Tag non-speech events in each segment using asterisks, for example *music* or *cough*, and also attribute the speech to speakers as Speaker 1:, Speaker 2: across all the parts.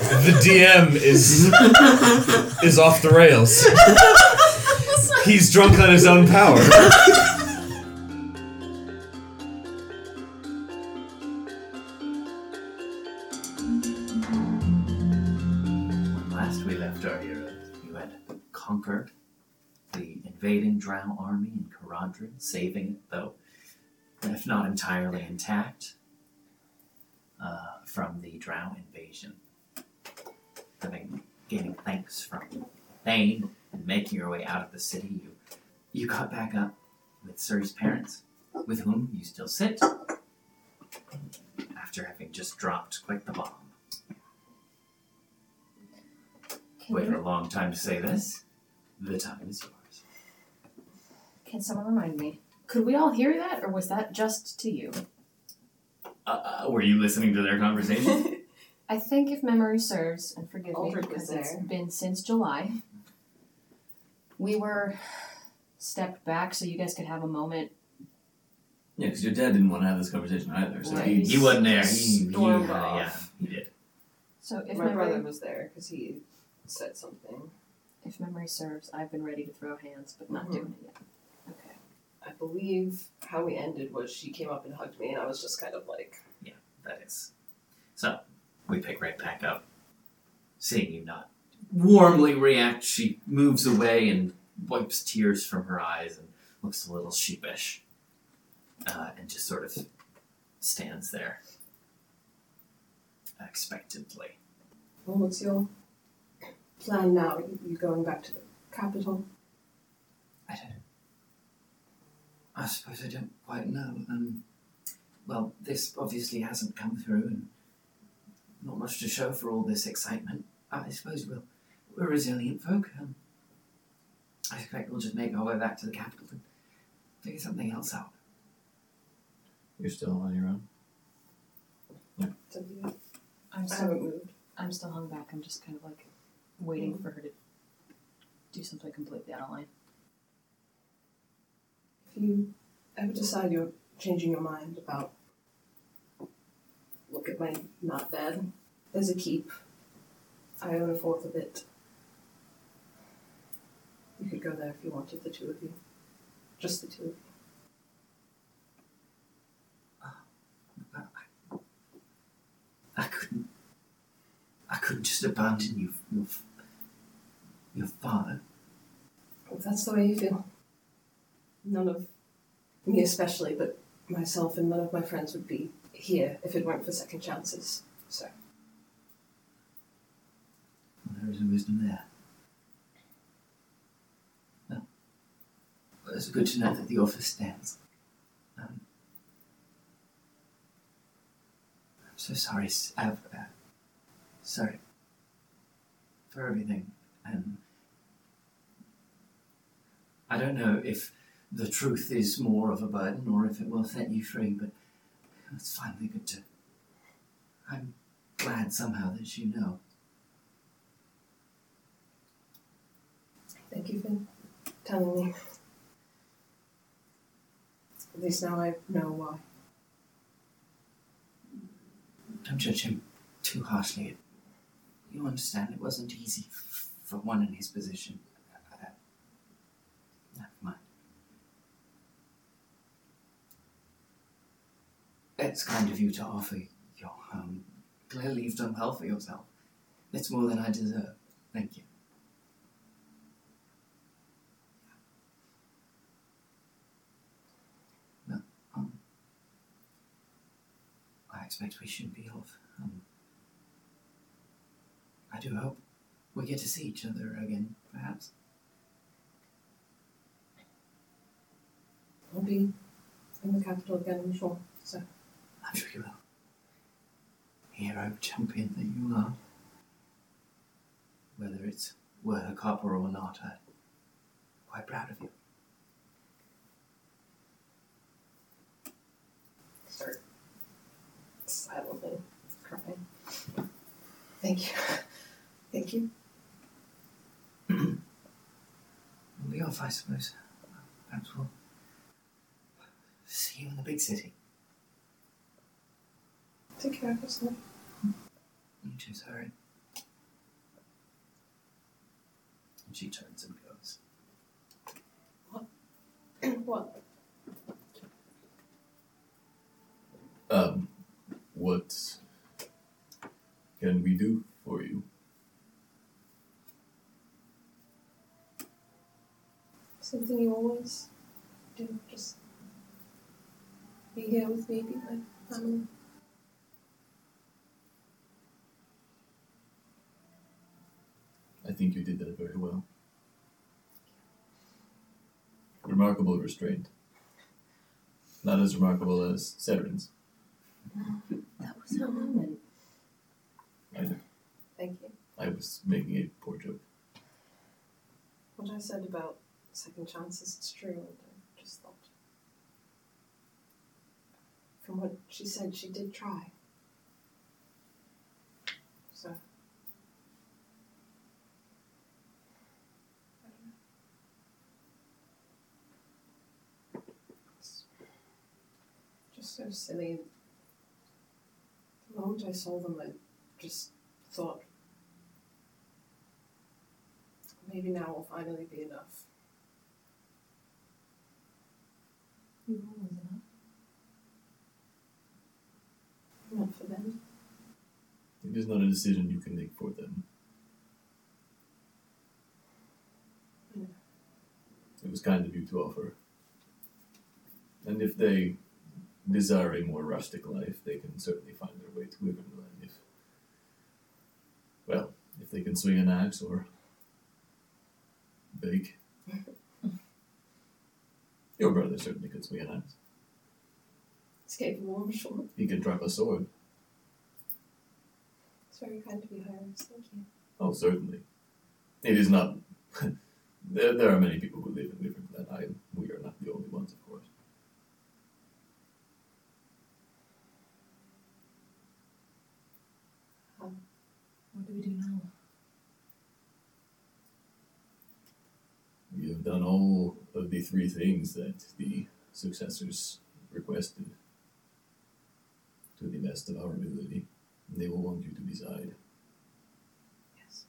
Speaker 1: the DM is is off the rails. He's drunk on his own power.
Speaker 2: When last we left our heroes, you had conquered the invading drow army in Caradhran, saving it, though if not entirely intact, uh, from the drow invasion. Having gaining thanks from Thane and making your way out of the city, you you got back up with Suri's parents, with whom you still sit, after having just dropped quite the bomb.
Speaker 3: Can,
Speaker 2: Wait for
Speaker 3: you,
Speaker 2: a long time to say this. The time is yours.
Speaker 3: can someone remind me? Could we all hear that, or was that just to you?
Speaker 2: Uh, uh, were you listening to
Speaker 4: *laughs*
Speaker 2: their conversation?
Speaker 3: I think if memory serves, and forgive me
Speaker 4: Aldrich was
Speaker 3: because it's
Speaker 4: there.
Speaker 3: been since July, we were stepped back so you guys could have a moment.
Speaker 5: Yeah, because your dad didn't want to have this conversation either, so
Speaker 3: Right.
Speaker 5: he,
Speaker 2: he wasn't there. He, he
Speaker 5: Stormed
Speaker 2: had- yeah,
Speaker 5: off.
Speaker 2: he did.
Speaker 3: So if
Speaker 4: My
Speaker 3: memory,
Speaker 4: brother was there because he said something.
Speaker 3: if memory serves, I've been ready to throw hands, but not
Speaker 4: Mhm.
Speaker 3: doing it yet. Okay.
Speaker 4: I believe how we ended was she came up and hugged me, and I was just kind of like,
Speaker 2: That is. So we pick right back up. Seeing you not warmly react, she moves away and wipes tears from her eyes and looks a little sheepish, uh, and just sort of stands there expectantly.
Speaker 4: well, what's your plan now? You going back to the capital?
Speaker 5: I don't. I suppose I don't quite know. Um,
Speaker 2: Well, this obviously hasn't come through, and not much to show for all this excitement. I suppose we'll, we're resilient folk. Um, I expect we'll just make our way back to the capital and figure something else out.
Speaker 5: you're still on your own.
Speaker 3: I'm
Speaker 4: I
Speaker 3: still,
Speaker 4: haven't Mm. moved.
Speaker 3: I'm still hung back. I'm just kind of like waiting for her to do something completely out of line.
Speaker 4: If you ever decide you're changing your mind about, look at my not dead. There's a keep. I own a fourth of it. You could go there if you wanted, the two of you. Just the two of you.
Speaker 2: I couldn't. I couldn't just abandon you, your, f- your father.
Speaker 4: If that's the way you feel. None of me, especially, but myself and none of my friends would be here if it weren't for second chances. So,
Speaker 2: Well, there is a wisdom there. Well, well, it's good to know that the offer stands. Um, I'm so sorry, S- uh, uh, sorry for everything. Um, I don't know if the truth is more of a burden or if it will set you free, but it's finally good to. I'm glad somehow that you know.
Speaker 4: thank you for telling me. At least now I know why.
Speaker 2: Don't judge him too harshly. You understand, it wasn't easy f- for one in his position. Uh, Never mind. It's kind of you to offer your um, home. Clearly, you've done well for yourself. It's more than I deserve. Thank you. Well, um, I expect we should be off. Um, I do hope we get to see each other again, perhaps.
Speaker 4: I'll be in the capital again, I'm sure. So,
Speaker 2: I'm sure you will. Hero champion that you are. Whether it's work, opera, or not, I'm quite proud of you.
Speaker 4: start silently crying. Thank you. *laughs* Thank you.
Speaker 2: We'll be off, I suppose. Perhaps we'll see you in the big city.
Speaker 4: Take care of yourself. *clears throat*
Speaker 2: You too, sorry. And she turns and goes.
Speaker 4: what?
Speaker 6: Um, what can we do for you?
Speaker 4: Something you always do. Just be here with me, be my family.
Speaker 6: I think you did that very well. Remarkable restraint. Not as remarkable as Severin's.
Speaker 7: That was her moment.
Speaker 4: Thank you.
Speaker 6: I was making a poor joke.
Speaker 4: What I said about second chances is true, and I just thought. From what she said, she did try. So. I don't know. It's Just so silly. The moment I saw them, I just thought maybe now will finally be enough.
Speaker 7: You were always enough.
Speaker 4: Not for them.
Speaker 6: It is not a decision you can make for them.
Speaker 4: Yeah.
Speaker 6: It was kind of you to offer. And if they desire a more rustic life, they can certainly find their way to Ivernland if well, if they can swing an axe or bake. Your brother certainly could swing an axe.
Speaker 4: It's capable, I'm sure.
Speaker 6: He can drop a sword.
Speaker 4: It's very kind of you, Harris. Thank you.
Speaker 6: Oh, certainly. It is not. *laughs* there, there are many people who live in Liverpool, and I, we are not the only ones, of course.
Speaker 7: What do we do now?
Speaker 6: We have done all of the three things that the successors requested to the best of our ability. They will want you to decide.
Speaker 4: Yes.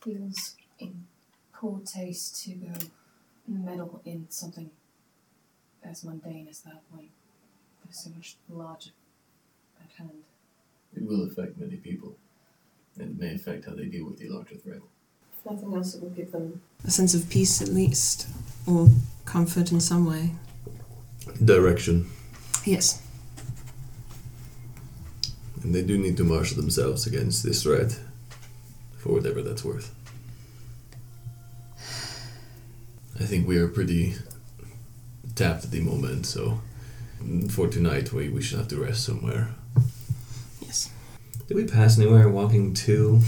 Speaker 7: Feels in poor taste to go meddle in something as mundane as that when there's so much larger at hand.
Speaker 6: It will affect many people, and it may affect how they deal with the larger threat.
Speaker 4: If nothing else, it will give them.
Speaker 8: A sense of peace, at least, or comfort in some way.
Speaker 1: direction,
Speaker 8: Yes.
Speaker 1: and they do need to marshal themselves against this threat, for whatever that's worth. I think we are pretty tapped at the moment, so for tonight we, we should have to rest somewhere.
Speaker 8: Yes.
Speaker 1: Did we pass anywhere walking to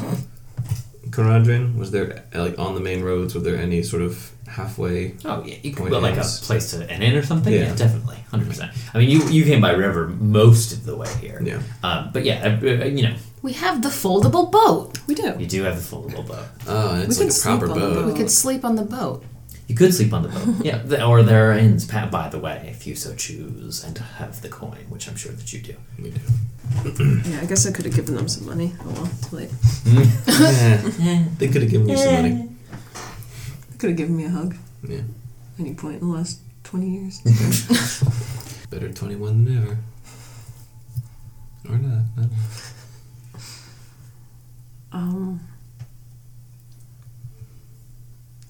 Speaker 1: Conradrin? Was there like on the main roads? Were there any sort of halfway?
Speaker 5: Oh yeah, you
Speaker 1: Point
Speaker 5: well, like a
Speaker 1: is-
Speaker 5: place to end in or something.
Speaker 1: Yeah.
Speaker 5: Yeah, definitely, hundred percent. I mean, you you came by river most of the way here.
Speaker 1: Yeah.
Speaker 5: Um, but yeah, uh, uh, you know,
Speaker 3: We have the foldable boat.
Speaker 8: We do.
Speaker 5: you do have the foldable boat.
Speaker 1: Oh, and it's
Speaker 8: We
Speaker 1: like
Speaker 8: could sleep on
Speaker 1: a proper
Speaker 8: the
Speaker 1: boat.
Speaker 8: boat.
Speaker 3: We could sleep on the boat.
Speaker 5: You could sleep on the boat. yeah, th- or there are inns pa- by the way, if you so choose, and have the coin, which I'm sure that you do.
Speaker 1: We do.
Speaker 8: Yeah, I guess I could have given them some money. Oh well, too late.
Speaker 1: Hmm?
Speaker 8: *laughs*
Speaker 1: Yeah, they could have given you some money.
Speaker 8: They could have given me a hug.
Speaker 1: Yeah.
Speaker 8: Any point in the last 20 years.
Speaker 1: Better 21 than ever. Or not. I don't know.
Speaker 8: um.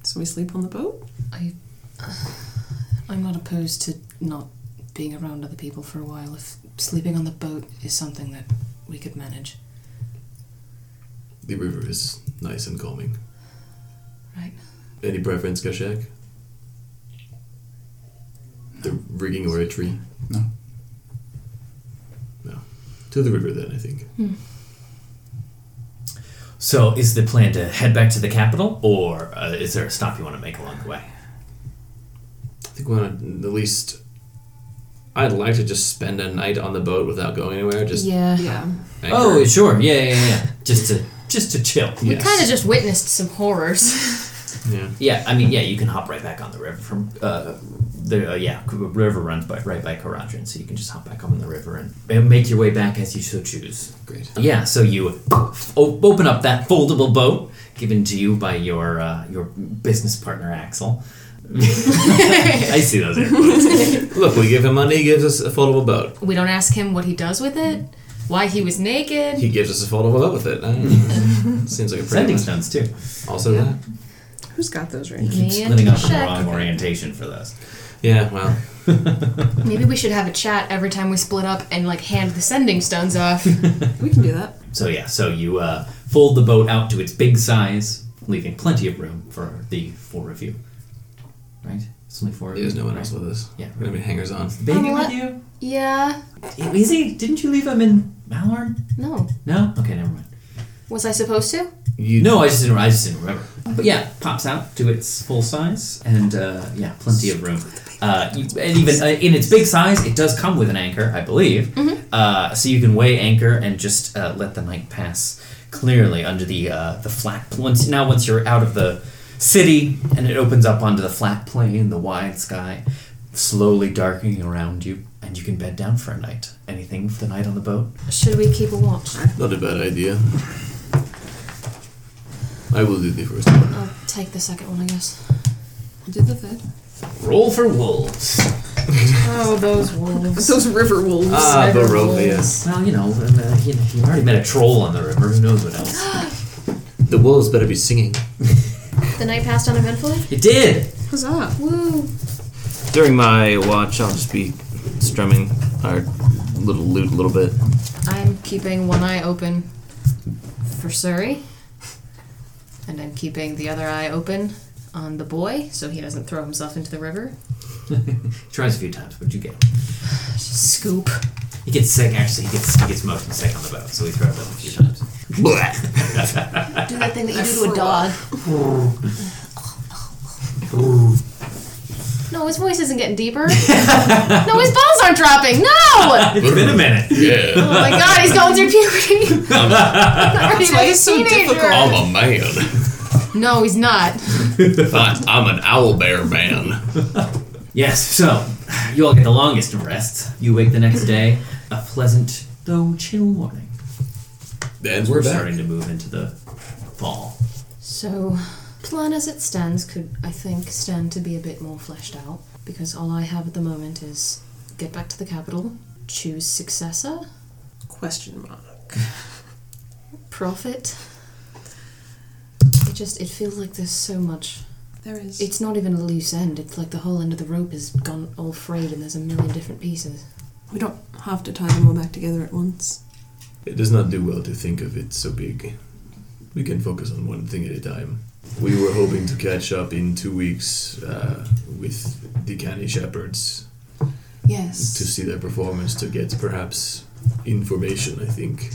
Speaker 8: So we sleep on the boat?
Speaker 3: I'm not opposed to not being around other people for a while if sleeping on the boat is something that we could manage.
Speaker 1: The river is nice and calming.
Speaker 3: Right.
Speaker 1: Any preference, Gashak? The rigging or a tree?
Speaker 9: No.
Speaker 1: No. To the river then, I think.
Speaker 5: So, is the plan to head back to the capital, or uh, is there a stop you want to make along the way?
Speaker 1: I think one of the least. I'd like to just spend a night on the boat without going anywhere. Just
Speaker 3: yeah.
Speaker 8: Yeah.
Speaker 1: anchor.
Speaker 5: Oh, sure, yeah, yeah, yeah, just to just to chill.
Speaker 3: We
Speaker 1: Yes.
Speaker 3: kind of just witnessed some horrors. *laughs*
Speaker 1: yeah.
Speaker 5: Yeah, I mean, yeah, you can hop right back on the river from uh, the uh, yeah c- river runs by right by Karadrin, so you can just hop back on the river and, and make your way back as you so choose.
Speaker 1: Great.
Speaker 5: Yeah, so you o- open up that foldable boat, given to you by your uh, your business partner Axel. *laughs* I see those air quotes.
Speaker 1: Look, we give him money, he gives us a photo of a boat.
Speaker 3: We don't ask him what he does with it, why he was naked.
Speaker 1: He gives us a photo of a boat with it. I don't know. Seems like a pretty
Speaker 5: Sending
Speaker 1: one.
Speaker 5: stones too.
Speaker 1: Also that.
Speaker 4: Who's got those right
Speaker 5: You
Speaker 4: now?
Speaker 5: keep
Speaker 3: Me and
Speaker 5: splitting up in the
Speaker 3: Shaq.
Speaker 5: wrong orientation for those.
Speaker 1: Yeah, well.
Speaker 3: Maybe we should have a chat every time we split up and like hand the sending stones *laughs* off.
Speaker 4: We can do that.
Speaker 5: So yeah, so you uh, fold the boat out to its big size, leaving plenty of room for the four of you. Right? It's only four. of
Speaker 1: There's
Speaker 5: you,
Speaker 1: no one
Speaker 5: right?
Speaker 1: else with us.
Speaker 5: Yeah.
Speaker 1: We're gonna be hangers on.
Speaker 5: Baby
Speaker 3: Unle-
Speaker 5: with you?
Speaker 3: Yeah.
Speaker 5: Is he? Didn't you leave him in Mallard?
Speaker 3: No.
Speaker 5: No. Okay, never mind.
Speaker 3: Was I supposed to?
Speaker 1: You
Speaker 5: No, I just didn't. I just didn't remember. But yeah, pops out to its full size, and uh, yeah, plenty of room. Uh, you- and even uh, in its big size, it does come with an anchor, I believe. Uh, so you can weigh anchor and just uh, let the night pass clearly under the uh, the flat. Once now, once you're out of the city and it opens up onto the flat plain, the wide sky, slowly darkening around you, and you can bed down for a night. Anything for the night on the boat?
Speaker 3: Should we keep a watch?
Speaker 1: Not a bad idea. *laughs* I will do the first one.
Speaker 3: I'll take the second one, I guess.
Speaker 4: We'll do the third.
Speaker 5: Roll for wolves.
Speaker 3: Oh, those wolves.
Speaker 4: Those river wolves.
Speaker 1: Ah,
Speaker 4: River
Speaker 1: Barovia.
Speaker 5: Well, you know, and, uh, you know, you already met a troll on the river. Who knows what else?
Speaker 1: The wolves better be singing.
Speaker 3: The night passed uneventfully.
Speaker 5: It did.
Speaker 4: wolves. Huzzah.
Speaker 3: Woo.
Speaker 10: During my watch, I'll just be strumming our little lute a little bit.
Speaker 3: I'm keeping one eye open for Surrey, and I'm keeping the other eye open on the boy so he doesn't throw himself into the river.
Speaker 5: Tries a few times, but you get. him.
Speaker 3: Scoop.
Speaker 5: He gets sick. Actually, he gets he gets motion sick on the boat, so we throw him a few times.
Speaker 3: Do that thing that you do to a dog. No, his voice isn't getting deeper. no, his balls aren't dropping. No! Oh
Speaker 5: It's been a minute.
Speaker 1: Yeah.
Speaker 3: my god, he's going through puberty. *laughs* That's
Speaker 4: why it's so difficult.
Speaker 1: I'm a man.
Speaker 3: No, he's not.
Speaker 1: I, I'm an owl bear man.
Speaker 5: Yes. So *sighs* you all get the longest of rests. You wake the next day, a pleasant though chill morning.
Speaker 1: And we're back.
Speaker 5: starting to move into the fall.
Speaker 3: So, plan as it stands could, I think, stand to be a bit more fleshed out because all I have at the moment is get back to the capital, choose successor,
Speaker 4: Question mark.
Speaker 3: profit. It just it feels like there's so much.
Speaker 4: There is.
Speaker 3: It's not even a loose end. It's like the whole end of the rope is gone all frayed and there's a million different pieces.
Speaker 4: we don't have to tie them all back together at once.
Speaker 1: It does not do well to think of it so big. We can focus on one thing at a time. We were hoping to catch up in two weeks uh, with the Canny Shepherds
Speaker 4: Yes.
Speaker 1: to see their performance, to get perhaps information, I think.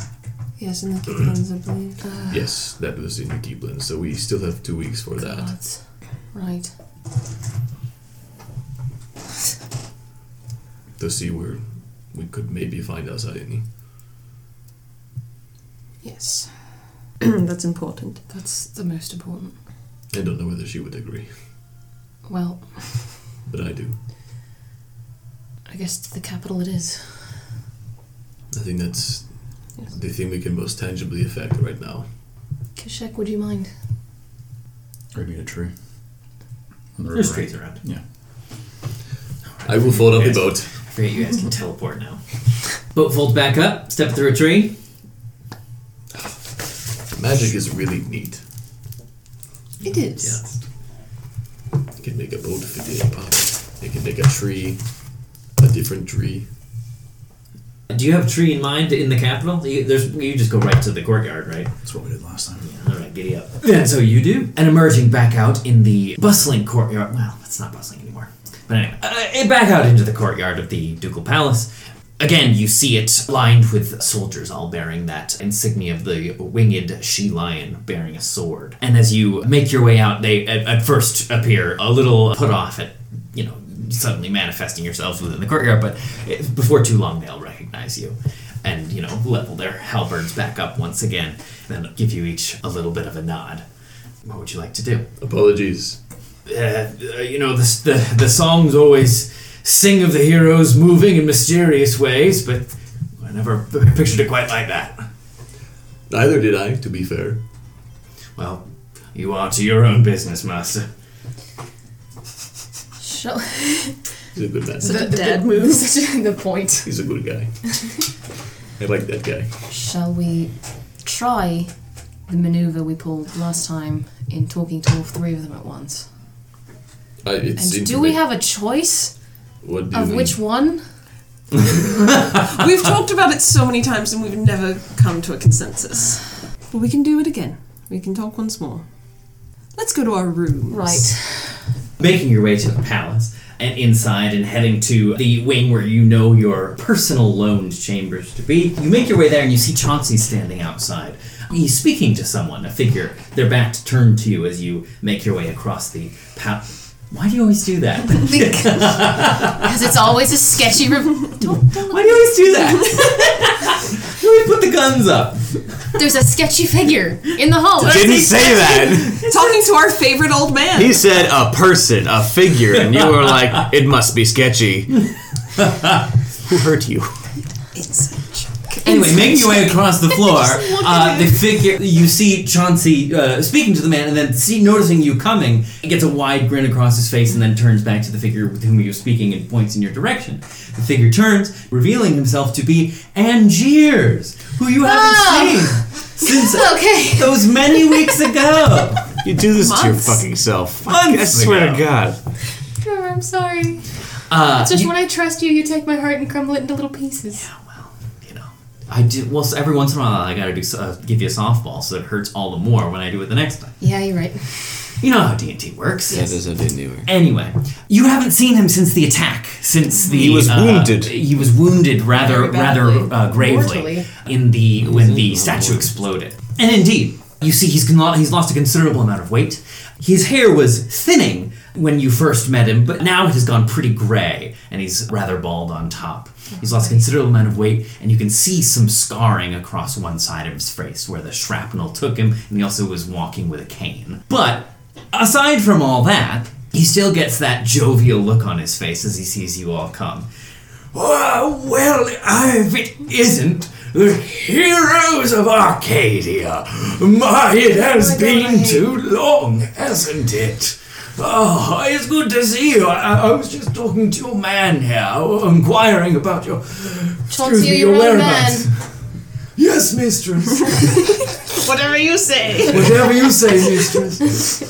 Speaker 4: Yes, and the Kiplans, I
Speaker 3: *sighs*
Speaker 4: believe.
Speaker 1: Yes, that was in the Keepland, so we still have two weeks for that.
Speaker 3: That's right.
Speaker 1: To see where we could maybe find Asaini.
Speaker 3: *clears throat*
Speaker 4: Yes. That's important.
Speaker 3: That's the most important.
Speaker 1: I don't know whether she would agree,
Speaker 3: Well,
Speaker 1: but I do.
Speaker 3: I guess the capital it is.
Speaker 1: I think that's
Speaker 4: Yes.
Speaker 1: the thing we can most tangibly affect right now.
Speaker 3: Kashek, would you mind?
Speaker 11: Grab me a tree. On the
Speaker 5: There's
Speaker 11: river.
Speaker 5: trees around.
Speaker 11: Yeah.
Speaker 1: I will fold up the boat.
Speaker 5: I forget you guys can
Speaker 1: *laughs*
Speaker 5: teleport now. Boat folds back up. Step through a tree.
Speaker 1: Magic is really neat.
Speaker 3: It is.
Speaker 1: You can make a boat fit in a pot. You can make a tree, a different tree.
Speaker 5: Do you have a tree in mind in the capital? You, there's, you just go right to the courtyard, right?
Speaker 11: That's what we did last time.
Speaker 5: All right, giddy up. And so you do. And emerging back out in the bustling courtyard. Well, it's not bustling anymore. But anyway, uh, back out into the courtyard of the Ducal Palace. Again, you see it lined with soldiers, all bearing that insignia of the winged she lion bearing a sword. And as you make your way out, they at, at first appear a little put off at, you know, suddenly manifesting yourselves within the courtyard, but it- before too long, they'll recognize you and you know level their halberds back up once again and then give you each a little bit of a nod what would you like to do
Speaker 1: Apologies.
Speaker 5: uh, uh, you know the, the, the songs always sing of the heroes moving in mysterious ways but i never p- pictured it quite like that
Speaker 1: Neither did I, to be fair.
Speaker 5: well You are to your own business, master.
Speaker 3: Shall-
Speaker 12: He's a good
Speaker 3: *laughs*
Speaker 12: man.
Speaker 3: Such a dad move. Such a- the point.
Speaker 12: He's a good guy. I like that guy.
Speaker 3: Shall we try the maneuver we pulled last time in talking to all three of them at once?
Speaker 12: I, it's
Speaker 3: and do we have a choice
Speaker 12: What do you
Speaker 3: of
Speaker 12: mean?
Speaker 3: which *laughs* one?
Speaker 4: We've talked about it so many times and we've never come to a consensus. But we can do it again. We can talk once more. Let's go to our rooms.
Speaker 3: Right.
Speaker 5: making your way to the palace and inside and heading to the wing where you know your personal loaned chambers to be. You make your way there and you see Chauncey standing outside. He's speaking to someone, a figure, their back turned to you as you make your way across the palace. Why do you always do that? *laughs*
Speaker 3: Because it's always a sketchy room.
Speaker 5: Why do you always do that? *laughs* you always put the guns up.
Speaker 3: There's a sketchy figure in the hallway.
Speaker 1: Didn't say that.
Speaker 4: Talking to our favorite old man.
Speaker 1: He said a person, a figure, and you were like, it must be *laughs* sketchy. Who hurt you?
Speaker 5: Anyway, making your way across
Speaker 3: *laughs*
Speaker 5: the floor,
Speaker 1: Just look
Speaker 5: uh,
Speaker 1: at
Speaker 5: the figure you see Chauncey uh, speaking to the man, and then see noticing you coming, he gets a wide grin across his face, and then turns back to the figure with whom you're speaking and points in your direction. The figure turns, revealing himself to be Angiers, who you haven't
Speaker 3: Oh.
Speaker 5: seen since
Speaker 3: Okay.
Speaker 5: those many weeks
Speaker 3: *laughs*
Speaker 5: ago.
Speaker 1: You do this to your
Speaker 3: Months.
Speaker 1: fucking self.
Speaker 5: Months
Speaker 1: I swear
Speaker 5: ago.
Speaker 1: to God.
Speaker 3: Oh, I'm sorry.
Speaker 5: Uh,
Speaker 3: it's just
Speaker 5: you-
Speaker 3: when I trust you, you take my heart and crumble it into little pieces.
Speaker 5: I do well so every once in a while. I gotta do so- uh, give you a softball, so it hurts all the more when I do it the next time.
Speaker 3: Yeah, you're right.
Speaker 5: You know how D and D works.
Speaker 1: That is a Denver.
Speaker 5: Anyway, you haven't seen him since the attack. Since the
Speaker 1: He was
Speaker 5: uh,
Speaker 1: wounded.
Speaker 5: He was wounded rather
Speaker 1: Very badly.
Speaker 5: rather uh, gravely
Speaker 1: Mortally.
Speaker 5: in the when the statue exploded. And indeed, you see he's con- he's lost a considerable amount of weight. His hair was thinning when you first met him, but now it has gone pretty gray and he's rather bald on top. He's lost a considerable amount of weight, and you can see some scarring across one side of his face where the shrapnel took him, and he also was walking with a cane. But aside from all that, he still gets that jovial look on his face as he sees you all come. Oh, well, if it isn't the heroes of Arcadia, my, it has been too long, hasn't it? Oh, it's good to see you. I, I was just talking to your man here, inquiring about your. excuse
Speaker 3: Chauncey,
Speaker 5: me,
Speaker 3: you're your own
Speaker 5: whereabouts. Yes, mistress.
Speaker 4: *laughs* Whatever you say.
Speaker 5: Whatever you say, *laughs* mistress.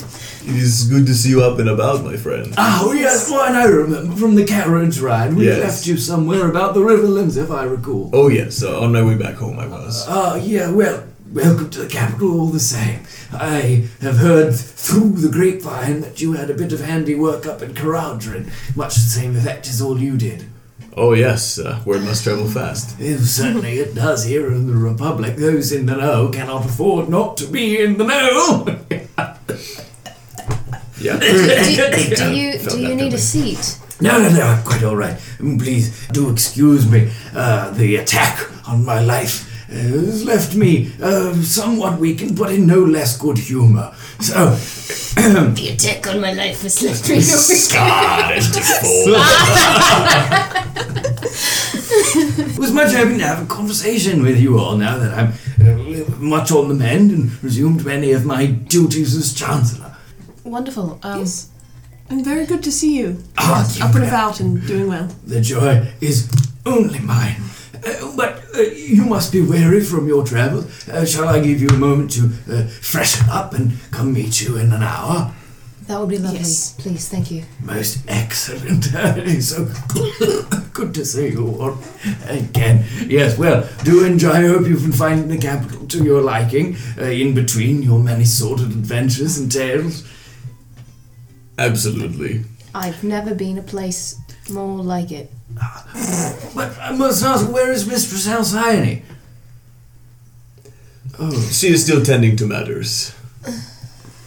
Speaker 2: It is good to see you up and about, my friend.
Speaker 5: Oh, yes, one I remember from the carriage ride. We
Speaker 2: Yes.
Speaker 5: left you somewhere about the River Limbs, if I recall.
Speaker 2: Oh yes, uh, on my way back home I was.
Speaker 5: Ah, yeah, well, welcome to the capital all the same. I have heard through the grapevine that you had a bit of handiwork up in Caradhran, much the same effect as all you did.
Speaker 2: Oh yes, uh, word must travel fast.
Speaker 5: Eh, certainly it does here in the Republic. Those in the know cannot afford not to be in the know. *laughs*
Speaker 3: *laughs*
Speaker 2: Yeah.
Speaker 3: do, do you do you need a seat?
Speaker 5: No, no, no, I'm quite all right. Mm, Please do excuse me. Uh, the attack on my life uh, has left me uh, somewhat weakened, but in no less good humor. So, *clears throat*
Speaker 3: The attack on my life has left me *laughs*
Speaker 5: scarred and deformed. it was much hoping to have a conversation with you all now that I'm uh, much on the mend and resumed many of my duties as Chancellor.
Speaker 3: Wonderful. Um,
Speaker 4: And very good to see you.
Speaker 3: Oh,
Speaker 5: Ah, you
Speaker 4: Up and about and doing well.
Speaker 5: The joy is only mine. Uh, but uh, you must be weary from your travels. Uh, shall I give you a moment to uh, freshen up and come meet you in an hour?
Speaker 3: That would be lovely. Please, thank you.
Speaker 5: Most excellent. so good to see you all again. Yes, well, do enjoy. I hope you can find the capital to your liking uh, in between your many sordid adventures and tales.
Speaker 2: Absolutely.
Speaker 3: I've never been a place more like it.
Speaker 5: But I must ask, where is Mistress Halcyone? Oh.
Speaker 2: She is still tending to matters.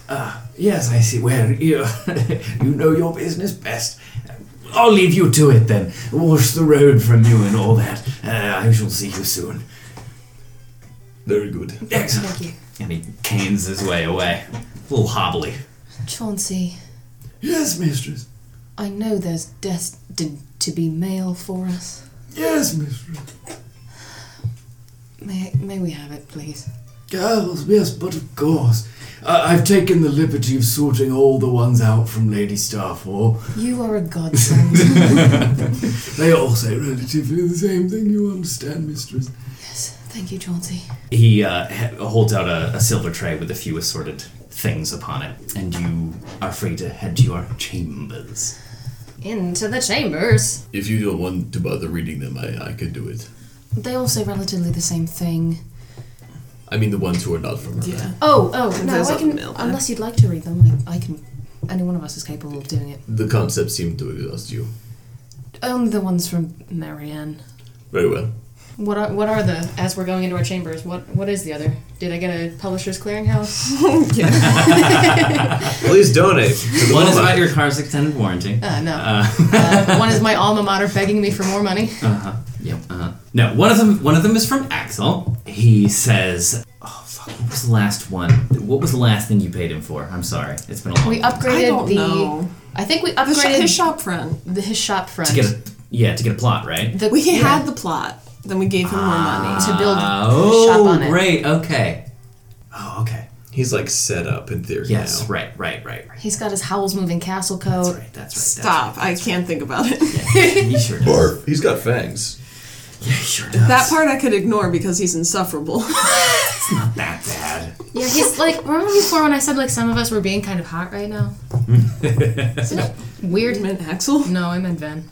Speaker 5: Ah, yes, I see. Well, *laughs* you, you know your business best. I'll leave you to it then. Wash the road from you and all that. Uh, I shall see you soon.
Speaker 2: Very good.
Speaker 5: Excellent.
Speaker 3: Thank you.
Speaker 5: And he canes his way away. A little hobbly.
Speaker 3: Chauncey,
Speaker 5: Yes, mistress.
Speaker 3: I know there's destined to be mail for us.
Speaker 5: Yes, mistress.
Speaker 3: May may we have it, please?
Speaker 5: Girls, yes, but of course.
Speaker 1: Uh, I've taken the liberty of sorting all the ones out from Lady Starfall.
Speaker 3: You are a godsend.
Speaker 5: *laughs*
Speaker 1: They all say relatively the same thing, you understand, mistress.
Speaker 3: yes, thank you, Chauncey.
Speaker 5: He uh, ha- holds out a, a silver tray with a few assorted things upon it, and you are free to head to your *laughs* chambers.
Speaker 3: Into the chambers.
Speaker 6: If you don't want to bother reading them, I, I could do it.
Speaker 3: They all say relatively the same thing.
Speaker 6: I mean, the ones who are not from her.
Speaker 3: Oh, oh,
Speaker 13: And
Speaker 3: no,
Speaker 13: there's
Speaker 3: I
Speaker 13: a
Speaker 3: can.
Speaker 13: mill there.
Speaker 3: Unless you'd like to read them, I, I can. Any one of us is capable of doing it.
Speaker 6: The concepts seem to exhaust you.
Speaker 3: Only the ones from Marianne.
Speaker 6: Very well.
Speaker 4: What are what are the as we're going into our chambers? What what is the other? Did I get a publisher's
Speaker 13: *laughs*
Speaker 4: clearinghouse?
Speaker 13: Oh,
Speaker 14: Please donate. to the
Speaker 5: One is
Speaker 14: MoMA.
Speaker 5: about your car's extended warranty.
Speaker 4: Uh, no.
Speaker 5: Uh,
Speaker 4: Uh, one is my alma mater begging me for more money.
Speaker 5: Uh-huh. Yep. Uh-huh. No, one of them. One of them is from Axel. He says, "Oh fuck, what was the last one? What was the last thing you paid him for? I'm sorry, it's been a long
Speaker 4: We
Speaker 5: time.
Speaker 4: upgraded
Speaker 13: I don't
Speaker 4: the.
Speaker 13: know.
Speaker 4: I think we
Speaker 13: The
Speaker 4: upgraded
Speaker 13: sh- his shop friend.
Speaker 4: The his shop front.
Speaker 5: to get a yeah to get a plot right.
Speaker 13: we
Speaker 4: yeah.
Speaker 13: had the plot, then we gave him
Speaker 5: Ah.
Speaker 13: more money
Speaker 5: To build Oh, shop on it. great, Okay. Oh, okay.
Speaker 6: He's like set up in theory
Speaker 5: Yes,
Speaker 6: now.
Speaker 5: right, right, right, right.
Speaker 3: He's got his Howl's Moving Castle coat. That's
Speaker 5: right, that's
Speaker 13: Stop! I can't think about it.
Speaker 5: He sure does.
Speaker 6: Barf. He's got fangs.
Speaker 5: Yeah, he sure does.
Speaker 13: that part I could ignore because he's insufferable.
Speaker 5: It's not that bad.
Speaker 3: Yeah, he's like. Remember before when I said like some of us were being kind of hot right
Speaker 5: *laughs*
Speaker 3: now? Isn't it weird?
Speaker 13: meant Axel?
Speaker 4: No, I meant Ven.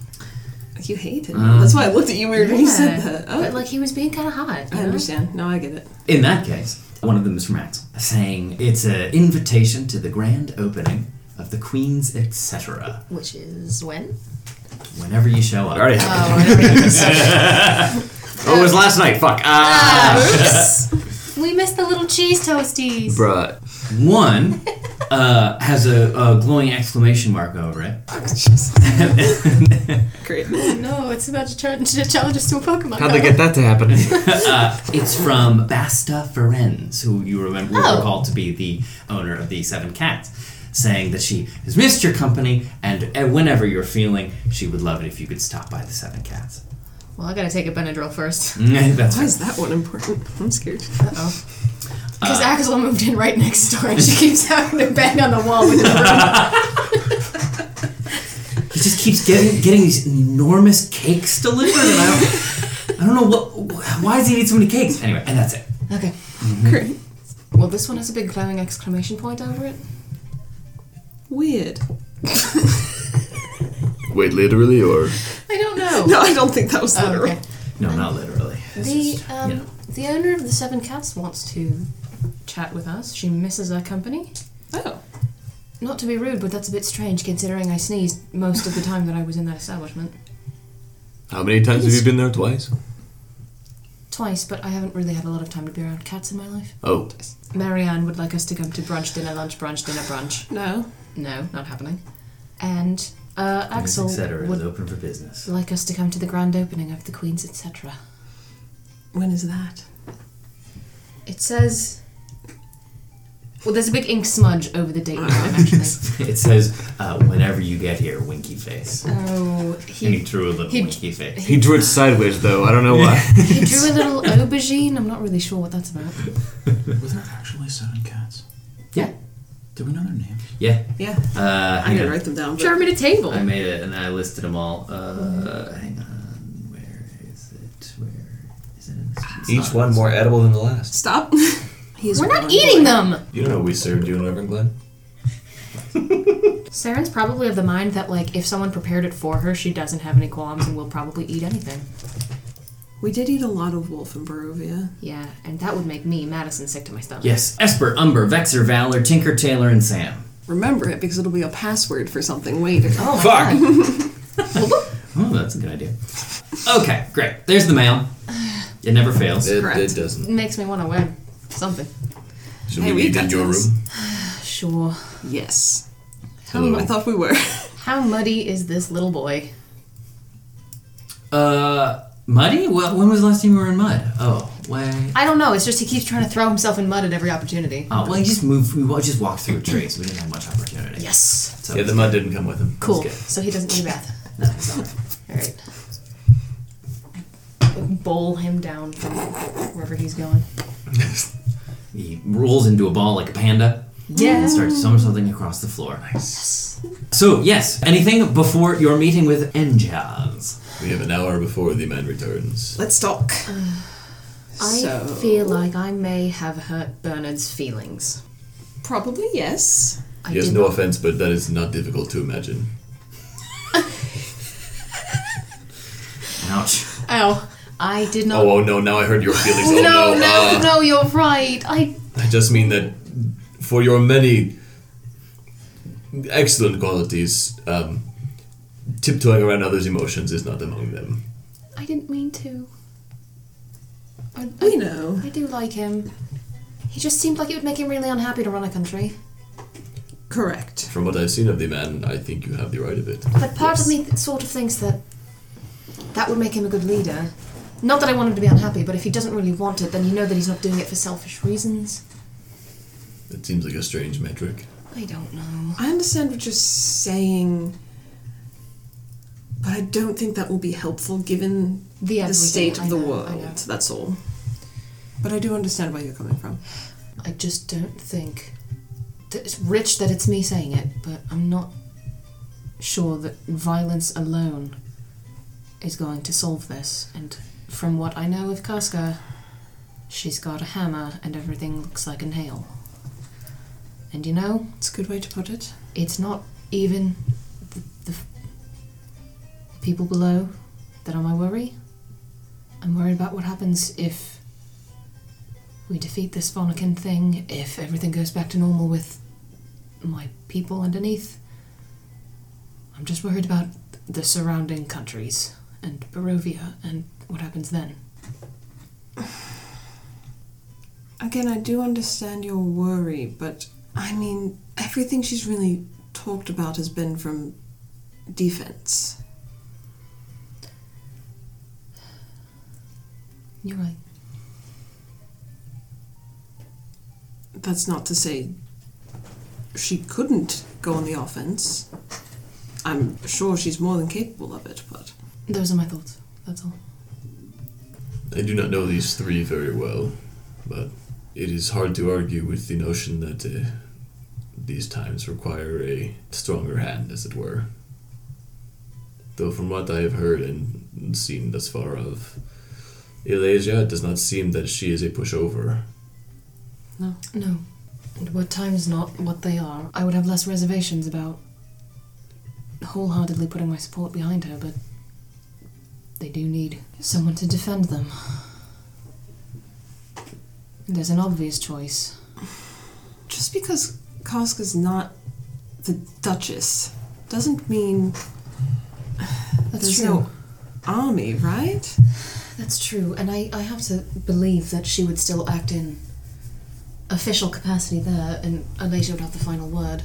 Speaker 13: You hate him.
Speaker 4: Mm.
Speaker 5: Uh.
Speaker 13: That's why I looked at you weird when you said
Speaker 3: Yeah,
Speaker 13: that. Oh.
Speaker 3: But like he was being kind of hot. you
Speaker 13: I
Speaker 3: know?
Speaker 13: understand. No, I get it.
Speaker 5: In that case, one of them is from Axel, saying it's an invitation to the grand opening of the Queen's etc.
Speaker 3: Which is when?
Speaker 5: Whenever you show up,
Speaker 14: Already *laughs* happened. oh, it was last night. Fuck. Ah.
Speaker 4: *laughs*
Speaker 3: We missed the little cheese toasties.
Speaker 5: Bruh. One uh, has a, a glowing exclamation mark over it.
Speaker 13: Great.
Speaker 4: no, it's about to, turn, to challenge us to a Pokemon.
Speaker 5: How'd they
Speaker 4: battle.
Speaker 5: get that to happen? *laughs* uh, it's from Basta Ferenz, who you remember
Speaker 4: Oh.
Speaker 5: recall to be the owner of the Seven Cats, saying that she has missed your company and uh, whenever you're feeling, she would love it if you could stop by the Seven Cats. *laughs*
Speaker 4: Well, I gotta take a Benadryl first.
Speaker 5: That's
Speaker 13: Why
Speaker 5: right.
Speaker 13: is that one important? I'm scared.
Speaker 4: Uh *laughs* oh. Because
Speaker 5: Uh,
Speaker 4: Axel moved in right next door and *laughs* she keeps having to bang on the wall with the broom.
Speaker 5: He just keeps getting getting these enormous cakes delivered. And I, don't, I don't know
Speaker 2: Oh,
Speaker 5: what. Why does he need so many cakes? Anyway, and that's it.
Speaker 4: *laughs* Okay.
Speaker 5: Mm-hmm.
Speaker 13: Great.
Speaker 4: Well, this one has a big glowing exclamation point over it.
Speaker 13: Weird.
Speaker 6: *laughs* Wait, literally or?
Speaker 4: I don't know.
Speaker 13: No, I don't think that was *laughs*
Speaker 4: Oh,
Speaker 13: literal.
Speaker 4: okay.
Speaker 5: No, not literally.
Speaker 3: The um, the owner of the Seven Cats wants to chat with us. She misses our company.
Speaker 13: Oh.
Speaker 3: Not to be rude, but that's a bit strange considering I sneezed most of the time that I was in that establishment.
Speaker 6: How many times have you been there? Twice?
Speaker 3: Twice, but I haven't really had a lot of time to be around cats in my life.
Speaker 6: Oh.
Speaker 3: Marianne would like us to come to brunch, dinner, lunch, brunch, dinner, brunch.
Speaker 13: No.
Speaker 3: No, not happening. And uh,
Speaker 5: Things,
Speaker 3: Axel
Speaker 5: etc. is
Speaker 3: would
Speaker 5: open for business.
Speaker 3: like us to come to the grand opening of the Queen's etc.
Speaker 13: When is that?
Speaker 4: It says. Well, there's a big ink smudge over the date now,
Speaker 5: *laughs*
Speaker 4: actually.
Speaker 5: it says, uh, "Whenever you get here, winky face."
Speaker 4: Oh,
Speaker 5: and
Speaker 4: he,
Speaker 5: he drew a little
Speaker 4: he-
Speaker 5: winky face.
Speaker 4: *laughs*
Speaker 14: He drew it sideways though. I don't know why.
Speaker 3: He drew a little aubergine. I'm not really sure what that's about.
Speaker 2: Were there actually seven cats?
Speaker 5: Yeah.
Speaker 2: Do we know their names?
Speaker 5: Yeah.
Speaker 13: Yeah.
Speaker 5: Uh,
Speaker 13: I
Speaker 5: hang
Speaker 13: didn't
Speaker 5: on.
Speaker 13: write them down. but-
Speaker 4: Charm at a table.
Speaker 5: I made it, and I listed them all. Uh, hang on. Where is it? Where is it? In this it's
Speaker 14: Each
Speaker 5: not-
Speaker 14: one more edible than the last.
Speaker 13: Stop. *laughs* he is
Speaker 4: We're not
Speaker 13: one
Speaker 4: eating
Speaker 13: boy.
Speaker 4: them!
Speaker 6: You know how we served you in Reverend Glen?
Speaker 3: Saren's probably of the mind that, like, if someone prepared it for her, she doesn't have any qualms and will probably eat anything.
Speaker 13: We did eat a lot of wolf in Barovia.
Speaker 3: Yeah, and that would make me, Madison, sick to my stomach.
Speaker 5: Yes. Esper, Umber, Vexer, Valor, Tinker, Taylor, and Sam.
Speaker 13: Remember it because it'll be a password for something later.
Speaker 3: Oh, my
Speaker 14: Fuck.
Speaker 3: God.
Speaker 5: Oh, that's a good idea. Okay, great. There's the mail. It never fails.
Speaker 6: It,
Speaker 13: Correct.
Speaker 6: it doesn't.
Speaker 4: It makes me want to wear something.
Speaker 6: Should
Speaker 13: Hey,
Speaker 6: we
Speaker 13: we
Speaker 6: eat
Speaker 13: got
Speaker 6: in your
Speaker 13: this.
Speaker 6: room?
Speaker 3: Sure.
Speaker 13: Yes.
Speaker 6: Hello.
Speaker 13: I thought we were.
Speaker 4: How muddy is this little boy?
Speaker 5: Uh, muddy? Well, when was the last time you were in mud? Oh, way.
Speaker 4: I don't know. It's just he keeps trying to throw himself in mud at every opportunity.
Speaker 5: Oh, well, you just moved. We wa- just walked through trees. We didn't have much opportunity.
Speaker 4: Yes.
Speaker 5: So
Speaker 6: yeah, the mud didn't come with him.
Speaker 4: Cool.
Speaker 5: good.
Speaker 4: So he doesn't need a bath.
Speaker 5: No, it's not.
Speaker 4: All right. Bowl him down from wherever he's going.
Speaker 5: He rolls into a ball like a panda. Yeah. And starts somersaulting across the floor. Nice. So, yes, anything before your meeting with Enjaz?
Speaker 6: We have an hour before the man returns.
Speaker 4: Let's talk.
Speaker 3: I
Speaker 4: So-
Speaker 3: feel like I may have hurt Bernard's feelings.
Speaker 4: Probably, yes.
Speaker 3: I
Speaker 6: yes,
Speaker 3: did
Speaker 6: no
Speaker 3: not-
Speaker 6: offense, but that is not difficult to imagine.
Speaker 5: Ouch.
Speaker 3: Ow. I did not.
Speaker 6: Oh, oh no, now I heard your feelings. oh,
Speaker 3: no, no,
Speaker 6: ah.
Speaker 3: no, you're right. I.
Speaker 6: I just mean that for your many excellent qualities, um, tiptoeing around others' emotions is not among them.
Speaker 3: I didn't mean to. I,
Speaker 4: we know.
Speaker 3: I do like him. He just seemed like it would make him really unhappy to run a country.
Speaker 4: Correct.
Speaker 6: From what I've seen of the man, I think you have the right of it.
Speaker 3: But part of me th- sort of thinks that that would make him a good leader. Not that I want him to be unhappy, but if he doesn't really want it, then you know that he's not doing it for selfish reasons.
Speaker 6: It seems like a strange metric.
Speaker 3: I don't know.
Speaker 4: I understand what you're saying, but I don't think that will be helpful given
Speaker 3: The
Speaker 4: the,
Speaker 3: everything,
Speaker 4: state
Speaker 3: I
Speaker 4: of the
Speaker 3: know, I
Speaker 4: world.
Speaker 3: know.
Speaker 4: That's all. But I do understand where you're coming from.
Speaker 3: I just don't think. that It's rich that it's me saying it, but I'm not sure that violence alone is going to solve this. And from what I know of Casca, she's got a hammer and everything looks like a nail. And you know,
Speaker 4: it's a good way to put it.
Speaker 3: It's not even the, the f- people below that are my worry. I'm worried about what happens if we defeat this Vonnegut thing, if everything goes back to normal with my people underneath. I'm just worried about the surrounding countries and Barovia and what happens then.
Speaker 4: Again, I do understand your worry, but I mean, everything she's really talked about has been from defense.
Speaker 3: You're right.
Speaker 4: That's not to say she couldn't go on the offense. I'm sure she's more than capable of it, but.
Speaker 3: Those are my thoughts. That's all.
Speaker 6: I do not know these three very well, but it is hard to argue with the notion that uh, these times require a stronger hand, as it were. Though, from what I have heard and seen thus far of Ilasia, it does not seem that she is a pushover.
Speaker 3: No. No. And what time's not what they are. I would have less reservations about wholeheartedly putting my support behind her, but they do need someone to defend them. There's an obvious choice.
Speaker 4: Just because Casca's not the Duchess doesn't mean there's no army, right?
Speaker 3: That's true, and I, I have to believe that she would still act in official capacity there, and Alasia would have the final word.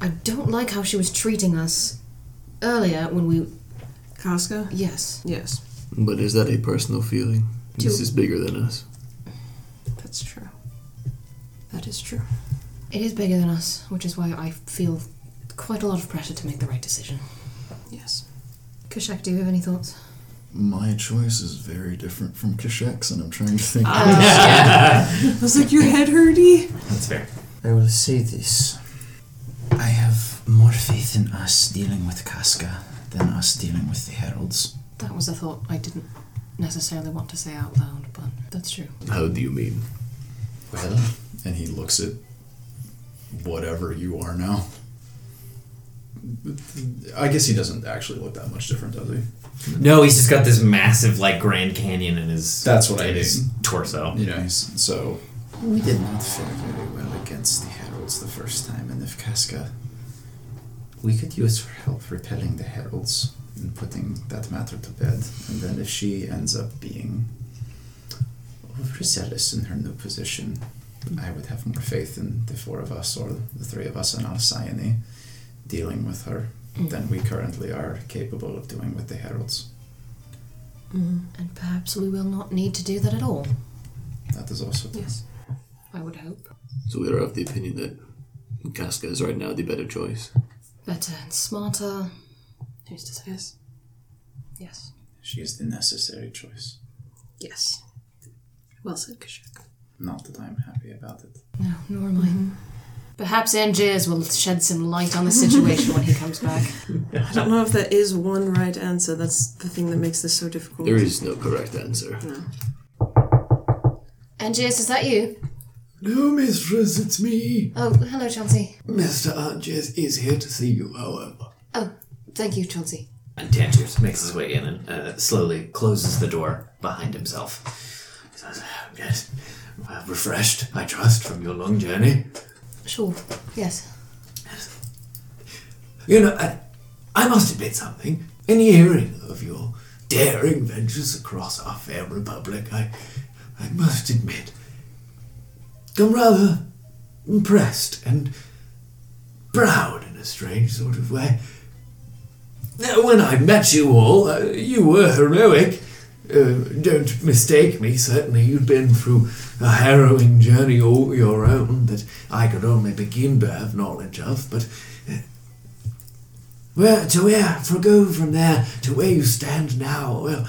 Speaker 3: I don't like how she was treating us earlier when we.
Speaker 4: Casca?
Speaker 3: Yes.
Speaker 4: Yes.
Speaker 1: But is that a personal feeling? This
Speaker 3: To-
Speaker 1: is bigger than us.
Speaker 4: That's true. That is true.
Speaker 3: It is bigger than us, which is why I feel quite a lot of pressure to make the right decision.
Speaker 4: Yes.
Speaker 3: Kushak, do you have any thoughts?
Speaker 13: My choice is very different from Kashak's, and I'm trying to think.
Speaker 4: I was like, your head hurty?
Speaker 5: That's fair.
Speaker 2: I will say this. I have more faith in us dealing with Casca than us dealing with the Heralds.
Speaker 3: That was a thought I didn't necessarily want to say out loud, but that's true.
Speaker 6: How do you mean?
Speaker 13: Well, and he looks at whatever you are now. I guess he doesn't actually look that much different, does he?
Speaker 5: No, he's just got this massive, like, Grand Canyon in his.
Speaker 13: That's what I
Speaker 5: in his
Speaker 13: mean.
Speaker 5: torso.
Speaker 13: You know, he's so.
Speaker 2: We did not fare very well against the Heralds the first time, and if Casca. We could use her help repelling the Heralds and putting that matter to bed, and then if she ends up being overzealous in her new position, I would have more faith in the four of us, or the three of us and Alcyone, dealing with her
Speaker 5: Mm.
Speaker 2: than we currently are capable of doing with the Heralds.
Speaker 3: And perhaps we will not need to do that at all.
Speaker 13: That is also true.
Speaker 4: Yes.
Speaker 3: I would hope.
Speaker 1: So we are of the opinion that Casca is right now the better choice.
Speaker 3: Better and smarter. Who's to say?
Speaker 4: Yes. Yes.
Speaker 2: She is the necessary choice.
Speaker 4: Yes. Well said, Kushak.
Speaker 2: Not that I'm happy about it.
Speaker 3: No, nor am I.
Speaker 13: Mm-hmm.
Speaker 3: Perhaps Angiers will shed some light on the situation
Speaker 13: *laughs*
Speaker 3: when he comes back.
Speaker 13: I don't know if there is one right answer. That's the thing that makes this so difficult.
Speaker 15: There is no correct answer.
Speaker 13: No.
Speaker 3: Angiers, is that you?
Speaker 1: No, mistress, it's me.
Speaker 3: Oh, hello, Chauncey.
Speaker 1: Mr. Arches is here to see you, however.
Speaker 3: Oh, thank you, Chauncey.
Speaker 5: And Tangiers makes his way in and uh, slowly closes the door behind himself. He says, Yes, well, refreshed, I trust, from your long journey.
Speaker 3: Sure. Yes.
Speaker 1: You know, I, I must admit something. In hearing of your daring ventures across our fair republic, I, I must admit, I'm rather impressed and proud in a strange sort of way. Now, when I met you all, uh, you were heroic. Uh, don't mistake me, certainly you'd been through a harrowing journey all your own that I could only begin to have knowledge of, but uh, where to where, for go from there to where you stand now, well,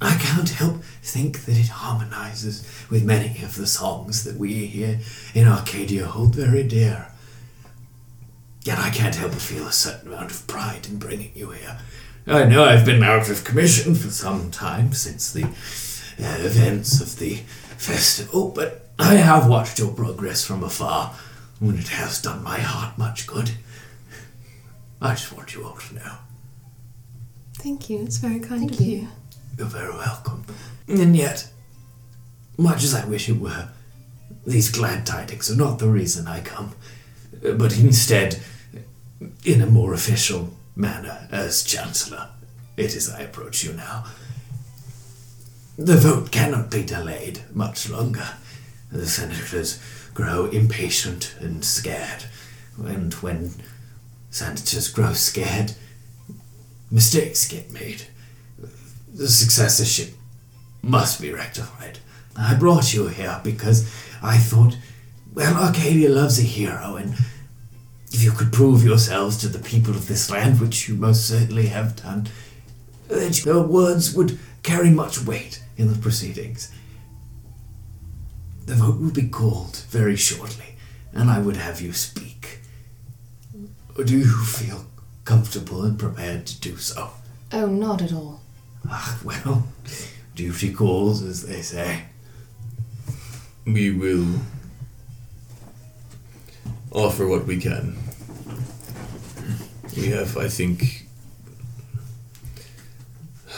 Speaker 1: I can't help think that it harmonizes with many of the songs that we here in Arcadia hold very dear. Yet I can't help but feel a certain amount of pride in bringing you here. I know I've been out of commission for some time since the uh, events of the festival, but I have watched your progress from afar, and it has done my heart much good. I just want you all to know
Speaker 13: Thank you. It's very kind
Speaker 3: Thank
Speaker 13: of you.
Speaker 1: you're very welcome. And yet, much as I wish it were, these glad tidings are not the reason I come, uh, but instead, in a more official manner as Chancellor. It is I approach you now. The vote cannot be delayed much longer. The senators grow impatient and scared, and when senators grow scared, mistakes get made. The successorship must be rectified. I brought you here because I thought, well, Arcadia loves a hero, and if you could prove yourselves to the people of this land, which you most certainly have done, that your words would carry much weight in the proceedings. The vote will be called very shortly, and I would have you speak. Do you feel comfortable and prepared to do so?
Speaker 3: Oh, not at all.
Speaker 1: Ah, well, duty calls, as they say.
Speaker 15: We will offer what we can. We have, I think,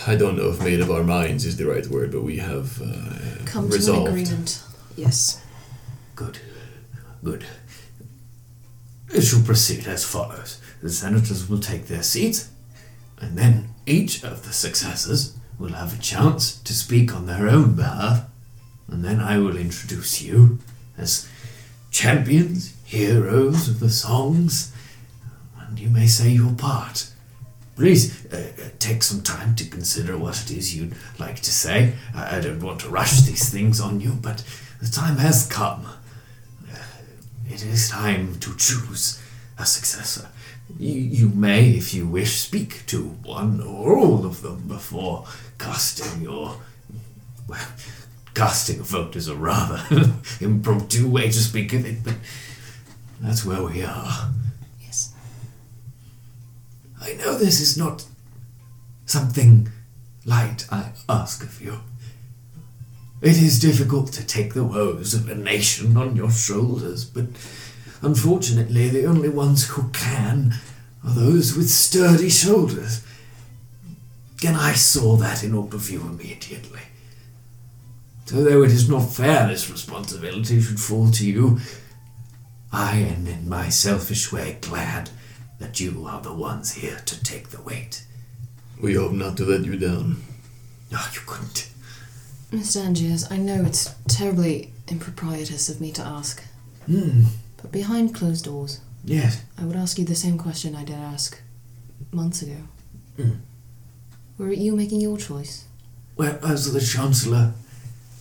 Speaker 15: I don't know if made of our minds is the right word, but we have uh,
Speaker 13: Come
Speaker 15: resolved.
Speaker 13: to an agreement. Yes.
Speaker 1: Good. Good. It shall proceed as follows. The senators will take their seats, and then each of the successors will have a chance to speak on their own behalf, and then I will introduce you as champions, heroes of the songs, and you may say your part. Please uh, uh, take some time to consider what it is you'd like to say. I, I don't want to rush these things on you, but the time has come. Uh, It is time to choose a successor. You, you may, if you wish, speak to one or all of them before casting your. Well, casting a vote is a rather *laughs* impromptu way to speak of it, but that's where we are.
Speaker 13: Yes.
Speaker 1: I know this is not something light I ask of you. It is difficult to take the woes of a nation on your shoulders, but unfortunately, the only ones who can are those with sturdy shoulders. And I saw that in all of you immediately. So, though it is not fair this responsibility should fall to you, I am in my selfish way glad that you are the ones here to take the weight.
Speaker 15: We hope not to let you down.
Speaker 1: Oh, you couldn't.
Speaker 3: Mr. Angiers, I know it's terribly improprietous of me to ask,
Speaker 1: Hmm.
Speaker 3: but behind closed doors,
Speaker 1: Yes.
Speaker 3: I would ask you the same question I did ask months ago.
Speaker 1: Mm.
Speaker 3: Were it you making your choice?
Speaker 1: Well, as the Chancellor,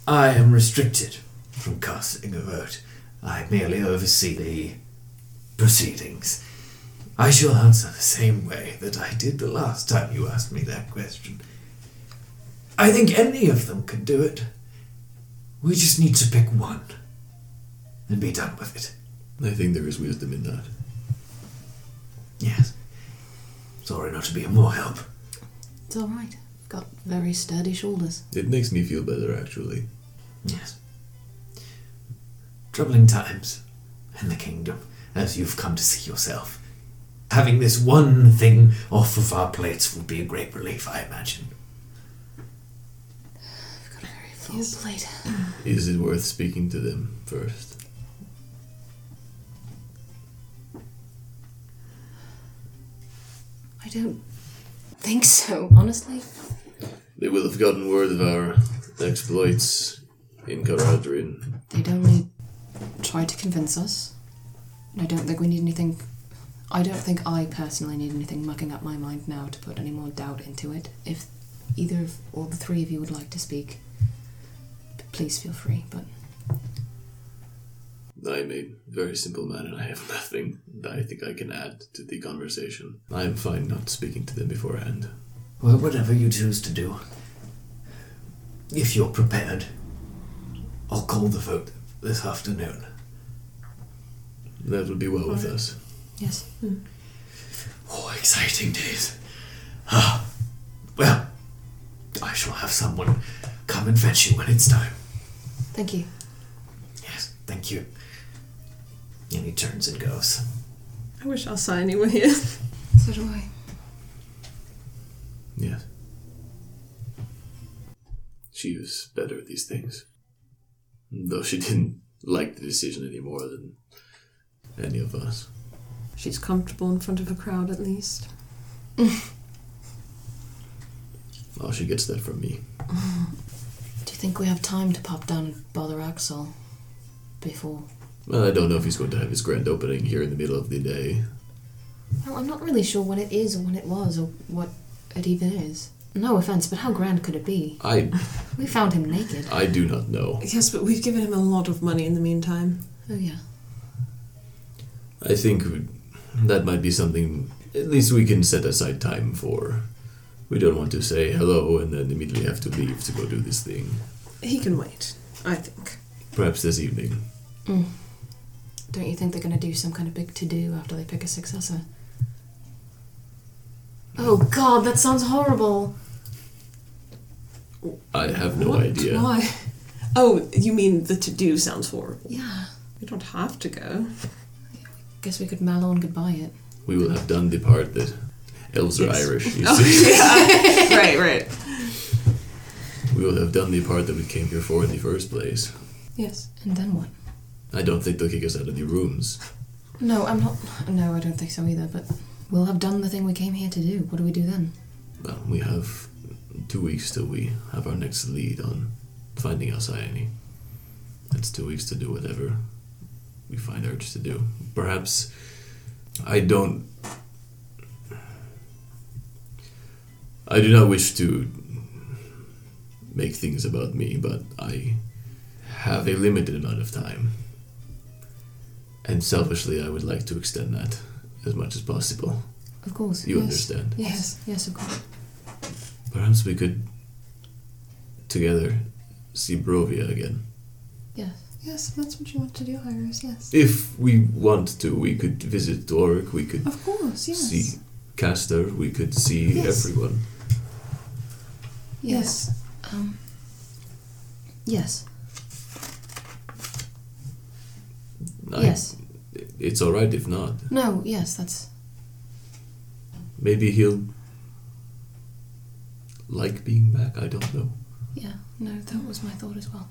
Speaker 1: I am restricted from casting a vote. I merely oversee the proceedings. I shall answer the same way that I did the last time you asked me that question. I think any of them can do it. We just need to pick one.
Speaker 2: and be done with it.
Speaker 6: I think there is wisdom in that.
Speaker 2: Yes. Sorry not to be of more help.
Speaker 3: It's all right. Got very sturdy shoulders.
Speaker 6: It makes me feel better, actually.
Speaker 2: Yes. Troubling times in the kingdom, as you've come to see yourself. Having this one thing off of our plates would be a great relief, I imagine.
Speaker 3: Full plate.
Speaker 6: Is it worth speaking to them first?
Speaker 16: I don't think so, honestly.
Speaker 6: They will have gotten word of our exploits in Caradrin.
Speaker 3: They'd only try to convince us. And I don't think we need anything. I don't think I personally need anything mucking up my mind now to put any more doubt into it. If either of or the three of you would like to speak, p- please feel free. But
Speaker 6: I am a very simple man and I have nothing that I think I can add to the conversation. I am fine not speaking to them beforehand.
Speaker 2: Well, whatever you choose to do. If you're prepared, I'll call the vote this afternoon.
Speaker 6: That will be well with us.
Speaker 3: yes,
Speaker 2: Oh, exciting days. Ah, well, I shall have someone come and fetch you when it's time.
Speaker 3: thank you.
Speaker 2: Yes, thank you. And he turns and goes.
Speaker 4: I wish Alcyone were here.
Speaker 3: So do I.
Speaker 6: Yes. She was better at these things. Though she didn't like the decision any more than any of us.
Speaker 4: She's comfortable in front of a crowd at
Speaker 2: *coughs*
Speaker 4: least.
Speaker 6: Oh, she gets that from me.
Speaker 3: Do you think we have time to pop down and bother Axel before?
Speaker 6: Well, I don't know if he's going to have his grand opening here in the middle of the day.
Speaker 3: Well, I'm not really sure what it is or when it was or what it even is. No offense, but how grand could it be?
Speaker 6: I
Speaker 3: We found him naked.
Speaker 6: I do not know.
Speaker 4: Yes, but we've given him a lot of money in the meantime.
Speaker 3: Oh yeah.
Speaker 6: I think that might be something at least we can set aside time for. We don't want to say hello and then immediately have to leave to go do this thing.
Speaker 4: He can wait, I think.
Speaker 6: Perhaps this evening.
Speaker 3: Mm. Don't you think they're going to do some kind of big to do after they pick a successor? Oh God, that sounds horrible.
Speaker 6: I have no
Speaker 4: What?
Speaker 6: idea.
Speaker 4: Why? Oh, you mean the to do sounds horrible?
Speaker 3: Yeah.
Speaker 4: We don't have to
Speaker 13: *laughs*
Speaker 4: go.
Speaker 3: Guess we could Malon goodbye it.
Speaker 6: We will have done the part that elves are
Speaker 4: *laughs*
Speaker 6: Irish, you
Speaker 4: Oh,
Speaker 6: see.
Speaker 4: yeah. right, right.
Speaker 6: We will have done the part that we came here for in the first place.
Speaker 3: Yes. And then what?
Speaker 6: I don't think they'll kick us out of the rooms.
Speaker 3: No, I'm not. No, I don't think so either. But we'll have done the thing we came here to do. What do we do then?
Speaker 6: Well, we have two weeks till we have our next lead on finding Alcyone. That's two weeks to do whatever we find urge to do. Perhaps I don't. I do not wish to make things about me, but I have a limited amount of time. And selfishly, I would like to extend that as much as possible.
Speaker 3: Of course.
Speaker 6: You
Speaker 3: yes.
Speaker 6: understand.
Speaker 3: Yes. Yes, of course.
Speaker 6: Perhaps we could together see Brovia again.
Speaker 3: Yes.
Speaker 4: Yes, that's what you want to do, Iris. Yes.
Speaker 6: If we want to, we could visit Doric, we could
Speaker 4: Of course. Yes.
Speaker 6: see Castor, we could see
Speaker 4: Yes.
Speaker 6: everyone.
Speaker 3: Yes. Um. Yes.
Speaker 6: I-
Speaker 3: Yes.
Speaker 6: It's alright if not.
Speaker 3: No. Yes. That's
Speaker 6: Maybe he'll like being back, I don't know.
Speaker 3: yeah. No, that was my thought as well.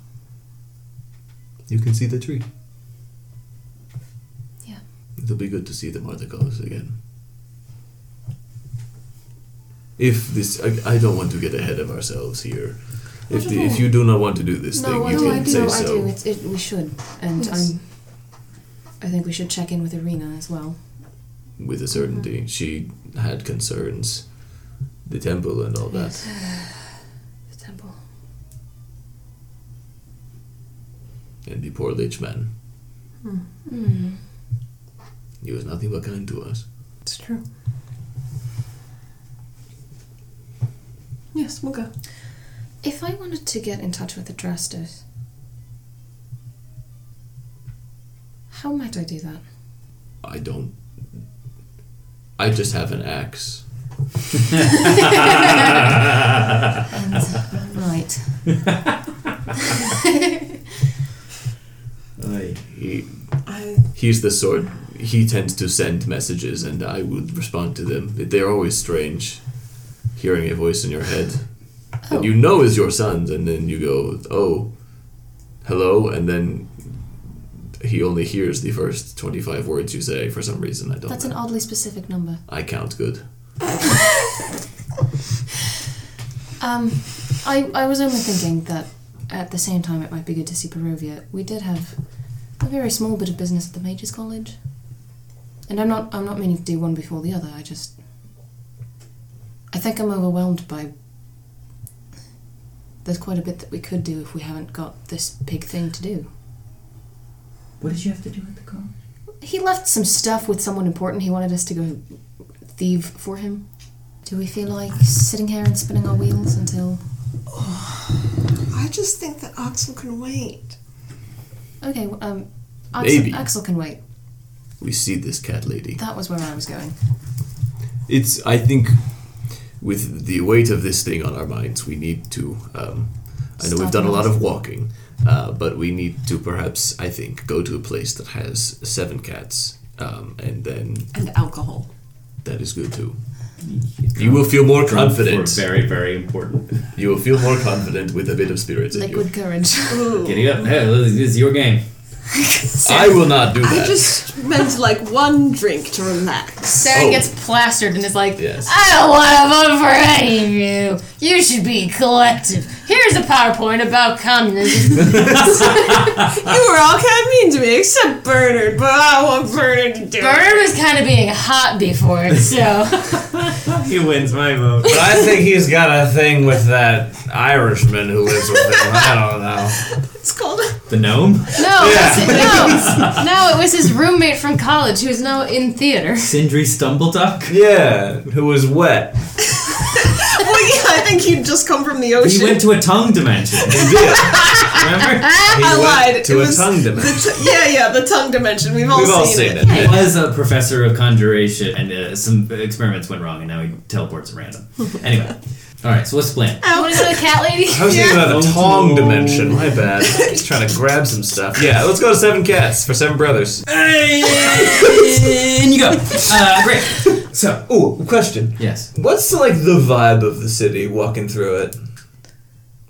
Speaker 6: You can see the tree.
Speaker 3: Yeah.
Speaker 6: It'll be good to see the Marthakovs again. If this, I, I don't want to get ahead of ourselves here. If,
Speaker 3: Not
Speaker 6: the,
Speaker 3: at
Speaker 6: if
Speaker 3: all.
Speaker 6: you do not want to do this
Speaker 3: no,
Speaker 6: thing,
Speaker 3: I
Speaker 6: you
Speaker 3: do.
Speaker 6: can
Speaker 3: I do.
Speaker 6: say
Speaker 3: I
Speaker 6: so.
Speaker 3: do. It's, it, we should, and
Speaker 4: Yes.
Speaker 3: I'm. I think we should check in with Arena as well.
Speaker 6: with a certainty.
Speaker 3: Mm-hmm.
Speaker 6: She had concerns, the temple and all that.
Speaker 3: *sighs* The temple.
Speaker 6: And the poor lich man,
Speaker 3: Mm.
Speaker 6: he was nothing but kind to us.
Speaker 4: It's true. Yes, we'll go.
Speaker 3: If I wanted to get in touch with Adrastus, How might I do that?
Speaker 6: I don't. I just have an axe.
Speaker 3: And- right.
Speaker 6: He,
Speaker 13: I-
Speaker 6: he's the sort. He tends to send messages, and I would respond to them. They're always strange, hearing a voice in your head
Speaker 3: Oh.
Speaker 6: that you know is your son's, and then you go, "Oh, hello," and then he only hears the first twenty-five words you say for some reason. I don't.
Speaker 3: That's
Speaker 6: know.
Speaker 3: an oddly specific number.
Speaker 6: I count good.
Speaker 3: Um, I, I was only thinking that at the same time it might be good to see Barovia. We did have a very small bit of business at the Mages College, and I'm not I'm not meaning to do one before the other. I just I think I'm overwhelmed by. There's quite a bit that we could do if we haven't got this big thing to do.
Speaker 2: What did you have to do with the car?
Speaker 3: He left some stuff with someone important. He wanted us to go thieve for him. Do we feel like sitting here and spinning our wheels until?
Speaker 13: I just think that Axel can wait.
Speaker 3: Okay, well, um, Axel,
Speaker 6: Maybe.
Speaker 3: Axel can wait.
Speaker 6: We see this cat lady.
Speaker 3: That was where I was going.
Speaker 6: it's I think with the weight of this thing on our minds, we need to. Um, I know we've
Speaker 3: Stop
Speaker 6: done a lot of
Speaker 3: moving.
Speaker 6: walking, uh, but we need to perhaps I think go to a place that has seven cats, um, and then
Speaker 13: And alcohol.
Speaker 6: that is good too. You will feel more
Speaker 2: Drunk
Speaker 6: confident.
Speaker 2: Mm-hmm. for very, very important.
Speaker 6: *laughs* You will feel more confident with a bit of spirits in you.
Speaker 3: Liquid
Speaker 5: *laughs*
Speaker 3: courage.
Speaker 2: Get it up. Hey, this is your game.
Speaker 6: I will not do
Speaker 13: I
Speaker 6: that.
Speaker 13: just meant like one drink to relax.
Speaker 5: Sarah gets plastered and is like,
Speaker 13: *laughs*
Speaker 6: Yes.
Speaker 5: I don't want to vote for any of you. You should be collective. Here's a PowerPoint about communism.
Speaker 13: you were all kind of mean to me, except Bernard, but I want Bernard to do it.
Speaker 5: Bird was kind of being hot before it, *laughs* so.
Speaker 2: He wins my vote.
Speaker 1: But I think he's got a thing with that Irishman who lives with him. I don't know.
Speaker 13: It's *laughs* called.
Speaker 2: The gnome?
Speaker 5: No,
Speaker 1: Yeah.
Speaker 5: it was, no, no, it was his roommate from college who is now in theater.
Speaker 2: Sindri Stumbleduck?
Speaker 1: Yeah, who was wet.
Speaker 13: well, yeah, I think he'd just come from the ocean.
Speaker 2: He went to a tongue
Speaker 5: *laughs*
Speaker 2: dimension.
Speaker 13: *laughs*
Speaker 2: Remember?
Speaker 13: I lied. it was
Speaker 2: dimension.
Speaker 13: The t- yeah, yeah, the tongue dimension. We've all, it.
Speaker 2: He was a professor of conjuration, and uh, some experiments went wrong, and now he teleports
Speaker 5: *laughs*
Speaker 2: at random. Anyway, all right. So what's the plan?
Speaker 5: You want to go to Cat Lady?
Speaker 1: I was thinking about the Tong dimension. My bad. Just trying to grab some stuff. Yeah, let's go to Seven Cats for Seven Brothers.
Speaker 2: and you go. Uh, great. So,
Speaker 1: ooh, question.
Speaker 2: Yes.
Speaker 1: What's like the vibe of the city walking through it?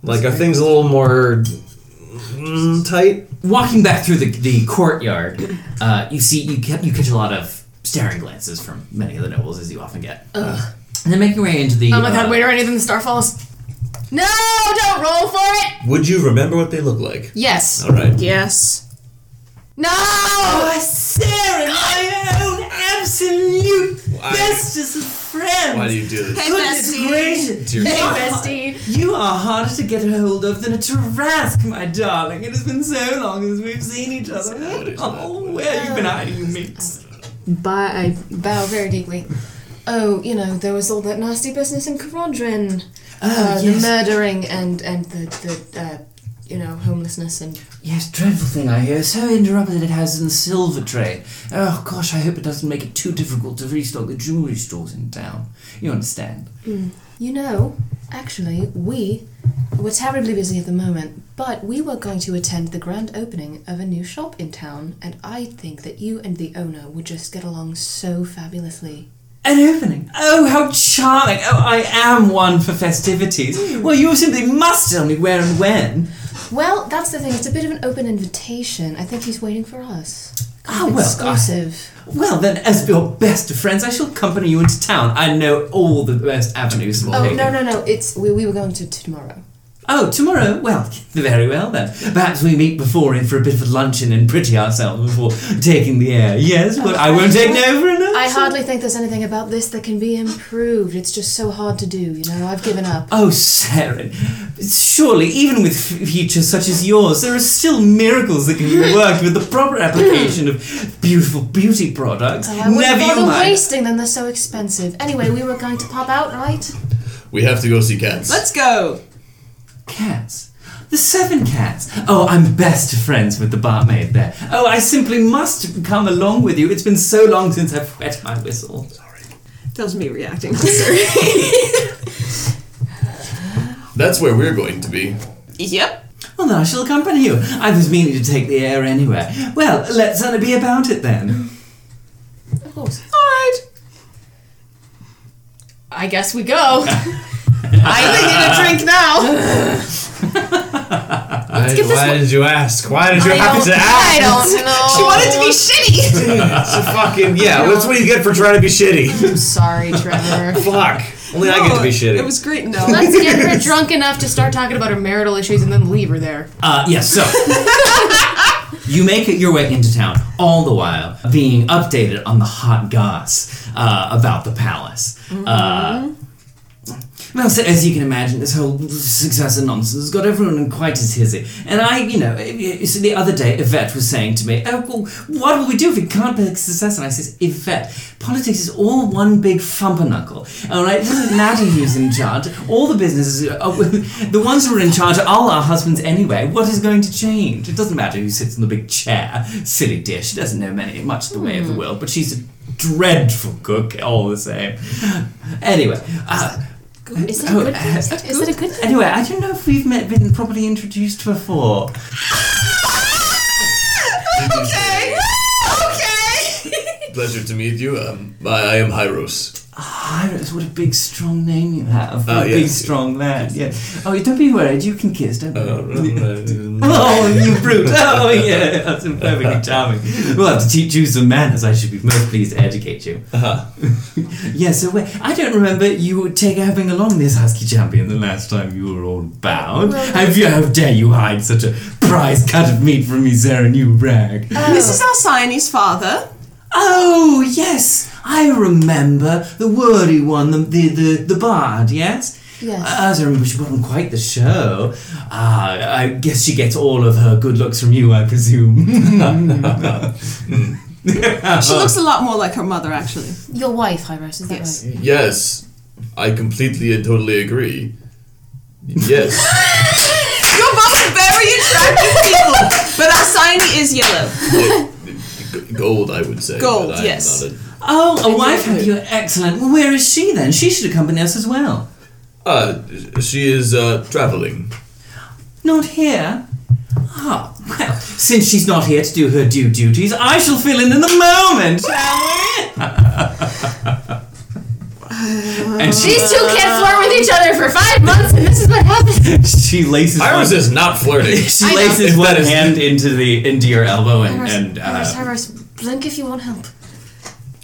Speaker 1: Like, are things a little more mm, tight?
Speaker 2: Walking back through the, the courtyard, uh, you see you ca- you catch a lot of staring glances from many of the nobles, as you often get.
Speaker 5: Ugh.
Speaker 2: And then make your way into the.
Speaker 5: Oh my god,
Speaker 2: uh,
Speaker 5: wait, are any of them the Starfalls? No, don't roll for it!
Speaker 1: Would you remember what they look like?
Speaker 5: Yes.
Speaker 1: All right.
Speaker 13: Yes.
Speaker 5: No! *laughs*
Speaker 2: Oh,
Speaker 13: Sarah, my own absolute
Speaker 1: Why-
Speaker 13: bestest of friends.
Speaker 1: Why do you do this?
Speaker 13: Hey,
Speaker 2: Goodness
Speaker 13: bestie.
Speaker 2: gracious.
Speaker 13: Hey,
Speaker 2: You are-
Speaker 13: bestie.
Speaker 2: You are harder to get a hold of than a Tarask, my darling. It has been so long since we've seen each other. Oh, where have you been hiding, you minx?
Speaker 3: Bow, I bow very deeply. Oh, you know, there was all that nasty business in Carondrin.
Speaker 2: Oh,
Speaker 3: uh, The
Speaker 2: yes.
Speaker 3: murdering and, and the, the uh, you know, homelessness and...
Speaker 2: Yes, dreadful thing I hear. So interrupted it has in the silver trade. Oh gosh, I hope it doesn't make it too difficult to restock the jewelry stores in town. You understand?
Speaker 3: You know, actually, we were terribly busy at the moment, but we were going to attend the grand opening of a new shop in town, and I think that you and the owner would just get along so fabulously.
Speaker 2: An opening. Oh, how charming! Oh, I am one for festivities. Well, you simply must tell me where and when.
Speaker 3: Well, that's the thing. It's a bit of an open invitation. I think he's waiting for us.
Speaker 2: Ah, well,
Speaker 3: exclusive.
Speaker 2: Well, then, as your best of friends, I shall accompany you into town. I know all the best avenues. for
Speaker 3: Oh
Speaker 2: taking.
Speaker 3: no no no! It's we, we were going to tomorrow.
Speaker 2: Oh, tomorrow? Well, very well then. Perhaps we meet before it for a bit of luncheon and pretty ourselves before taking the air. Yes, well, Oh, I won't take no for an answer.
Speaker 3: I hardly think there's anything about this that can be improved. It's just so hard to do. You know, I've given up.
Speaker 2: Oh, Saren, surely even with f- features such as yours, there are still miracles that
Speaker 3: *laughs*
Speaker 2: can be worked with the proper application of beautiful beauty products.
Speaker 3: Oh, I wouldn't
Speaker 2: Never you
Speaker 3: bother
Speaker 2: mind.
Speaker 3: wasting them. They're so expensive. Anyway, we were going to pop out, right?
Speaker 6: We have to go see cats.
Speaker 13: Let's go.
Speaker 2: Cats. The Seven Cats. Oh, I'm best friends with the barmaid there. Oh, I simply must come along with you. It's been so long since I've wet my whistle.
Speaker 13: That was me reacting. *laughs* Sorry.
Speaker 1: That's where we're going to be.
Speaker 13: yep.
Speaker 2: Well, then I shall accompany you. I was meaning to take the air anywhere. Well, let's uh, be about it then.
Speaker 3: Of course.
Speaker 13: Alright.
Speaker 3: I guess we *laughs* go.
Speaker 13: I need a drink now.
Speaker 17: Why, why did you ask? Why did you
Speaker 3: I
Speaker 17: have
Speaker 3: don't-
Speaker 17: to ask?
Speaker 3: I don't know.
Speaker 13: She wanted to be shitty.
Speaker 17: It's a fucking yeah. That's what you get for trying to be shitty.
Speaker 3: I'm sorry, Trevor. *laughs*
Speaker 17: Fuck. Only I get to be shitty.
Speaker 13: Oh, It was great. No. *laughs*
Speaker 3: Let's get her drunk enough to start talking about her marital issues and then leave her there.
Speaker 2: Uh, yes, so. you make it your way into town, all the while being updated on the hot goss uh, about the palace. Uh, well, so as you can imagine, this whole success and nonsense has got everyone in quite a tizzy. And I, you know, eh, eh, so the other day, Yvette was saying to me, oh, well, what will we do if we can't be a success? And I says, Yvette, politics is all one big fumpernuckle. All right, it doesn't matter who's in charge. All the businesses, are, are- *laughs* the ones who are in charge are all our husbands anyway. What is going to change? It doesn't matter who sits in the big chair. Silly dear, she doesn't know many, much the way of the world, but she's a dreadful cook all the same. Anyway, uh,
Speaker 3: Is it a good thing? Is it a good thing?
Speaker 2: Anyway, I don't know if we've met, been properly introduced before.
Speaker 13: okay. Okay.
Speaker 1: Pleasure to meet you. Um, I, I am Hyros.
Speaker 2: Hyros, what Ah, a big strong name you have.
Speaker 1: Ah,
Speaker 2: a big
Speaker 1: yes.
Speaker 2: strong lad. Yeah. Oh, don't be worried. You can kiss. Don't be *laughs* worried.
Speaker 1: oh,
Speaker 2: Oh, you
Speaker 1: *laughs*
Speaker 2: brute! Oh, yeah, that's perfectly charming. We'll have to teach you some manners. I should be most pleased to educate you.
Speaker 1: Uh-huh.
Speaker 2: *laughs* yeah, so wait, I don't remember you taking along this husky champion the last time you were all bound.
Speaker 13: Well-
Speaker 2: Have you? How dare you hide such a prize cut of meat from me, Sarah? You rag!
Speaker 13: This is Alcyone's father.
Speaker 2: Oh yes, I remember the wordy one, the the the, the bard. Yes. Uh,
Speaker 3: Yes.
Speaker 2: As I remember, she wasn't quite the show. Ah, I guess she gets all of her good looks from you, I presume. *laughs*
Speaker 13: She looks a lot more like her mother, actually. *laughs*
Speaker 3: Your wife, Hyros, is that
Speaker 13: Yes.
Speaker 3: right?
Speaker 1: Yes, I completely and totally agree. Yes,
Speaker 13: You're both very attractive people, but Alcyone is yellow.
Speaker 1: G- gold. I would say.
Speaker 13: Gold,
Speaker 1: but I am
Speaker 13: yes.
Speaker 1: not a-
Speaker 2: Oh, a wife of you, excellent. Well, where is she then? She should accompany us as well.
Speaker 1: uh, she is uh, traveling.
Speaker 2: Not here. Ah, well, since she's not here to do her due duties, I shall fill in in the moment, shall we? and
Speaker 3: These two can't flirt with each other for five months, and this is what happens.
Speaker 2: she laces.
Speaker 1: Iris
Speaker 2: one-
Speaker 1: is not flirting.
Speaker 2: she
Speaker 3: I know.
Speaker 2: laces one hand into the into your elbow and,
Speaker 3: Hyros,
Speaker 2: and
Speaker 3: Hyros,
Speaker 2: uh,
Speaker 3: Hyros, blink if you want help.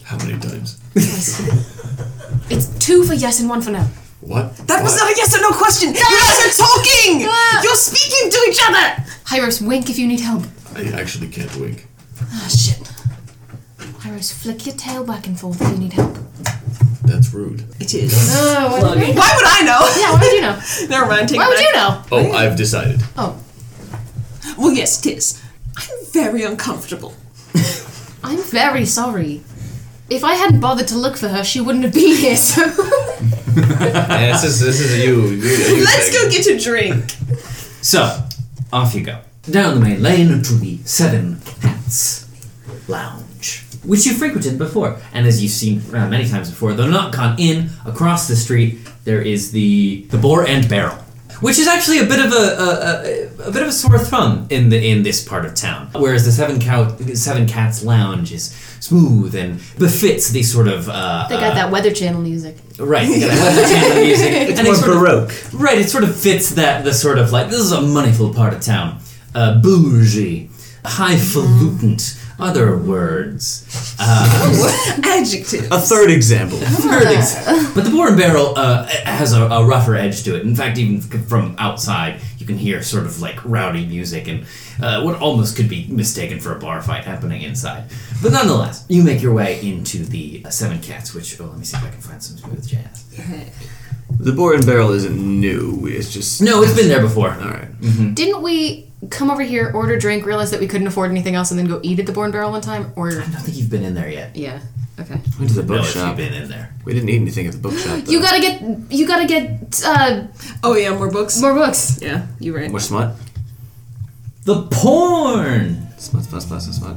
Speaker 1: How many times?
Speaker 3: It's two for yes and one for no.
Speaker 1: What?
Speaker 13: That was not a yes or no question. You guys are talking. You're speaking to each other.
Speaker 3: Hyros, wink if you need help.
Speaker 1: I actually can't wink.
Speaker 3: Ah, shit. Hyros, flick your tail back and forth if you need help.
Speaker 1: That's rude.
Speaker 13: It is.
Speaker 3: No, why would
Speaker 13: Why would I know? *laughs*
Speaker 3: Yeah, why would you know?
Speaker 13: Never mind. Take
Speaker 3: Why
Speaker 13: it
Speaker 3: would
Speaker 13: back.
Speaker 3: you
Speaker 1: Oh,
Speaker 3: know?
Speaker 1: I've decided.
Speaker 13: Well, yes, it is. I'm very uncomfortable.
Speaker 3: I'm very sorry. If I hadn't bothered to look for her, she wouldn't have been here, *laughs* so.
Speaker 17: yeah, this is this is a you. you, a you
Speaker 13: *laughs* Let's
Speaker 17: thing.
Speaker 13: go get a drink.
Speaker 2: so off you go down the main lane to the Seven Hats Lounge, which you frequented before, and as you've seen uh, many times before, though not gone in across the street, there is the the Boar and Barrel. Which is actually a bit of a, a, a, a bit of a sore thumb in the in this part of town, whereas the Seven Cow Seven Cats Lounge is smooth and befits the sort of uh,
Speaker 3: They got that Weather Channel music.
Speaker 2: Right, they got a leather channel music.
Speaker 17: It's
Speaker 2: and it
Speaker 17: more
Speaker 2: sort of-
Speaker 17: baroque.
Speaker 2: right, it sort of fits that the sort of like this is a moneyful part of town, uh, bougie, highfalutin, other words. Uh,
Speaker 13: Adjective.
Speaker 17: a third example.
Speaker 2: third ex- but the boar and barrel uh, has a, a rougher edge to it. In fact, even f- from outside, you can hear sort of like rowdy music and uh, what almost could be mistaken for a bar fight happening inside. But nonetheless, you make your way into the uh, Seven Cats, which oh, let me see if I can find some smooth jazz.
Speaker 18: The boar and barrel isn't new. It's just
Speaker 2: No, it's been there before.
Speaker 18: All right.
Speaker 3: Didn't we come over here, order drink, realize that we couldn't afford anything else, and then go eat at the Born Barrel one time? Or.
Speaker 2: I don't think you've been in there yet.
Speaker 3: Yeah. Okay.
Speaker 6: Went to the
Speaker 5: No, if you've
Speaker 6: bookshop.
Speaker 5: been in there.
Speaker 6: We didn't eat anything at the bookshop.
Speaker 3: You gotta get. You gotta get. Uh,
Speaker 13: oh yeah, more books.
Speaker 3: More books.
Speaker 13: Yeah, you right. *laughs*
Speaker 6: More smut.
Speaker 5: The porn.
Speaker 6: Smut, smut, smut, smut, smut.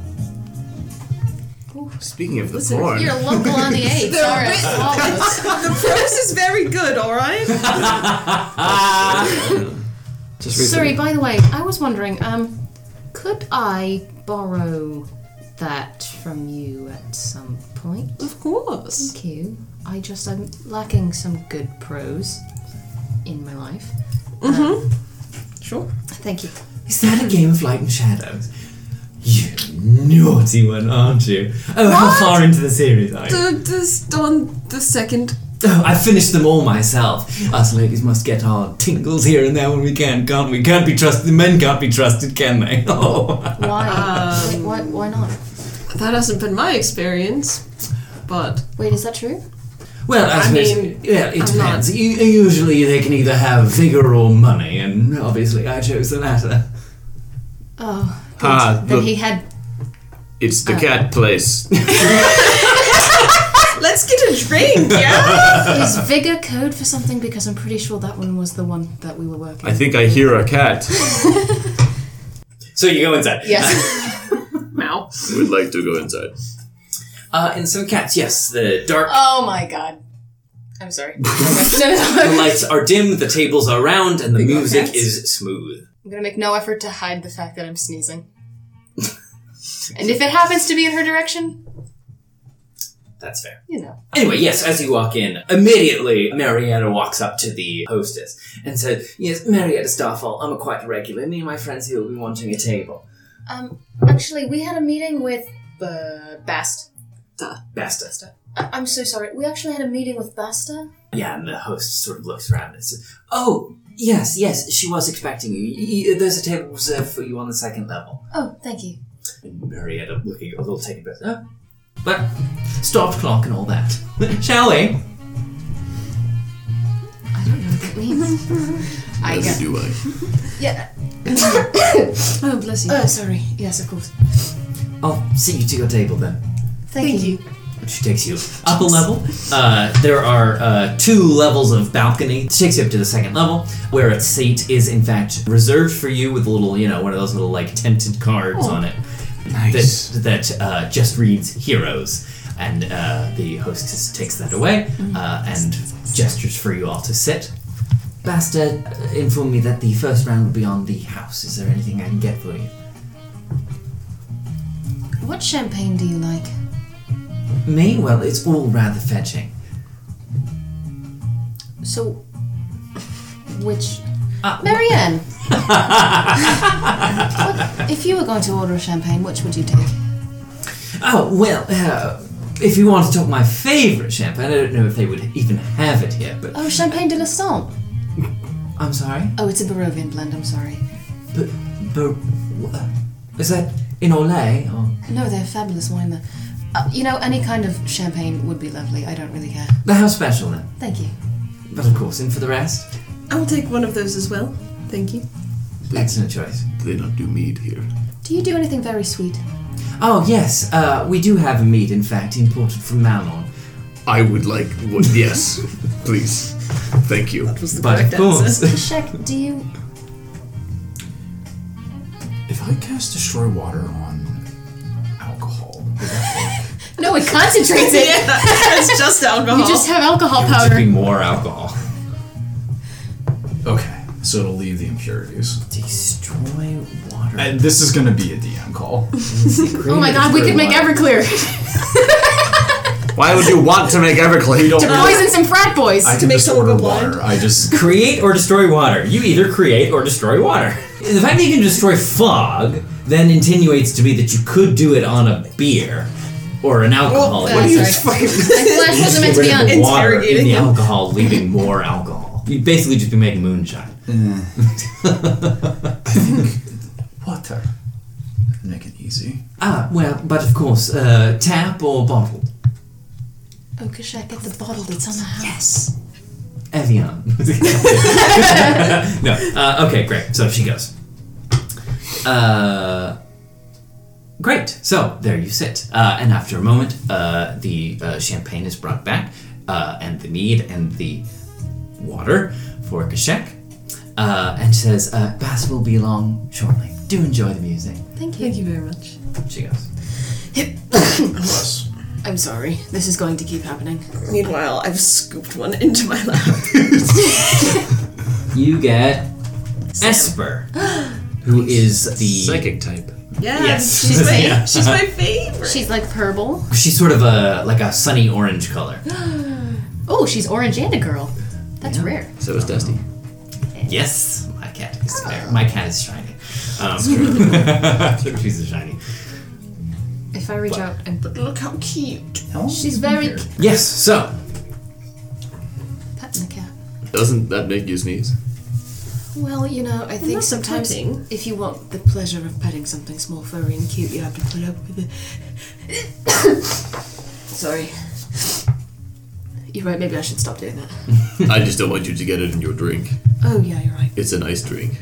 Speaker 6: Speaking of the
Speaker 3: Listen,
Speaker 6: porn,
Speaker 3: you're local on
Speaker 6: *laughs*
Speaker 3: the Oh, eights.
Speaker 13: They're
Speaker 3: all right,
Speaker 13: written-
Speaker 3: always.
Speaker 13: the press is very good, alright?
Speaker 6: Just
Speaker 3: Sorry,
Speaker 6: recently-
Speaker 3: by the way, I was wondering, um, could I borrow that from you at some point?
Speaker 13: Of course.
Speaker 3: Thank you. I just I'm lacking some good prose in my life. Um,
Speaker 13: Mm-hmm. Sure.
Speaker 3: Thank you.
Speaker 5: Is that a game of light and shadows? You naughty one, aren't you? Oh, how
Speaker 13: What?
Speaker 5: far into the series are you?
Speaker 13: The, this on the second.
Speaker 5: Oh, I finished them all myself. Us ladies must get our tingles here and there when we can, can't we? Can't be trusted. The men can't be trusted, can they? *laughs* Oh.
Speaker 3: Why?
Speaker 6: Um,
Speaker 3: why? Why not?
Speaker 13: That hasn't been my experience, but
Speaker 3: wait, is that true?
Speaker 5: Well, as
Speaker 13: I
Speaker 5: it-
Speaker 13: mean,
Speaker 5: yeah, it
Speaker 13: I'm
Speaker 5: depends. U- usually they can either have vigor or money, and obviously I chose the latter.
Speaker 3: Oh, good.
Speaker 6: Ah,
Speaker 3: then
Speaker 6: the-
Speaker 3: he
Speaker 6: *coughs*
Speaker 3: had.
Speaker 6: it's
Speaker 13: Uh.
Speaker 6: the cat place.
Speaker 13: Let's get a drink, yeah.
Speaker 3: Is vigor code for something? Because I'm pretty sure that one was the one that we were working.
Speaker 6: I think I hear a cat.
Speaker 5: so you go inside.
Speaker 3: Yes. Wow.
Speaker 6: Would like to go inside.
Speaker 5: Uh, and so cats, yes, the dark
Speaker 3: Oh my god. I'm *laughs* sorry.
Speaker 5: the lights are dim, the tables are round, and the music is smooth.
Speaker 3: I'm gonna make no effort to hide the fact that I'm sneezing. and if it happens to be in her direction,
Speaker 5: That's fair.
Speaker 3: you know.
Speaker 5: Anyway, yes, as you walk in, immediately Marietta walks up to the hostess and says, Yes, Marietta Starfall, I'm a quite regular. Me and my friends here will be wanting a table.
Speaker 3: Um, actually, we had a meeting with uh, Bast.
Speaker 5: Basta.
Speaker 3: I- I'm so sorry. We actually had a meeting with Basta.
Speaker 5: Yeah, and the host sort of looks around and says, Oh, yes, yes, she was expecting you. Y- y- There's a table reserved for you on the second level.
Speaker 3: Oh, thank you.
Speaker 5: And Marietta looking a little taken breath. Oh. But stop clock and all that. *laughs* Shall we?
Speaker 3: I don't know what that means. *laughs* I
Speaker 6: Neither
Speaker 3: guess.
Speaker 6: do I.
Speaker 3: *coughs* Yeah. oh, bless you. Oh, sorry. Yes, of course.
Speaker 5: I'll see you to your table then.
Speaker 3: Thank, you.
Speaker 5: which takes you up a level. Uh, there are uh, two levels of balcony. It takes you up to the second level, where a seat is in fact reserved for you with a little, you know, one of those little like tinted cards
Speaker 6: Oh.
Speaker 5: on it.
Speaker 6: Nice.
Speaker 5: That, that uh, just reads heroes. And uh, the hostess takes that away
Speaker 6: Mm-hmm.
Speaker 5: uh, and gestures for you all to sit. Basta uh, informed me that the first round will be on the house. Is there anything I can get for you?
Speaker 3: What champagne do you like?
Speaker 5: Me? Well, it's all rather fetching.
Speaker 3: So, which. Uh, *laughs* Marianne! What- if you were going to order a champagne, which would you take?
Speaker 5: Oh, well, uh, if you want to talk my favourite champagne, I don't know if they would even have it here, but
Speaker 3: Oh, Champagne de l'Estampe.
Speaker 5: I'm sorry.
Speaker 3: Oh, it's a Barovian blend, I'm sorry.
Speaker 5: But, but uh, is that in Olay? Or?
Speaker 3: No, they're fabulous wine, though. Uh, you know, any kind of champagne would be lovely. I don't really care.
Speaker 5: But how special then?
Speaker 3: Thank you.
Speaker 5: But of course, and for the rest,
Speaker 13: I'll take one of those as well. Thank you.
Speaker 5: excellent choice.
Speaker 6: They not do mead here.
Speaker 3: Do you do anything very sweet?
Speaker 5: Oh, yes, uh, we do have a mead, in fact, imported from Malon.
Speaker 6: I would like one, yes, please. Thank you.
Speaker 13: was
Speaker 5: the But correct of course. answer.
Speaker 3: Shaq, do you.
Speaker 1: If I cast destroy water on alcohol, would that work?
Speaker 3: No, it concentrates it. *laughs*
Speaker 13: Yeah, *laughs* it's just alcohol.
Speaker 3: You just have alcohol powder.
Speaker 5: more alcohol.
Speaker 1: Okay, so it'll leave the impurities.
Speaker 5: Destroy water.
Speaker 1: And this is going to be a DM call.
Speaker 3: Oh my god, we could make Everclear
Speaker 6: Why would you want to make Everclear?
Speaker 3: to poison some frat boys.
Speaker 1: I can just order water. I just
Speaker 5: create or destroy water. You either create or destroy water. *laughs* The fact that you can destroy fog then insinuates to me that you could do it on a beer or an alcohol.
Speaker 3: Well,
Speaker 5: You
Speaker 3: uh,
Speaker 5: just
Speaker 3: sorry.
Speaker 5: fucking-
Speaker 3: My flash
Speaker 5: you just
Speaker 3: wasn't
Speaker 5: get
Speaker 3: meant to
Speaker 5: *laughs*
Speaker 3: be
Speaker 5: rid of
Speaker 3: on.
Speaker 5: the water in
Speaker 3: Interrogating
Speaker 5: the
Speaker 3: him.
Speaker 5: alcohol, leaving more alcohol. You'd basically just be making moonshine.
Speaker 1: water. Make it easy.
Speaker 5: Ah, well, but of course, uh, tap or bottle.
Speaker 3: Oh, Kashak, get the bottle that's on the house.
Speaker 5: Yes. Evian. *laughs* no. Uh, okay, great. So she goes. Uh, Great. So there you sit. Uh, and after a moment, uh, the uh, champagne is brought back, uh, and the mead and the water for Kashek, uh, and says, uh, "Bass will be along shortly. Do enjoy the music."
Speaker 3: Thank you.
Speaker 13: Thank you very much.
Speaker 5: She goes.
Speaker 3: I'm sorry. This is going to keep happening.
Speaker 13: Meanwhile, I've scooped one into my lap.
Speaker 5: You get Esper, who is the
Speaker 1: Psychic type.
Speaker 13: Yeah,
Speaker 5: Yes. *laughs*
Speaker 13: she's my
Speaker 5: Yeah.
Speaker 13: she's my favorite.
Speaker 3: She's like purple.
Speaker 5: She's sort of a like a sunny orange color.
Speaker 3: oh, she's orange and a girl. That's rare.
Speaker 5: So
Speaker 1: Uh,
Speaker 5: is Dusty. Yes, my cat is fair. My cat is shiny. Um, *laughs* she's shiny.
Speaker 3: If I reach out and
Speaker 13: but look how cute.
Speaker 3: She's very
Speaker 5: Yes. So
Speaker 3: patting the cat.
Speaker 6: Doesn't that make you sneeze?
Speaker 3: Well, you know, I think
Speaker 13: not
Speaker 3: sometimes
Speaker 13: petting.
Speaker 3: if you want the pleasure of petting something small, furry, and cute, you have to put up with it. *coughs* Sorry. You're right. Maybe I should stop doing that.
Speaker 6: I just don't want you to get it in your drink.
Speaker 3: Oh yeah, you're right.
Speaker 6: It's a nice drink.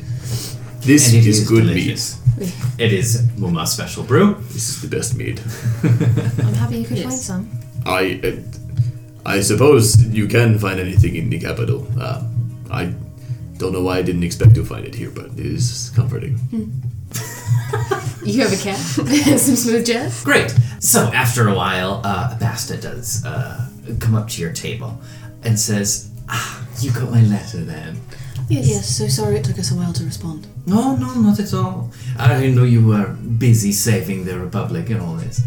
Speaker 6: This
Speaker 5: And it
Speaker 6: is,
Speaker 5: is
Speaker 6: good
Speaker 5: delicious.
Speaker 3: meat.
Speaker 5: it is Muma special brew.
Speaker 6: This is the best mead.
Speaker 3: I'm happy you could find some.
Speaker 6: I, it, I suppose you can find anything in the capital. Uh, I don't know why I didn't expect to find it here, but it is comforting.
Speaker 3: You have a cat. some smooth jazz.
Speaker 5: Great. So after a while, uh, Basta does uh, come up to your table and says, "Ah, you got my letter then."
Speaker 3: Yes. So sorry it took us a while to respond.
Speaker 5: No, no, not at all. I didn't know you were busy saving the Republic and all this.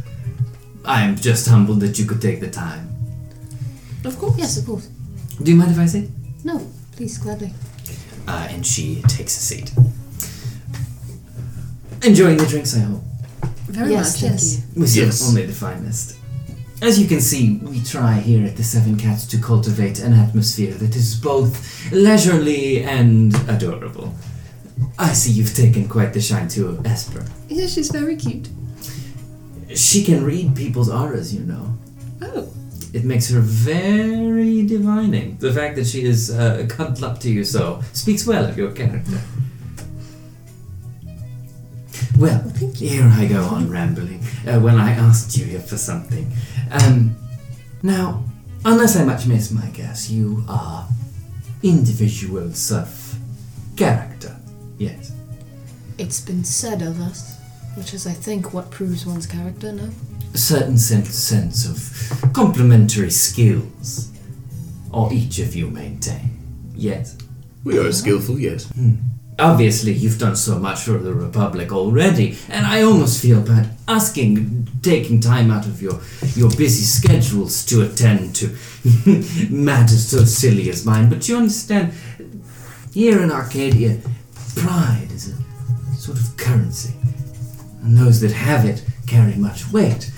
Speaker 5: I am just humbled that you could take the time.
Speaker 3: Of course. Yes, of course.
Speaker 5: Do you mind if I sit?
Speaker 3: No, please, gladly.
Speaker 5: Uh, and she takes a seat. Enjoying the drinks, I hope.
Speaker 13: Very
Speaker 3: Yes,
Speaker 13: much.
Speaker 3: thank
Speaker 13: yes.
Speaker 5: We serve
Speaker 13: Yes.
Speaker 5: only the finest. As you can see, we try here at the Seven Cats to cultivate an atmosphere that is both leisurely and adorable. I see you've taken quite the shine to Esper.
Speaker 13: Yeah, she's very cute.
Speaker 5: She can read people's auras, you know.
Speaker 13: Oh.
Speaker 5: It makes her very divining. The fact that she is uh, cuddled up to you so speaks well of your character. Well, here I go on rambling uh, when I asked you here for something. Um, now, unless I much miss my guess, you are individuals of character. Yes.
Speaker 3: It's been said of us, which is, I think, what proves one's character. No.
Speaker 5: a certain sense, sense of complementary skills, or each of you maintain. Yes. Hmm.
Speaker 6: We are skillful, yes.
Speaker 5: Obviously, you've done so much for the Republic already, and I almost feel bad asking, taking time out of your, your busy schedules to attend to *laughs* matters so silly as mine. But you understand, here in Arcadia, pride is a sort of currency, and those that have it carry much weight,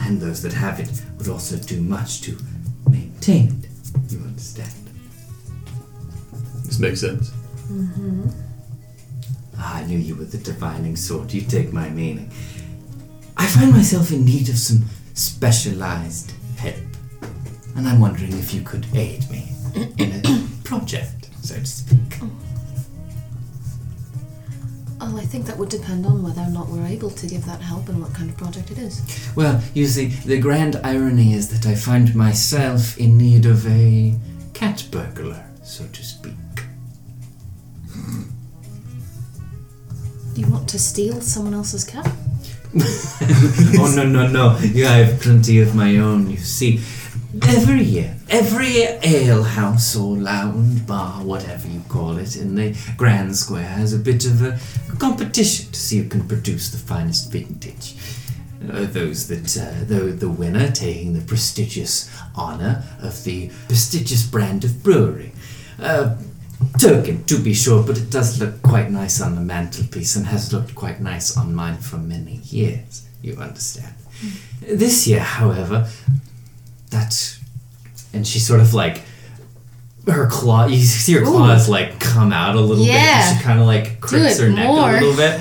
Speaker 5: and those that have it would also do much to maintain it. You understand?
Speaker 6: This makes sense.
Speaker 3: Mm-hmm.
Speaker 5: Ah, I knew you were the divining sort. You take my meaning. I find myself in need of some specialized help, and I'm wondering if you could aid me in a *coughs* project, so to speak.
Speaker 3: Oh, I think that would depend on whether or not we're able to give that help and what kind of project it is.
Speaker 5: Well, you see, the grand irony is that I find myself in need of a cat burglar, so to speak.
Speaker 3: Do you want to steal someone else's cat?
Speaker 5: oh no no no! Yeah, I have plenty of my own. You see, every year, every ale house or lounge, bar, whatever you call it, in the Grand Square has a bit of a competition to see who can produce the finest vintage. Uh, those that uh, the the winner taking the prestigious honor of the prestigious brand of brewery. Uh, token to be sure, but it does look quite nice on the mantelpiece and has looked quite nice on mine for many years. You understand.
Speaker 3: Hmm.
Speaker 5: This year, however, that and she sort of like her claw. You see her
Speaker 3: Ooh.
Speaker 5: claws like come out a little bit.
Speaker 3: Yeah.
Speaker 5: and She kind of like cricks
Speaker 3: Do it
Speaker 5: her neck
Speaker 3: more.
Speaker 5: a little
Speaker 3: *laughs*
Speaker 5: bit.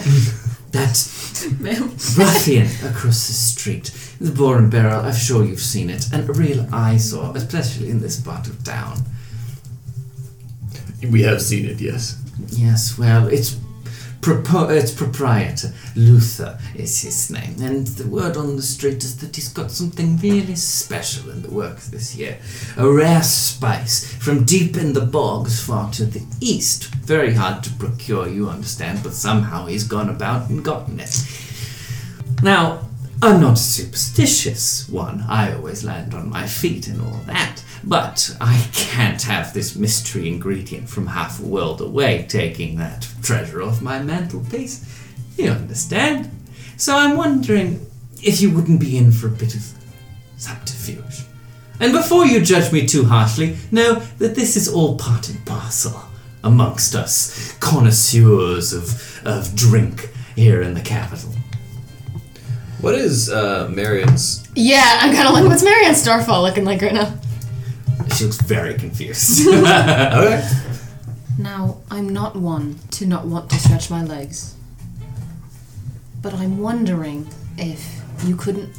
Speaker 5: That
Speaker 13: Ma'am.
Speaker 5: ruffian across the street. The boar and barrel, I'm sure you've seen it, and a real eyesore, especially in this part of town.
Speaker 6: We have seen it, yes.
Speaker 5: Yes, well, it's
Speaker 2: Propo- its proprietor, Luther, is his name, and the word on the street is that he's got something really special in the works this year. A rare spice from deep in the bogs far to the east. Very hard to procure, you understand, but somehow he's gone about and gotten it. Now, I'm not a superstitious one. I always land on my feet and all that. But I can't have this mystery ingredient from half a world away taking that treasure off my mantelpiece. You understand? So I'm wondering if you wouldn't be in for a bit of subterfuge. And before you judge me too harshly, know that this is all part and parcel amongst us connoisseurs of, of drink here in the capital.
Speaker 17: What is uh, Marion's?
Speaker 3: Yeah, I'm kind of like, what's Marianne Starfall looking like right now?
Speaker 2: She looks
Speaker 5: *laughs*
Speaker 2: very confused.
Speaker 17: okay.
Speaker 19: Now, I'm not one to not want to stretch my legs. But I'm wondering if you couldn't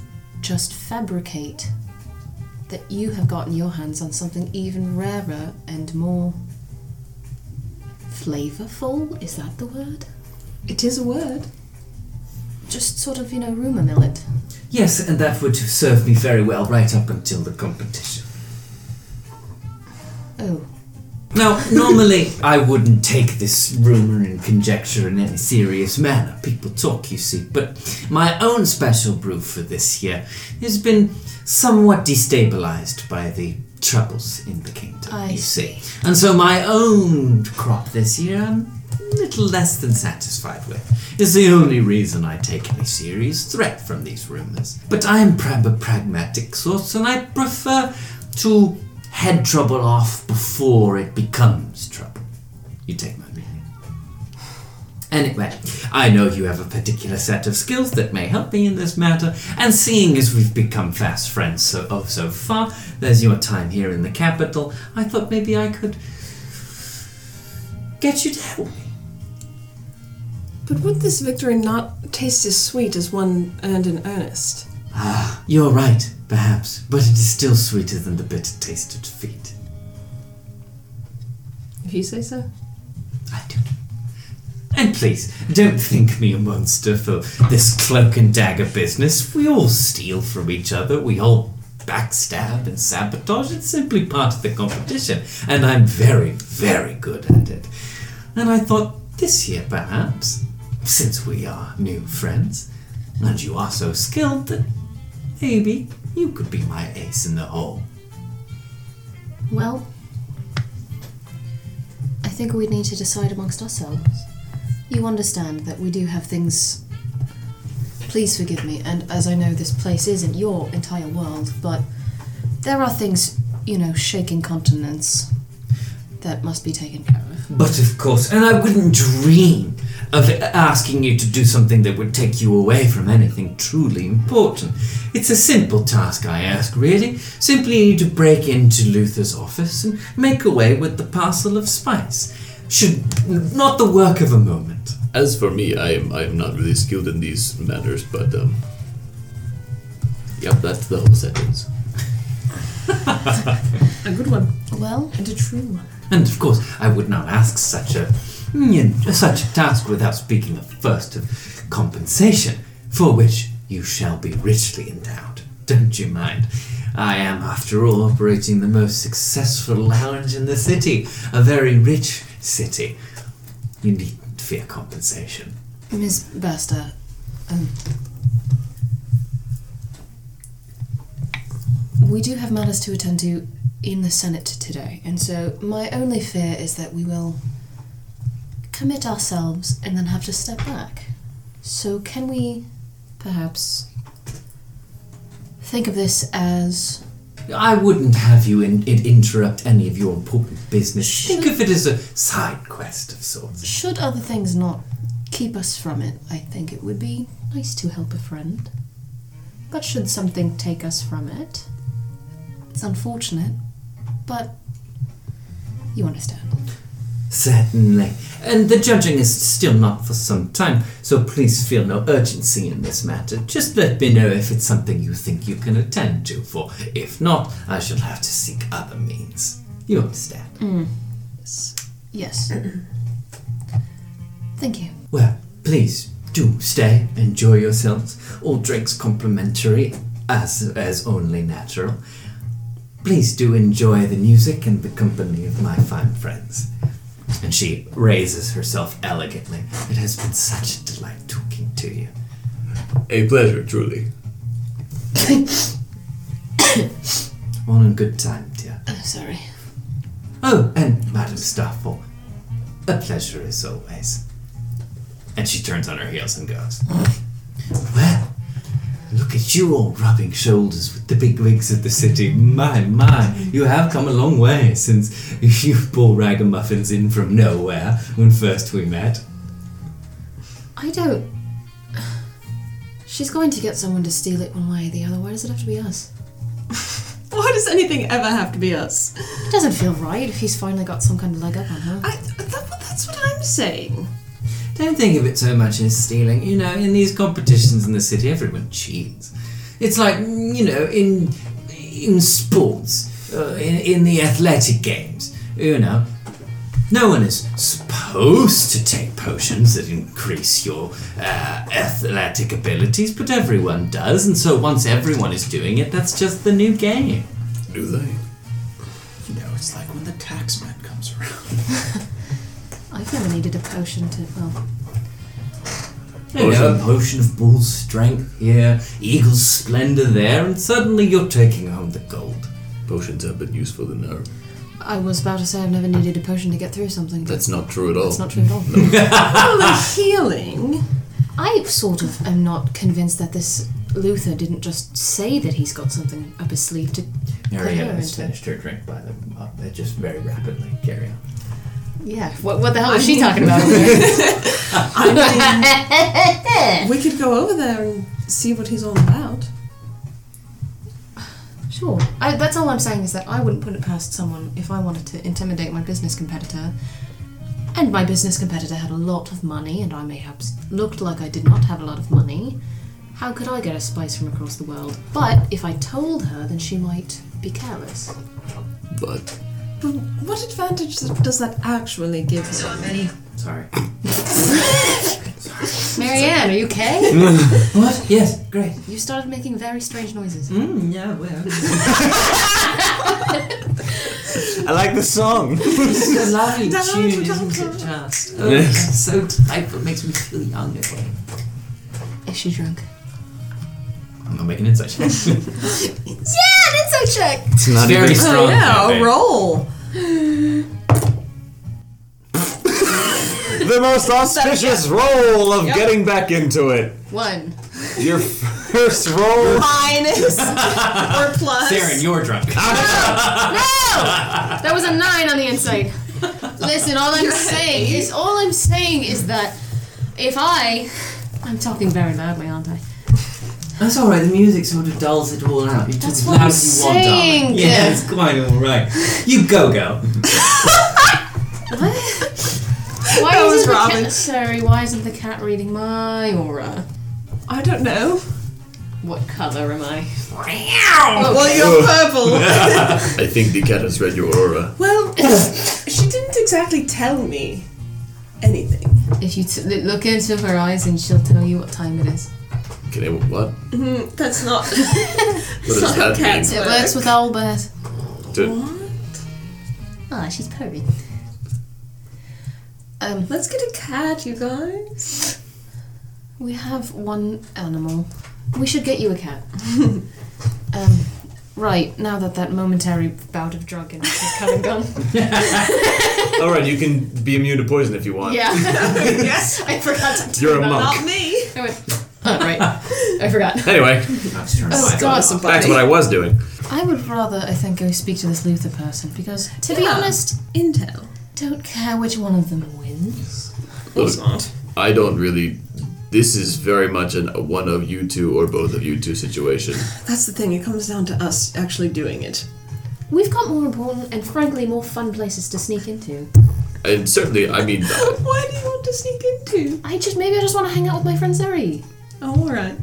Speaker 19: just fabricate that you have gotten your hands on something even rarer and more flavorful. Is that the word? It is a word. Just sort of, you know, rumour mill it.
Speaker 2: Yes, and that would have served me very well right up until the competition.
Speaker 19: Oh, *laughs*
Speaker 2: Now, normally I wouldn't take this rumor and conjecture in any serious manner. People talk, you see, but my own special brew for this year has been somewhat destabilized by the troubles in the kingdom,
Speaker 19: I
Speaker 2: you see. And so my own crop this year I'm a little less than satisfied with. It's the only reason I take any serious threat from these rumors. But I'm prab- a pragmatic sort and I prefer to head trouble off before it becomes trouble. You take my meaning. Anyway, I know you have a particular set of skills that may help me in this matter, and seeing as we've become fast friends so oh, so far, there's your time here in the capital. I thought maybe I could get you to help me.
Speaker 13: But would this victory not taste as sweet as one earned in earnest?
Speaker 2: Ah, you're right, perhaps, but it is still sweeter than the bitter taste of defeat.
Speaker 13: If you say so.
Speaker 2: And please, don't think me a monster for this cloak and dagger business. We all steal from each other, we all backstab and sabotage. It's simply part of the competition, and I'm very, very good at it. And I thought this year, perhaps, since we are new friends, and you are so skilled, that maybe you could be my ace in the hole.
Speaker 19: Well, I think we need to decide amongst ourselves. You understand that we do have things. Please forgive me, and as I know this place isn't your entire world, but there are things, you know, shaking continents that must be taken care of.
Speaker 2: But of course, and I wouldn't dream of asking you to do something that would take you away from anything truly important. It's a simple task I ask, really. Simply need to break into Luther's office and make away with the parcel of spice. Should not the work of a moment.
Speaker 1: As for me, I am I am not really skilled in these matters, but um, yep, that's the whole sentence.
Speaker 13: A good one.
Speaker 19: Well,
Speaker 13: and a true one.
Speaker 2: And of course, I would not ask such a you know, such a task without speaking of first of compensation, for which you shall be richly endowed. Don't you mind? I am, after all, operating the most successful lounge in the city, a very rich city. You needn't fear compensation.
Speaker 19: Ms. Basta, um, we do have matters to attend to in the Senate today, and so my only fear is that we will commit ourselves and then have to step back. So, can we perhaps think of this as
Speaker 2: I wouldn't have you in, in interrupt any of your important business. Think of it as a side quest of sorts.
Speaker 19: should other things not keep us from it? I think it would be nice to help a friend. But should something take us from it? It's unfortunate, but you understand.
Speaker 2: Certainly. And the judging is still not for some time, so please feel no urgency in this matter. Just let me know if it's something you think you can attend to, for if not, I shall have to seek other means. You understand?
Speaker 19: Yes. Thank you.
Speaker 2: Well, please do stay, enjoy yourselves. All drinks complimentary, as as only natural. Please do enjoy the music and the company of my fine friends. And she raises herself elegantly. It has been such a delight talking to you.
Speaker 1: A pleasure, truly.
Speaker 2: All in good time, dear.
Speaker 20: I'm sorry.
Speaker 2: Oh, and Madam Staffel, a pleasure as always.
Speaker 5: And she turns on her heels and goes.
Speaker 2: Well, look at you all rubbing shoulders with the big wigs of the city. My, my, you have come a long way since *laughs* you bore ragamuffins in from nowhere when first we met.
Speaker 20: I don't.
Speaker 19: *sighs* She's going to get someone to steal it one way or the other. Why does it have to be us?
Speaker 13: Why does anything ever have to be us?
Speaker 19: It doesn't feel right if he's finally got some kind of leg up on her.
Speaker 13: That's what I'm saying.
Speaker 2: Don't think of it so much as stealing. You know, in these competitions in the city, everyone cheats. It's like mm, you know, in in sports, uh, in, in the athletic games. You know, no one is supposed to take potions that increase your uh, athletic abilities, but everyone does. And so once everyone is doing it, that's just the new game.
Speaker 21: Do they? You know, it's like when the tax man comes around.
Speaker 19: I've never needed a potion to. Well,
Speaker 2: You know, a potion of bull's strength here, eagle's splendor there, and suddenly you're taking home the gold.
Speaker 1: Potions have been useful in our.
Speaker 19: I was about to say I've never needed a potion to get through something. but
Speaker 1: That's not true at all.
Speaker 19: That's not true at all.
Speaker 1: *laughs*
Speaker 19: *laughs*
Speaker 13: healing.
Speaker 19: I sort of am not convinced that this Luther didn't just say that he's got something up his sleeve to put
Speaker 5: Marianne
Speaker 19: her
Speaker 5: has
Speaker 19: into.
Speaker 5: finished her drink by the uh, just very rapidly. Carry on.
Speaker 19: Yeah. What, what the hell
Speaker 13: I
Speaker 19: was she
Speaker 13: mean-
Speaker 19: talking about? over there? *laughs*
Speaker 13: I mean, we could go over there and see what he's all about.
Speaker 19: Sure. I, that's all I'm saying is that I wouldn't put it past someone if I wanted to intimidate my business competitor. And my business competitor had a lot of money, and I mayhaps looked like I did not have a lot of money. How could I get a spice from across the world? But if I
Speaker 13: *laughs*
Speaker 19: told her, then she might be careless.
Speaker 1: But
Speaker 13: But what advantage th- does that actually give him?
Speaker 5: Sorry.
Speaker 19: Marianne, are you okay?
Speaker 13: *laughs*
Speaker 2: what? Yes, great.
Speaker 19: You started making very strange noises.
Speaker 2: Mm, yeah, well.
Speaker 1: I like the *laughs* song.
Speaker 2: It's a lovely
Speaker 13: Don't,
Speaker 2: tune,
Speaker 13: don't,
Speaker 2: isn't
Speaker 13: don't.
Speaker 2: it? Just oh, it's so delightful. It makes me feel young again.
Speaker 19: Is she drunk?
Speaker 5: I'm gonna make an insight check.
Speaker 19: Yeah, that's a check!
Speaker 5: It's not very
Speaker 2: *laughs*
Speaker 5: even- strong,
Speaker 13: Oh, yeah,
Speaker 5: I
Speaker 13: a roll.
Speaker 1: the most auspicious roll of getting back into it.
Speaker 19: One.
Speaker 1: Your first *laughs* roll.
Speaker 13: Minus or plus.
Speaker 5: Saren, you're drunk.
Speaker 19: That was a nine on the inside. *laughs* Listen, all I'm
Speaker 13: You're
Speaker 19: saying
Speaker 13: eight.
Speaker 19: is all I'm saying is that if I I'm talking very loudly, aren't I?
Speaker 2: That's alright, the music sort of dulls it all out. You took
Speaker 19: That's
Speaker 2: as
Speaker 19: what
Speaker 2: loud
Speaker 19: I'm
Speaker 2: as you want, darling.
Speaker 19: saying.
Speaker 2: Yeah, it's quite alright. You go, girl.
Speaker 19: Why
Speaker 13: That was
Speaker 19: isn't the
Speaker 13: Robin.
Speaker 19: cat sorry, why isn't the cat reading my aura?
Speaker 13: I don't know.
Speaker 19: What colour am I?
Speaker 1: Oh.
Speaker 13: Well, you're
Speaker 1: *laughs*
Speaker 13: purple.
Speaker 1: I think the cat has read your aura.
Speaker 13: well, *coughs* she didn't exactly tell me anything.
Speaker 19: If you t- look into her eyes and she'll tell you what time it is.
Speaker 1: Can I? What?
Speaker 13: Mhm,
Speaker 4: *laughs*
Speaker 13: that's not. that's
Speaker 1: does
Speaker 13: not how
Speaker 1: that mean?
Speaker 13: cats
Speaker 19: It
Speaker 13: work.
Speaker 19: works with owl bears.
Speaker 1: Do-
Speaker 19: Ah, she's purring. Um,
Speaker 13: Let's get a cat, you guys.
Speaker 19: We have one animal. We should get you a cat. *laughs* um, right, now that that momentary bout of drug in us has come and gone.
Speaker 1: All right, you can be immune to poison if you want.
Speaker 19: yeah. yes. *laughs* I forgot to turn
Speaker 1: You're a
Speaker 19: on-
Speaker 1: monk.
Speaker 13: Not me.
Speaker 19: I went, oh, right. I forgot.
Speaker 1: Anyway,
Speaker 19: Oh, God.
Speaker 1: That's what I was doing.
Speaker 19: I would rather, I think, go speak to this Luther person because, to be
Speaker 13: Yeah.
Speaker 19: honest,
Speaker 13: Intel.
Speaker 19: don't care which one of them wins.
Speaker 1: Look, I don't really. This is very much an a one of you two or both of you two situation.
Speaker 13: That's the thing. It comes down to *laughs* us actually doing it.
Speaker 19: We've got more important and, frankly, more fun places to sneak into.
Speaker 1: And certainly, I mean,
Speaker 13: Why do you want to sneak into?
Speaker 19: I just maybe I just want to hang out with my friend Zuri.
Speaker 13: Oh, all right.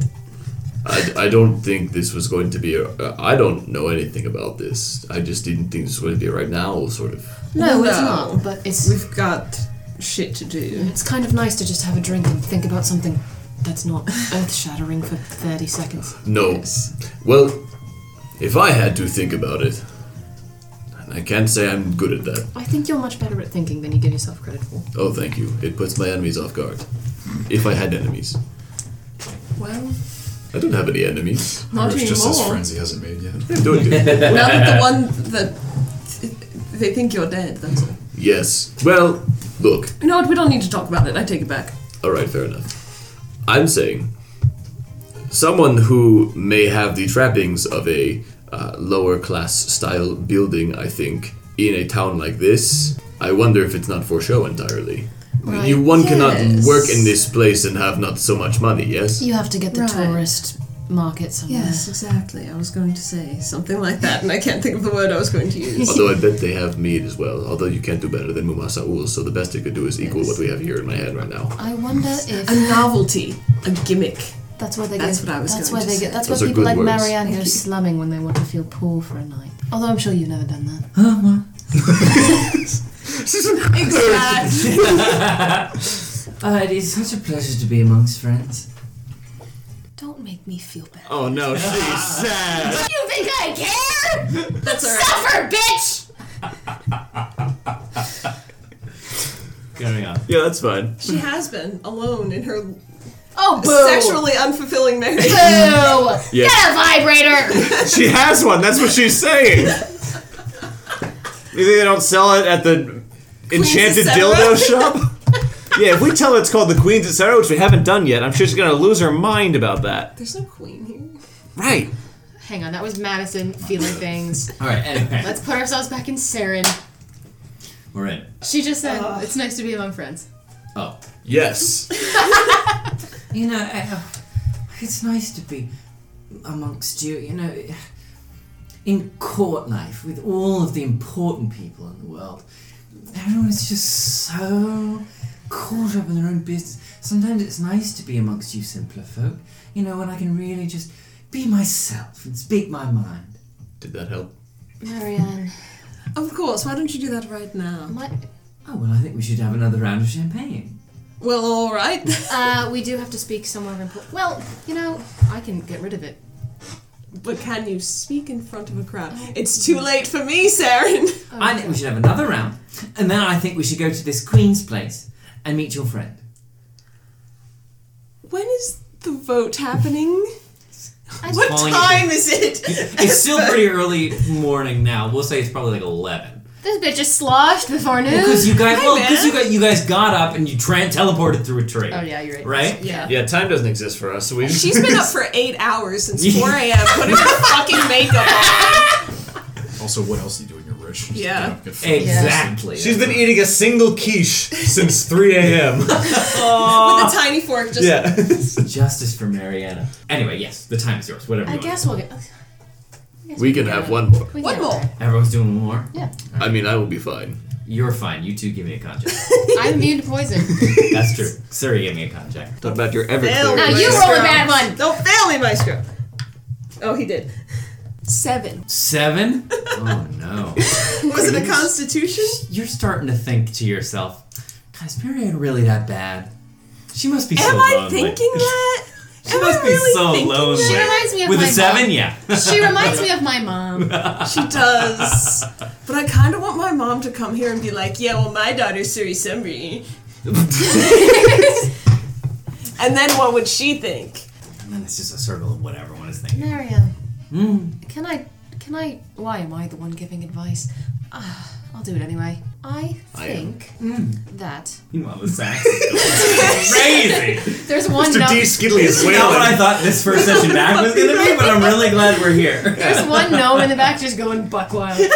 Speaker 1: I, I don't think this was going to be. A, I don't know anything about this. I just didn't think this was going to be a right now sort of.
Speaker 19: No, it's not. But it's
Speaker 13: we've got shit to do.
Speaker 19: It's kind of nice to just have a drink and think about something that's
Speaker 13: *laughs*
Speaker 19: not earth shattering for 30 seconds.
Speaker 1: No. Well, if I had to think about it, and I can't say I'm good at that.
Speaker 19: I think you're much better at thinking than you give yourself credit for.
Speaker 1: Oh, thank you. It puts my enemies off guard. If I had enemies,
Speaker 13: Well,
Speaker 1: I don't have any enemies.
Speaker 13: Not
Speaker 22: It's just this
Speaker 13: anymore.
Speaker 22: friends he hasn't made yet.
Speaker 1: I don't do
Speaker 13: now that the one that they think you're dead, that's all.
Speaker 1: Yes. Well, look.
Speaker 13: You know what? We don't need to talk about it. I take it back.
Speaker 1: All right, fair enough. I'm saying someone who may have the trappings of a uh, lower class style building, I think, in a town like this, I wonder if it's not for show entirely.
Speaker 19: Right,
Speaker 1: you one cannot
Speaker 19: yes.
Speaker 1: work in this place and have not so much money, yes?
Speaker 19: *laughs* You have to get the
Speaker 13: Right.
Speaker 19: tourist market somewhere.
Speaker 13: Yes, exactly. I was going to say something like that, and I can't think of the word I was going to use.
Speaker 1: Although I bet they have mead as well. Although you can't do better than Mumasaul, so the best it could do is equal what we have here in my head right now.
Speaker 19: I wonder
Speaker 13: *coughs*
Speaker 19: if
Speaker 13: a novelty, a gimmick.
Speaker 19: That's where they
Speaker 13: That's
Speaker 19: go.
Speaker 13: what I was
Speaker 19: That's
Speaker 13: going
Speaker 19: where
Speaker 13: to
Speaker 19: they
Speaker 13: say.
Speaker 19: get. That's
Speaker 1: Those
Speaker 19: where
Speaker 1: are
Speaker 19: people
Speaker 1: good
Speaker 19: like
Speaker 1: words. *laughs*
Speaker 19: Marianne
Speaker 1: Thank
Speaker 19: go
Speaker 1: you.
Speaker 19: *laughs* slumming when they want to feel poor for a night. Although I'm sure you've never done that.
Speaker 13: exactly.
Speaker 2: Uh, it is such a pleasure to be amongst friends.
Speaker 19: Don't make me feel bad.
Speaker 18: Oh no, she's sad.
Speaker 19: You think I care?
Speaker 13: That's all right.
Speaker 19: Suffer, bitch!
Speaker 2: Going on.
Speaker 18: Yeah, that's fine.
Speaker 13: She has been alone in her
Speaker 19: Oh, boo!
Speaker 13: sexually unfulfilling marriage.
Speaker 19: Boo!
Speaker 18: Yeah.
Speaker 19: Get a vibrator!
Speaker 18: She has one. That's what she's saying. You think they don't sell it at the enchanted
Speaker 13: Etc.
Speaker 19: *laughs*
Speaker 18: dildo shop? yeah, if we tell her it's called the Queen's Etc., which we haven't done yet, I'm sure she's gonna lose her mind about that.
Speaker 13: There's no queen here.
Speaker 18: Right.
Speaker 19: Hang on, that was Madison
Speaker 2: *laughs*
Speaker 19: feeling things.
Speaker 2: All right. Anyway,
Speaker 19: Let's put ourselves back in Saren.
Speaker 2: we're in.
Speaker 19: She just said, "It's nice to be among friends."
Speaker 2: Oh.
Speaker 1: Yes.
Speaker 2: You know, uh, it's nice to be amongst you, you know, in court life with all of the important people in the world. Everyone is just so caught up in their own business. Sometimes it's nice to be amongst you simpler folk, you know, when I can really just be myself and speak my mind.
Speaker 1: Did that help?
Speaker 19: Marianne,
Speaker 13: Of course. Why don't you do that right now?
Speaker 19: my,
Speaker 2: Oh, well, I think we should have another round of champagne.
Speaker 13: Well, all right.
Speaker 19: uh, we do have to speak somewhere important. Well, you know, I can get rid of it.
Speaker 13: *laughs* But can you speak in front of a crowd? It's too late for me, Saren. *laughs*
Speaker 2: I think we should have another round, and then I think we should go to this Queen's place and meet your
Speaker 5: *laughs*
Speaker 2: friend.
Speaker 13: When is the vote happening? What
Speaker 2: Calling it
Speaker 13: time is it?
Speaker 2: It's still pretty early morning now. We'll say it's probably like eleven.
Speaker 19: This bitch is sloshed before noon.
Speaker 2: *laughs* Because you guys,
Speaker 19: Hi,
Speaker 2: well,
Speaker 19: man.
Speaker 2: because you guys, you guys got up and you tra- teleported through a tree.
Speaker 19: Oh yeah, you're right.
Speaker 2: Right?
Speaker 13: Yeah.
Speaker 18: Yeah, time doesn't exist for us. So we
Speaker 13: She's been up for eight hours since 4 a.m. putting
Speaker 19: *laughs*
Speaker 13: her fucking makeup on.
Speaker 22: Also, what else do you do when you're rich? Just
Speaker 13: Yeah.
Speaker 22: get up, get food.
Speaker 2: Exactly.
Speaker 18: She's been eating a single quiche since 3
Speaker 19: *laughs*
Speaker 18: a.m.
Speaker 13: With a tiny fork, just
Speaker 18: yeah.
Speaker 2: Justice for Mariana. Anyway, yes, the time is yours. Whatever.
Speaker 19: I
Speaker 2: you want.
Speaker 19: guess we'll get.
Speaker 1: We can have one more.
Speaker 19: We
Speaker 13: one
Speaker 19: can-
Speaker 13: more.
Speaker 2: Everyone's doing one more.
Speaker 1: I mean, I will be fine.
Speaker 2: You're fine. You two give me a con check.
Speaker 19: I'm immune to poison.
Speaker 2: That's true. Siri, give me a con check.
Speaker 18: Talk about your
Speaker 13: Fail
Speaker 18: Everclear.
Speaker 13: me,
Speaker 19: Now you
Speaker 13: Maestro.
Speaker 19: roll a bad one.
Speaker 13: Don't fail me, Maestro. Oh, he
Speaker 19: *laughs*
Speaker 13: did. Seven.
Speaker 2: Seven. Oh no.
Speaker 13: Was it a constitution?
Speaker 2: You're starting to think to yourself, God, is Mariana really that bad? She must be so
Speaker 13: Am
Speaker 2: lonely.
Speaker 13: I thinking that?
Speaker 2: She must be so lonely.
Speaker 19: She reminds me of
Speaker 2: With
Speaker 19: my
Speaker 2: a seven,
Speaker 19: mom. *laughs*
Speaker 2: yeah.
Speaker 19: She reminds me of my mom.
Speaker 13: She does. But I kind of want my mom to come here and be like, yeah, well, my daughter's Suri Semri. *laughs* and then what would she think?
Speaker 2: And then it's just a circle of what everyone is thinking.
Speaker 19: Marianne,
Speaker 2: Mm.
Speaker 19: can I? Can I? Why am I the one giving advice? Ah, I'll do it anyway. I
Speaker 18: I am.
Speaker 19: think
Speaker 2: Mm.
Speaker 19: that
Speaker 2: Meanwhile, the
Speaker 19: *laughs*
Speaker 2: sax is going crazy.
Speaker 19: there's one.
Speaker 18: Mr.
Speaker 19: num-
Speaker 18: D. Skidley is
Speaker 2: It's not what I
Speaker 18: wailing.
Speaker 2: thought this first session back was going to be, but I'm really glad we're *laughs* here.
Speaker 19: There's one gnome in the back just going buck wild. *laughs*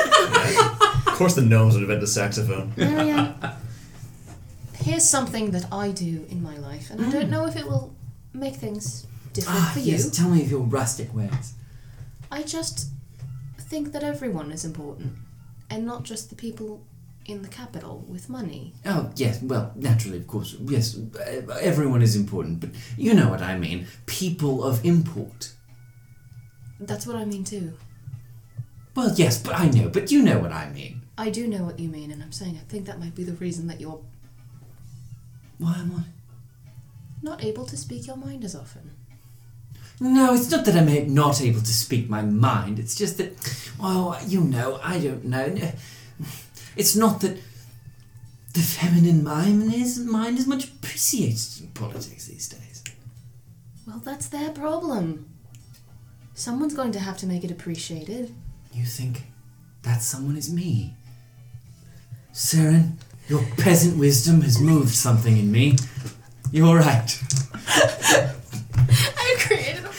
Speaker 18: Of course, the gnomes would have had the saxophone.
Speaker 19: Marianne, *laughs* here's something that I do in my life, and I don't know if it will make things different
Speaker 2: Ah,
Speaker 19: for you.
Speaker 2: yes, tell me of your rustic ways.
Speaker 19: I just think that everyone is important, and not just the people in the capital with money.
Speaker 2: Oh, yes, well, naturally, of course. Yes, e- everyone is important, but you know what I mean. People of import.
Speaker 19: That's what I mean too.
Speaker 2: Well, yes, but I know, but you know what I mean.
Speaker 19: I do know what you mean, and I'm saying I think that might be the reason that you're
Speaker 23: Why am I?
Speaker 19: Not able to speak your mind as often.
Speaker 2: No, it's not that I'm a- not able to speak my mind. It's just that, well, you know, I don't know. It's not that the feminine mind is mind is much appreciated in politics these days.
Speaker 19: Well, that's their problem. Someone's going to have to make it appreciated.
Speaker 2: You think that someone is me, Saren? Your peasant wisdom has moved something in me. You're right.
Speaker 3: I created a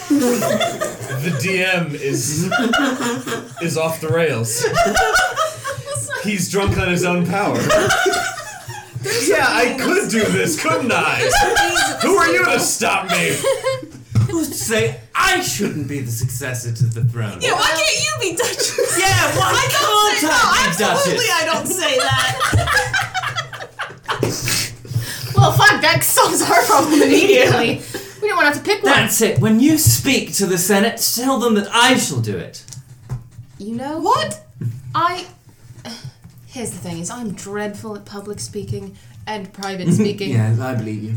Speaker 24: The DM is is off the rails. He's drunk on his own power. yeah, I could do this, couldn't I? Who are you to stop me?
Speaker 2: Who's to say I shouldn't be the successor to the throne?
Speaker 13: Yeah, why can't you be Duchess?
Speaker 2: Yeah, why
Speaker 13: I
Speaker 2: can't
Speaker 13: don't say,
Speaker 2: I be
Speaker 13: No, absolutely,
Speaker 2: Duchess?
Speaker 13: I don't say that.
Speaker 3: Well, fuck, that solves our
Speaker 19: *laughs*
Speaker 3: problem immediately. We don't want to have to pick one.
Speaker 2: That's it. When you speak to the Senate, tell them that I shall do it.
Speaker 19: You know what? I. Here's the thing: is I'm dreadful at public speaking and private speaking.
Speaker 2: yeah, I believe you.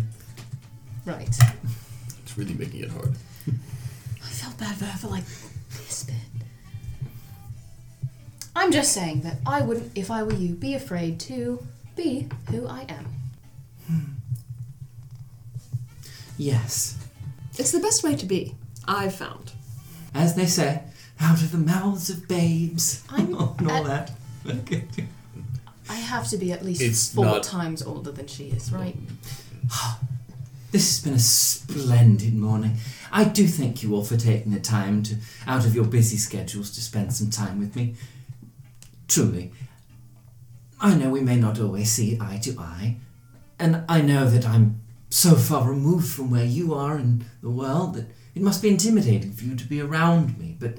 Speaker 19: Right.
Speaker 1: It's really making it hard.
Speaker 19: I felt bad for her for like this bit. I'm just saying that I wouldn't, if I were you, be afraid to be who I am.
Speaker 2: Yes.
Speaker 13: It's the best way to be, I've found.
Speaker 2: As they say, out of the mouths of babes.
Speaker 19: I'm
Speaker 2: *laughs* and all that.
Speaker 19: I have to be at least
Speaker 2: It's
Speaker 19: four
Speaker 2: not-
Speaker 19: times older than she is, right?
Speaker 2: This has been a splendid morning. I do thank you all for taking the time to out of your busy schedules to spend some time with me. Truly. I know we may not always see eye to eye, and I know that I'm so far removed from where you are in the world that it must be intimidating for you to be around me, but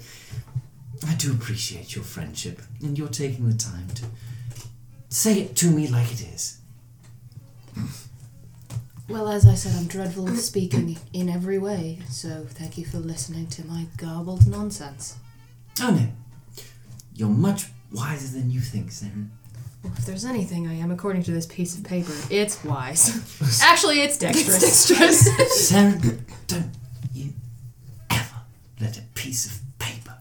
Speaker 2: I do appreciate your friendship and your taking the time to say it to me like it is.
Speaker 19: Well, as I said, I'm dreadful at speaking in every way, so thank you for listening to my garbled nonsense.
Speaker 2: Oh no. You're much wiser than you think, Saren.
Speaker 19: Well, if there's anything I am, according to this piece of paper, it's *laughs* wise. Actually, it's dexterous.
Speaker 3: It's dexterous.
Speaker 2: Saren, don't you ever let a piece of paper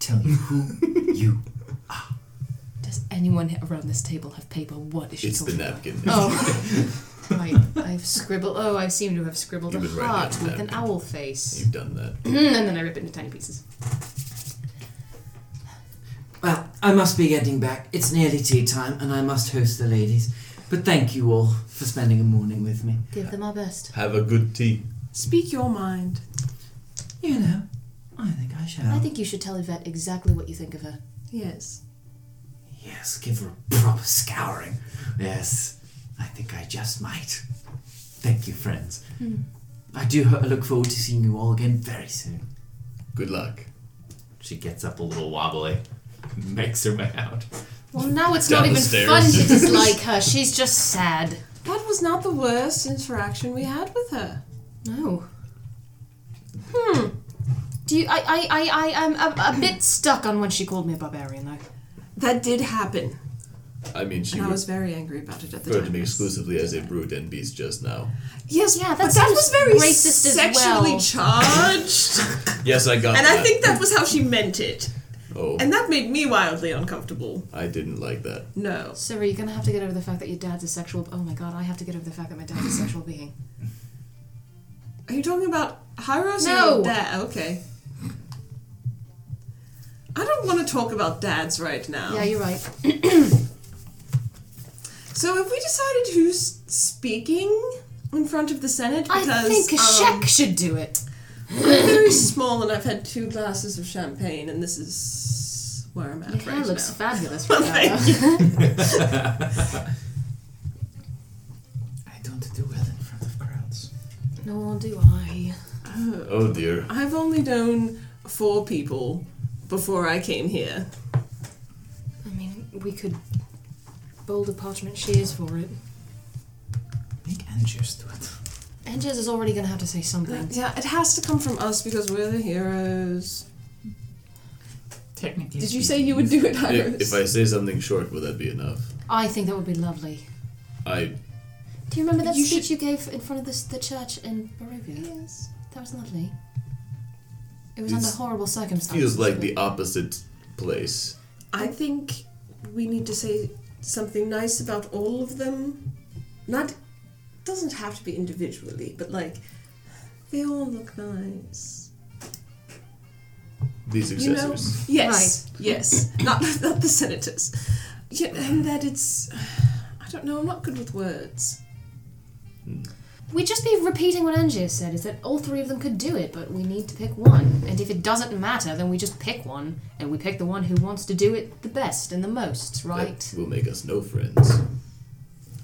Speaker 2: tell you who
Speaker 19: *laughs*
Speaker 2: you
Speaker 19: Does anyone around this table have paper? What is she
Speaker 1: It's the
Speaker 19: talking
Speaker 6: *laughs*
Speaker 1: napkin.
Speaker 19: About? Oh, right. I've scribbled. Oh, I seem to have scribbled
Speaker 1: You've
Speaker 19: a
Speaker 1: been writing
Speaker 19: heart
Speaker 1: on the
Speaker 19: with an owl face.
Speaker 1: You've done that.
Speaker 19: *clears throat* and then I rip it into tiny pieces.
Speaker 2: Well, I must be getting back. It's nearly tea time, and I must host the ladies. But thank you all for spending a morning with me.
Speaker 19: Give them our best.
Speaker 1: Have a good tea.
Speaker 13: Speak your mind.
Speaker 2: You know, I think I shall.
Speaker 19: I think you should tell Yvette exactly what you think of her.
Speaker 13: Yes.
Speaker 2: Yes, give her a proper scouring. Yes, I think I just might. Thank you, friends.
Speaker 19: Hmm.
Speaker 2: I do ho- look forward to seeing you all again very soon.
Speaker 1: Good luck.
Speaker 2: She gets up a little wobbly, *laughs* makes her way out.
Speaker 19: Well, now it's
Speaker 2: Down
Speaker 19: not
Speaker 2: the
Speaker 19: even
Speaker 2: stairs.
Speaker 19: fun
Speaker 1: *laughs*
Speaker 19: to dislike her. She's just sad.
Speaker 13: That was not the worst interaction we had with her.
Speaker 19: No. Oh. Hmm. Do you? I. I. I. I am a, a bit stuck on when she called me a barbarian, though.
Speaker 13: That did happen,
Speaker 1: I mean, she
Speaker 13: and I
Speaker 1: would-
Speaker 13: was very angry about it at the
Speaker 1: referred to
Speaker 13: time.
Speaker 1: me exclusively as a brute and beast just now.
Speaker 13: Yes,
Speaker 19: yeah,
Speaker 13: but
Speaker 19: that
Speaker 13: that
Speaker 19: seems
Speaker 13: was very
Speaker 19: racist as
Speaker 13: sexually
Speaker 19: well. *laughs*
Speaker 13: charged,
Speaker 1: Yes, I got
Speaker 13: and
Speaker 1: that.
Speaker 13: I think that was how she meant it,
Speaker 1: Oh,
Speaker 13: and that made me wildly uncomfortable.
Speaker 1: I didn't like that.
Speaker 13: No.
Speaker 19: Sarah, you're gonna have to get over the fact that your dad's a sexual. Oh my god, I have to get over the fact that my dad's a sexual being.
Speaker 13: Are you talking about Hyros
Speaker 19: No.
Speaker 13: or dad? Okay. I don't want to talk about dads right now.
Speaker 19: Yeah, you're right.
Speaker 13: *clears throat* So have we decided who's speaking in front of the Senate? Because
Speaker 19: I think
Speaker 13: um,
Speaker 19: Shek should do it.
Speaker 13: I'm very small and I've had two glasses of champagne, and this is where I'm at
Speaker 19: Your hair
Speaker 13: right
Speaker 19: looks
Speaker 13: now.
Speaker 19: fabulous
Speaker 13: Well,
Speaker 19: right now.
Speaker 13: *laughs* thank you.
Speaker 25: I don't do well in front of crowds.
Speaker 19: Nor do I.
Speaker 1: Oh dear.
Speaker 13: I've only known four people before I came here.
Speaker 19: I mean, we could bowl the parchment shears for it.
Speaker 25: Make Angers do it. *laughs*
Speaker 19: And Jez is already gonna have to say something.
Speaker 13: Yeah, it has to come from us because we're the heroes.
Speaker 25: Technically.
Speaker 13: Did you say you would do it, Hyros?
Speaker 1: If, if I say something short, will that be enough?
Speaker 19: I think that would be lovely.
Speaker 1: I
Speaker 19: Do you remember that
Speaker 3: You
Speaker 19: speech you gave in front of this, the church in Barovia? Yes. That was lovely. It was
Speaker 1: It's-
Speaker 19: under horrible circumstances.
Speaker 1: Feels like
Speaker 19: but-
Speaker 1: the opposite place.
Speaker 13: I think we need to say something nice about all of them. Not doesn't have to be individually, but like they all look nice.
Speaker 1: These accessories.
Speaker 13: You know? Yes. Yes. *coughs* not not the senators. Yeah, and that it's I don't know, I'm not good with words.
Speaker 19: We'd just be repeating what Angier said, is that all three of them could do it, but we need to pick one. And if it doesn't matter, then we just pick one, and we pick the one who wants to do it the best and the most, right?
Speaker 1: That will make us no friends.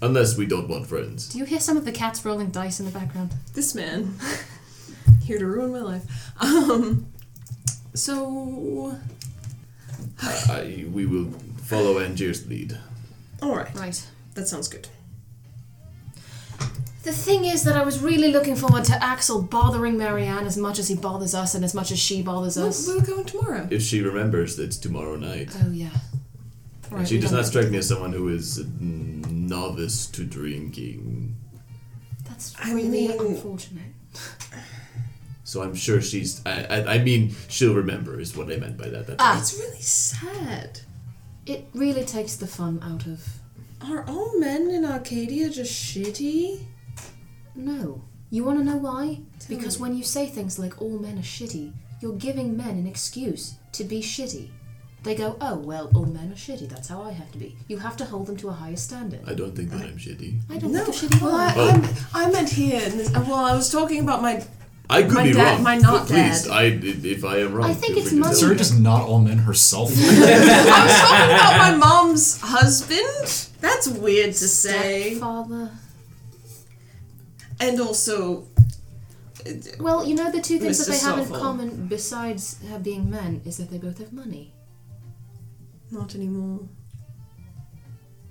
Speaker 1: Unless we don't want friends.
Speaker 19: Do you hear some of the cats rolling dice in the background?
Speaker 13: This man here to ruin my life. Um so
Speaker 1: I, I, we will follow Angier's lead.
Speaker 13: all right.
Speaker 19: Right.
Speaker 13: That sounds good.
Speaker 19: The thing is that I was really looking forward to Axel bothering Marianne as much as he bothers us and as much as she bothers us.
Speaker 13: We'll go tomorrow.
Speaker 1: If she remembers, it's tomorrow night.
Speaker 19: Oh, yeah.
Speaker 1: And she does not strike me as someone who is a novice to drinking.
Speaker 19: That's
Speaker 13: I
Speaker 19: really
Speaker 13: mean-
Speaker 19: unfortunate.
Speaker 1: So I'm sure she's. I, I, I mean, she'll remember, is what I meant by that. That's
Speaker 19: Ah.
Speaker 13: It's really sad.
Speaker 19: It really takes the fun out of.
Speaker 13: Are all men in Arcadia just shitty?
Speaker 19: No. You want to know why? because when you say things like all men are shitty, you're giving men an excuse to be shitty. They go, oh, well, all men are shitty, that's how I have to be. You have to hold them to a higher standard.
Speaker 1: I don't think that I'm shitty.
Speaker 19: I don't
Speaker 13: No,
Speaker 19: think you're shitty.
Speaker 13: well,
Speaker 19: at
Speaker 13: I,
Speaker 19: all.
Speaker 1: Oh.
Speaker 13: I, I meant here. and this- uh, Well, I was talking about my.
Speaker 1: I could
Speaker 13: my
Speaker 1: be
Speaker 13: dad,
Speaker 1: wrong.
Speaker 13: My not
Speaker 1: but please,
Speaker 13: dad.
Speaker 1: I, if if I am wrong,
Speaker 13: I think
Speaker 1: feel
Speaker 13: it's
Speaker 1: free to
Speaker 13: money.
Speaker 1: tell
Speaker 13: Sarah
Speaker 1: me.
Speaker 13: does
Speaker 22: not all men herself.
Speaker 13: I was talking about my mom's husband. That's weird to say.
Speaker 19: Father.
Speaker 13: And also. uh,
Speaker 19: Well, you know the two things that
Speaker 13: Mr.
Speaker 19: they have in
Speaker 13: Soffel.
Speaker 19: common besides uh, being men is that they both have money.
Speaker 13: Not anymore.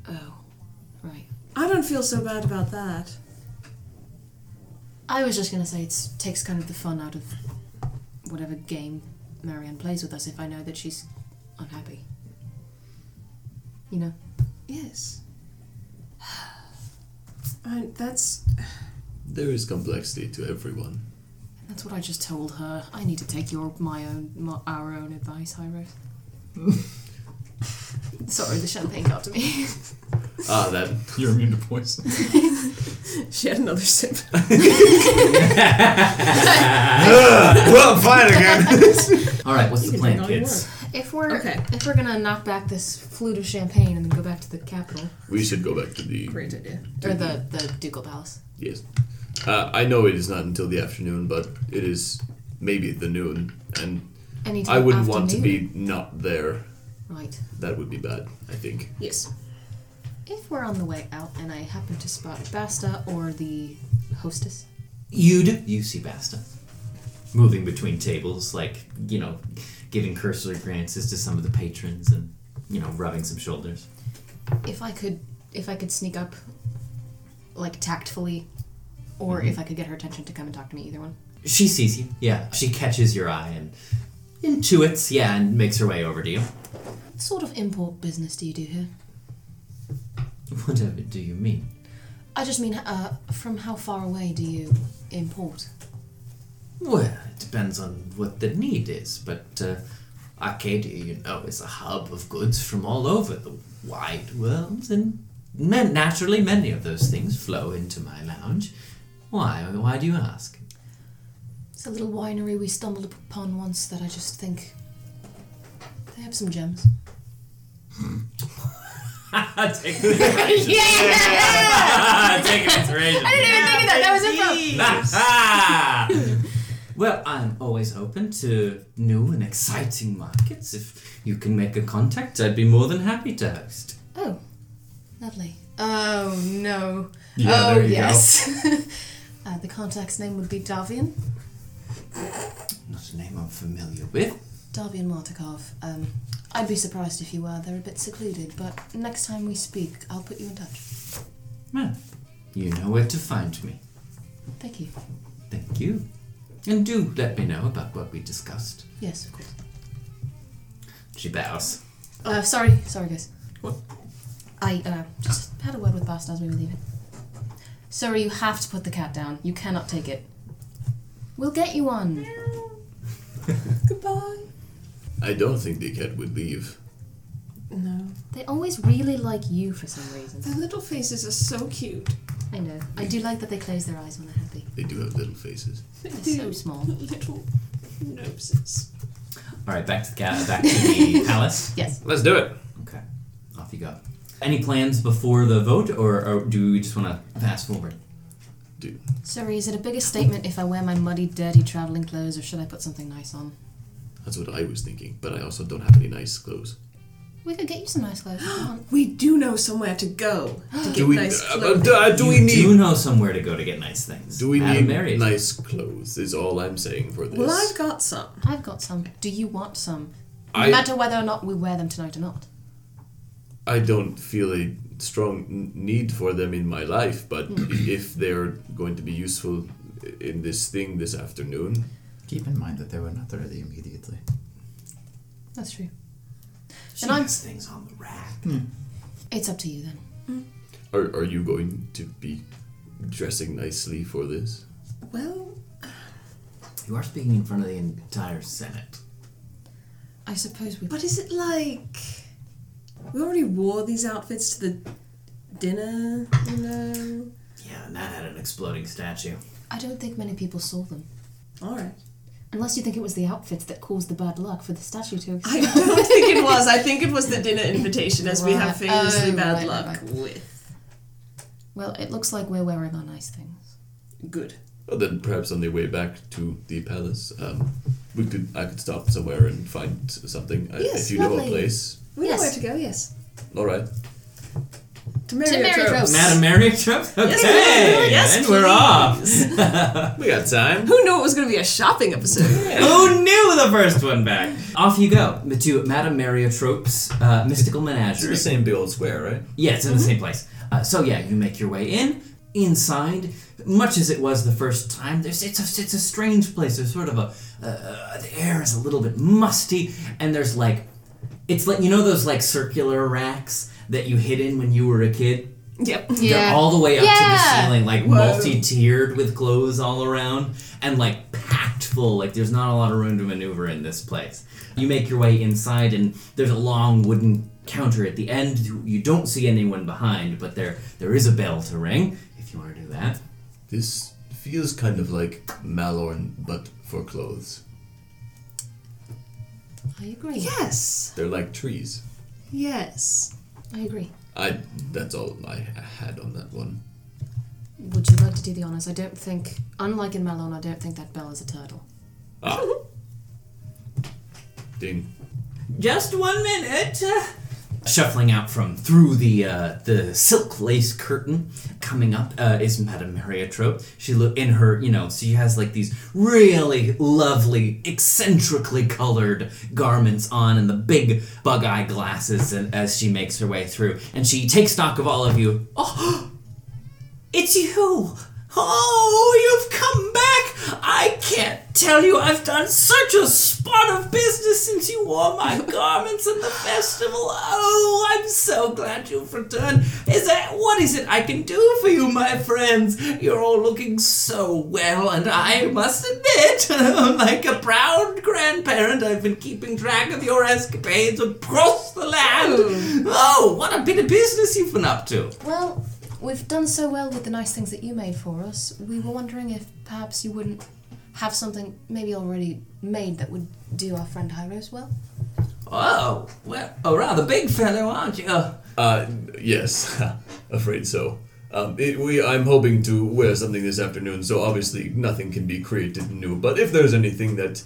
Speaker 19: Oh, right.
Speaker 13: I don't feel so bad about that.
Speaker 19: I was just gonna say it takes kind of the fun out of whatever game Marianne plays with us if I know that she's unhappy. You know.
Speaker 13: Yes. I, that's
Speaker 1: There is complexity to everyone.
Speaker 19: That's what I just told her. I need to take your my own my, our own advice, Hyro. Sorry, the champagne got to me.
Speaker 1: Ah, that.
Speaker 22: *laughs* You're immune to poison.
Speaker 13: she had another sip.
Speaker 1: Ah.
Speaker 18: *laughs* well, I'm fine again.
Speaker 2: All right, what's
Speaker 19: You
Speaker 2: the
Speaker 19: can
Speaker 2: plan,
Speaker 19: drink all you
Speaker 2: kids?
Speaker 19: if we're if we're gonna knock back this flute of champagne and then go back to the capital
Speaker 1: We should go back to the.
Speaker 13: Great idea.
Speaker 19: or the the ducal palace,
Speaker 1: Yes. Uh, I know it is not until the afternoon, but it is maybe the noon, and
Speaker 19: Any
Speaker 1: I
Speaker 19: time
Speaker 1: wouldn't
Speaker 19: after
Speaker 1: want to be not there.
Speaker 19: right?
Speaker 1: That would be bad, I think.
Speaker 13: Yes.
Speaker 19: If we're on the way out and I happen to spot Basta or the hostess,
Speaker 2: You do. You see Basta moving between tables, like you know, giving cursory glances to some of the patrons, and you know, rubbing some shoulders.
Speaker 19: if I could, if I could sneak up, like tactfully, or if I could get her attention to come and talk to me, either one.
Speaker 2: She sees you. Yeah, she catches your eye and intuits. Yeah, and makes her way over to you.
Speaker 19: What sort of import business do you do here?
Speaker 2: Whatever do you mean?
Speaker 19: I just mean, uh, from how far away do you import?
Speaker 2: Well, it depends on what the need is, but uh, Arcadia, you know, is a hub of goods from all over the wide world, and men, naturally, many of those things flow into my lounge. Why? Why do you ask? *laughs*
Speaker 19: It's a little winery we stumbled upon once that I just think they have some
Speaker 2: *laughs*
Speaker 19: gems.
Speaker 2: Take it inspiration.
Speaker 19: Yeah!
Speaker 2: *laughs* Take it inspiration.
Speaker 19: I didn't even think of that. That was it.
Speaker 2: *laughs* well, I'm always open to new and exciting markets. If you can make a contact, I'd be more than happy to host.
Speaker 19: Oh, lovely. Oh no.
Speaker 2: Yeah,
Speaker 19: oh
Speaker 2: there you go.
Speaker 19: yes. *laughs* uh, the contact's name would be Davian.
Speaker 2: Not a name I'm familiar with.
Speaker 19: Davian Martikov. Um, I'd be surprised if you were. They're a bit secluded, but next time we speak, I'll put you in touch.
Speaker 2: Man, you know where to find me.
Speaker 19: Thank you.
Speaker 2: Thank you. And do let me know about what we discussed.
Speaker 19: Yes, of course.
Speaker 2: She bows.
Speaker 19: Uh, sorry, sorry, guys. What? I uh, just had a word with Basta as we were leaving. Sorry, you have to put the cat down. You cannot take it. We'll get you one.
Speaker 13: Goodbye.
Speaker 1: I don't think the cat would leave.
Speaker 13: No.
Speaker 19: They always really like you for some reason.
Speaker 13: Their little faces are so cute.
Speaker 19: I know. I do like that they close their eyes when they're happy.
Speaker 1: They do have little faces.
Speaker 13: They
Speaker 19: They're
Speaker 13: do.
Speaker 19: so small.
Speaker 13: Little noses.
Speaker 2: All right, back to the ca- back to *laughs* the palace.
Speaker 19: Yes.
Speaker 18: Let's do it.
Speaker 2: Okay, off you go. Any plans before the vote, or, or do we just want to fast forward?
Speaker 1: Dude,
Speaker 19: Sorry, is it a bigger statement if I wear my muddy, dirty travelling clothes or should I put something nice on?
Speaker 1: That's what I was thinking, but I also don't have any nice clothes.
Speaker 19: We could get you some nice clothes. Come on.
Speaker 13: We do know somewhere to go
Speaker 1: *gasps*
Speaker 13: to get
Speaker 1: Do we-
Speaker 13: nice
Speaker 1: uh,
Speaker 13: clothes.
Speaker 1: uh, do we need?
Speaker 2: do know somewhere to go to get nice things.
Speaker 1: Do we need
Speaker 2: Madame Mary.
Speaker 1: nice clothes? Is all I'm saying for this.
Speaker 19: Well,
Speaker 13: I've got some.
Speaker 19: I've got some. Do you want some? No
Speaker 1: I-
Speaker 19: matter whether or not we wear them tonight or not.
Speaker 1: I don't feel a strong n- need for them in my life, but if they're going to be useful in this thing this afternoon,
Speaker 25: Keep in mind that they were not ready immediately.
Speaker 19: That's true.
Speaker 23: She
Speaker 19: I'm-
Speaker 23: has things on the rack.
Speaker 19: It's up to you then.
Speaker 1: are, are you going to be dressing nicely for this?
Speaker 13: Well,
Speaker 2: You are speaking in front of the entire Senate.
Speaker 19: I suppose we.
Speaker 13: But is it like we already wore these outfits to the dinner? You know.
Speaker 2: Yeah, and that had an exploding statue.
Speaker 19: I don't think many people saw them.
Speaker 13: All right.
Speaker 19: Unless you think it was the outfits that caused the bad luck for the statue to exist.
Speaker 13: I don't think it was. I think it was the dinner invitation, as we have
Speaker 19: Right.
Speaker 13: famously
Speaker 19: Oh,
Speaker 13: bad
Speaker 19: right,
Speaker 13: luck
Speaker 19: right, right.
Speaker 13: with.
Speaker 19: Well, it looks like we're wearing our nice things.
Speaker 13: Good.
Speaker 1: Well, then perhaps on their way back to the palace, um, we could I could stop somewhere and find s- something I-
Speaker 13: Yes,
Speaker 1: if you know a
Speaker 13: lovely.
Speaker 1: place.
Speaker 13: We
Speaker 19: Yes.
Speaker 13: know where to go. Yes.
Speaker 1: All right.
Speaker 13: To Mary
Speaker 19: Mariotrope's.
Speaker 2: Madame Mary trip? Okay,
Speaker 13: Yes,
Speaker 2: and we're off.
Speaker 18: We got time.
Speaker 13: Who knew it was going to be a shopping episode?
Speaker 2: *laughs* Who knew the first one back? Off you go to Madame Mariotrope's uh, mystical
Speaker 17: It's in
Speaker 2: menagerie.
Speaker 17: the same build square, right?
Speaker 2: Yeah, it's in the same place. Uh, so yeah, you make your way in. Inside, much as it was the first time, there's it's a, it's a strange place. There's sort of a uh, the air is a little bit musty, and there's like it's like you know those like circular racks that you hid in when you were a kid.
Speaker 13: yep.
Speaker 2: They're all the way up to the
Speaker 19: Yeah.
Speaker 2: ceiling, like
Speaker 13: Whoa.
Speaker 2: multi-tiered with clothes all around, and like packed full. Like there's not a lot of room to maneuver in this place. You make your way inside, and there's a long wooden counter at the end. You don't see anyone behind, but there there is a bell to ring if you want to do that.
Speaker 1: This feels kind of like Malorn, but for clothes.
Speaker 19: I agree.
Speaker 13: Yes.
Speaker 1: They're like trees.
Speaker 13: Yes.
Speaker 19: I agree.
Speaker 1: I that's all I had on that one.
Speaker 19: Would you like to do the honours? I don't think, unlike in Malone, I don't think that bell is a turtle.
Speaker 1: Ah. Ding.
Speaker 2: Just one minute. Shuffling out from through the uh, the silk lace curtain, coming up uh, is Madame Mariotrope. She look in her, you know, she has like these really lovely, eccentrically colored garments on, and the big bug eye glasses. And as she makes her way through, and she takes stock of all of you. Oh, it's you! Oh, you've come back! I can't tell you, I've done such a spot of business since you wore my garments at the festival. Oh, I'm so glad you've returned. Is that what is it I can do for you, my friends? You're all looking so well, and I must admit, *laughs* like a proud grandparent, I've been keeping track of your escapades across the land. Oh, what a bit of business you've been up to!
Speaker 19: Well, we've done so well with the nice things that you made for us. We were wondering if perhaps you wouldn't have something maybe already made that would do our friend Hyros well.
Speaker 2: Oh, well, a rather big fellow, aren't you? Uh,
Speaker 1: Uh, yes, *laughs* afraid so. Um, it, we, I'm hoping to wear something this afternoon, so obviously nothing can be created new. But if there's anything that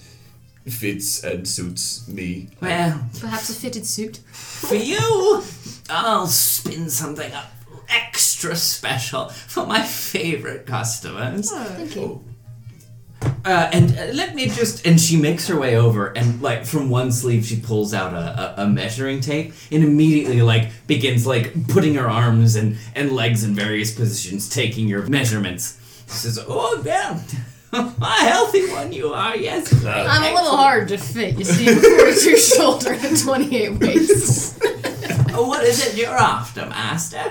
Speaker 1: fits and suits me,
Speaker 2: well,
Speaker 19: Perhaps a fitted suit.
Speaker 2: for you, I'll spin something up extra special for my favorite customers.
Speaker 19: Thank you.
Speaker 2: Uh, and uh, let me just. And she makes her way over, and like from one sleeve, she pulls out a, a, a measuring tape, and immediately like begins like putting her arms and and legs in various positions, taking your measurements. She says, "Oh, well, *laughs* a healthy one you are, yes."
Speaker 19: I'm a little hard to fit, you see, 42 shoulder and 28 waist.
Speaker 2: *laughs* What is it you're after, master?
Speaker 1: uh,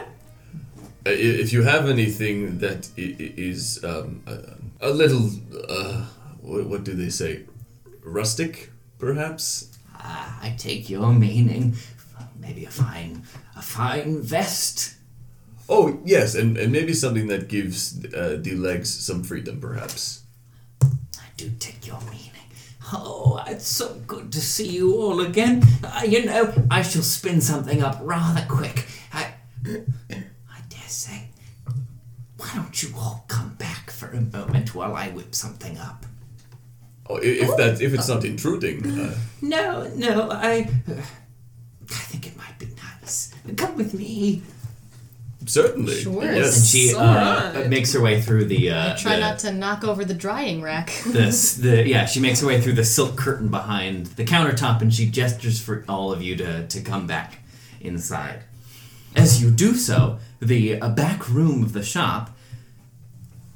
Speaker 1: I- If you have anything that i- i- is um, a, a little, uh, what, what do they say, rustic, perhaps?
Speaker 2: Ah, I take your meaning. Maybe a fine, a fine vest.
Speaker 1: Oh yes, and, and maybe something that gives uh, the legs some freedom, perhaps.
Speaker 2: do take your meaning. Oh, it's so good to see you all again. Uh, you know, I shall spin something up rather quick. I, I dare say. Why don't you all come back for a moment while I whip something up?
Speaker 1: Oh, i- if that if it's not intruding. Uh,
Speaker 2: No, no, I. I think it might be nice. Come with me.
Speaker 1: Certainly.
Speaker 19: Sure.
Speaker 1: Yes.
Speaker 2: And she uh,
Speaker 19: Alright.
Speaker 2: makes her way through the. Uh,
Speaker 19: I try
Speaker 2: the-
Speaker 19: not to knock over the drying rack.
Speaker 2: this the yeah she makes her way through the silk curtain behind the countertop and she gestures for all of you to, to come back inside as you do so the uh, back room of the shop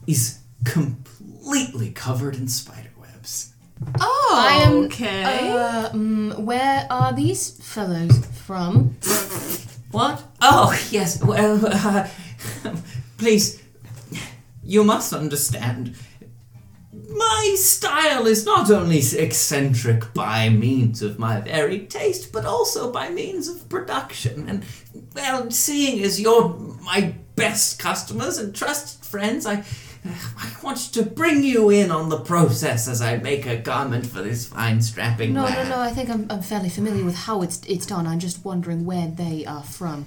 Speaker 2: is completely covered in spider webs
Speaker 19: Oh, I am,
Speaker 13: okay.
Speaker 19: Uh, mm, where are these fellows from?
Speaker 2: what oh *laughs* yes well *laughs* uh, please you must understand my style is not only eccentric by means of my varied taste, but also by means of production. And, well, seeing as you're my best customers and trusted friends, I, I want to bring you in on the process as I make a garment for this fine strapping
Speaker 19: No, no,
Speaker 2: lad.
Speaker 19: no. I think I'm, I'm fairly familiar with how it's it's done. I'm just wondering where they are from.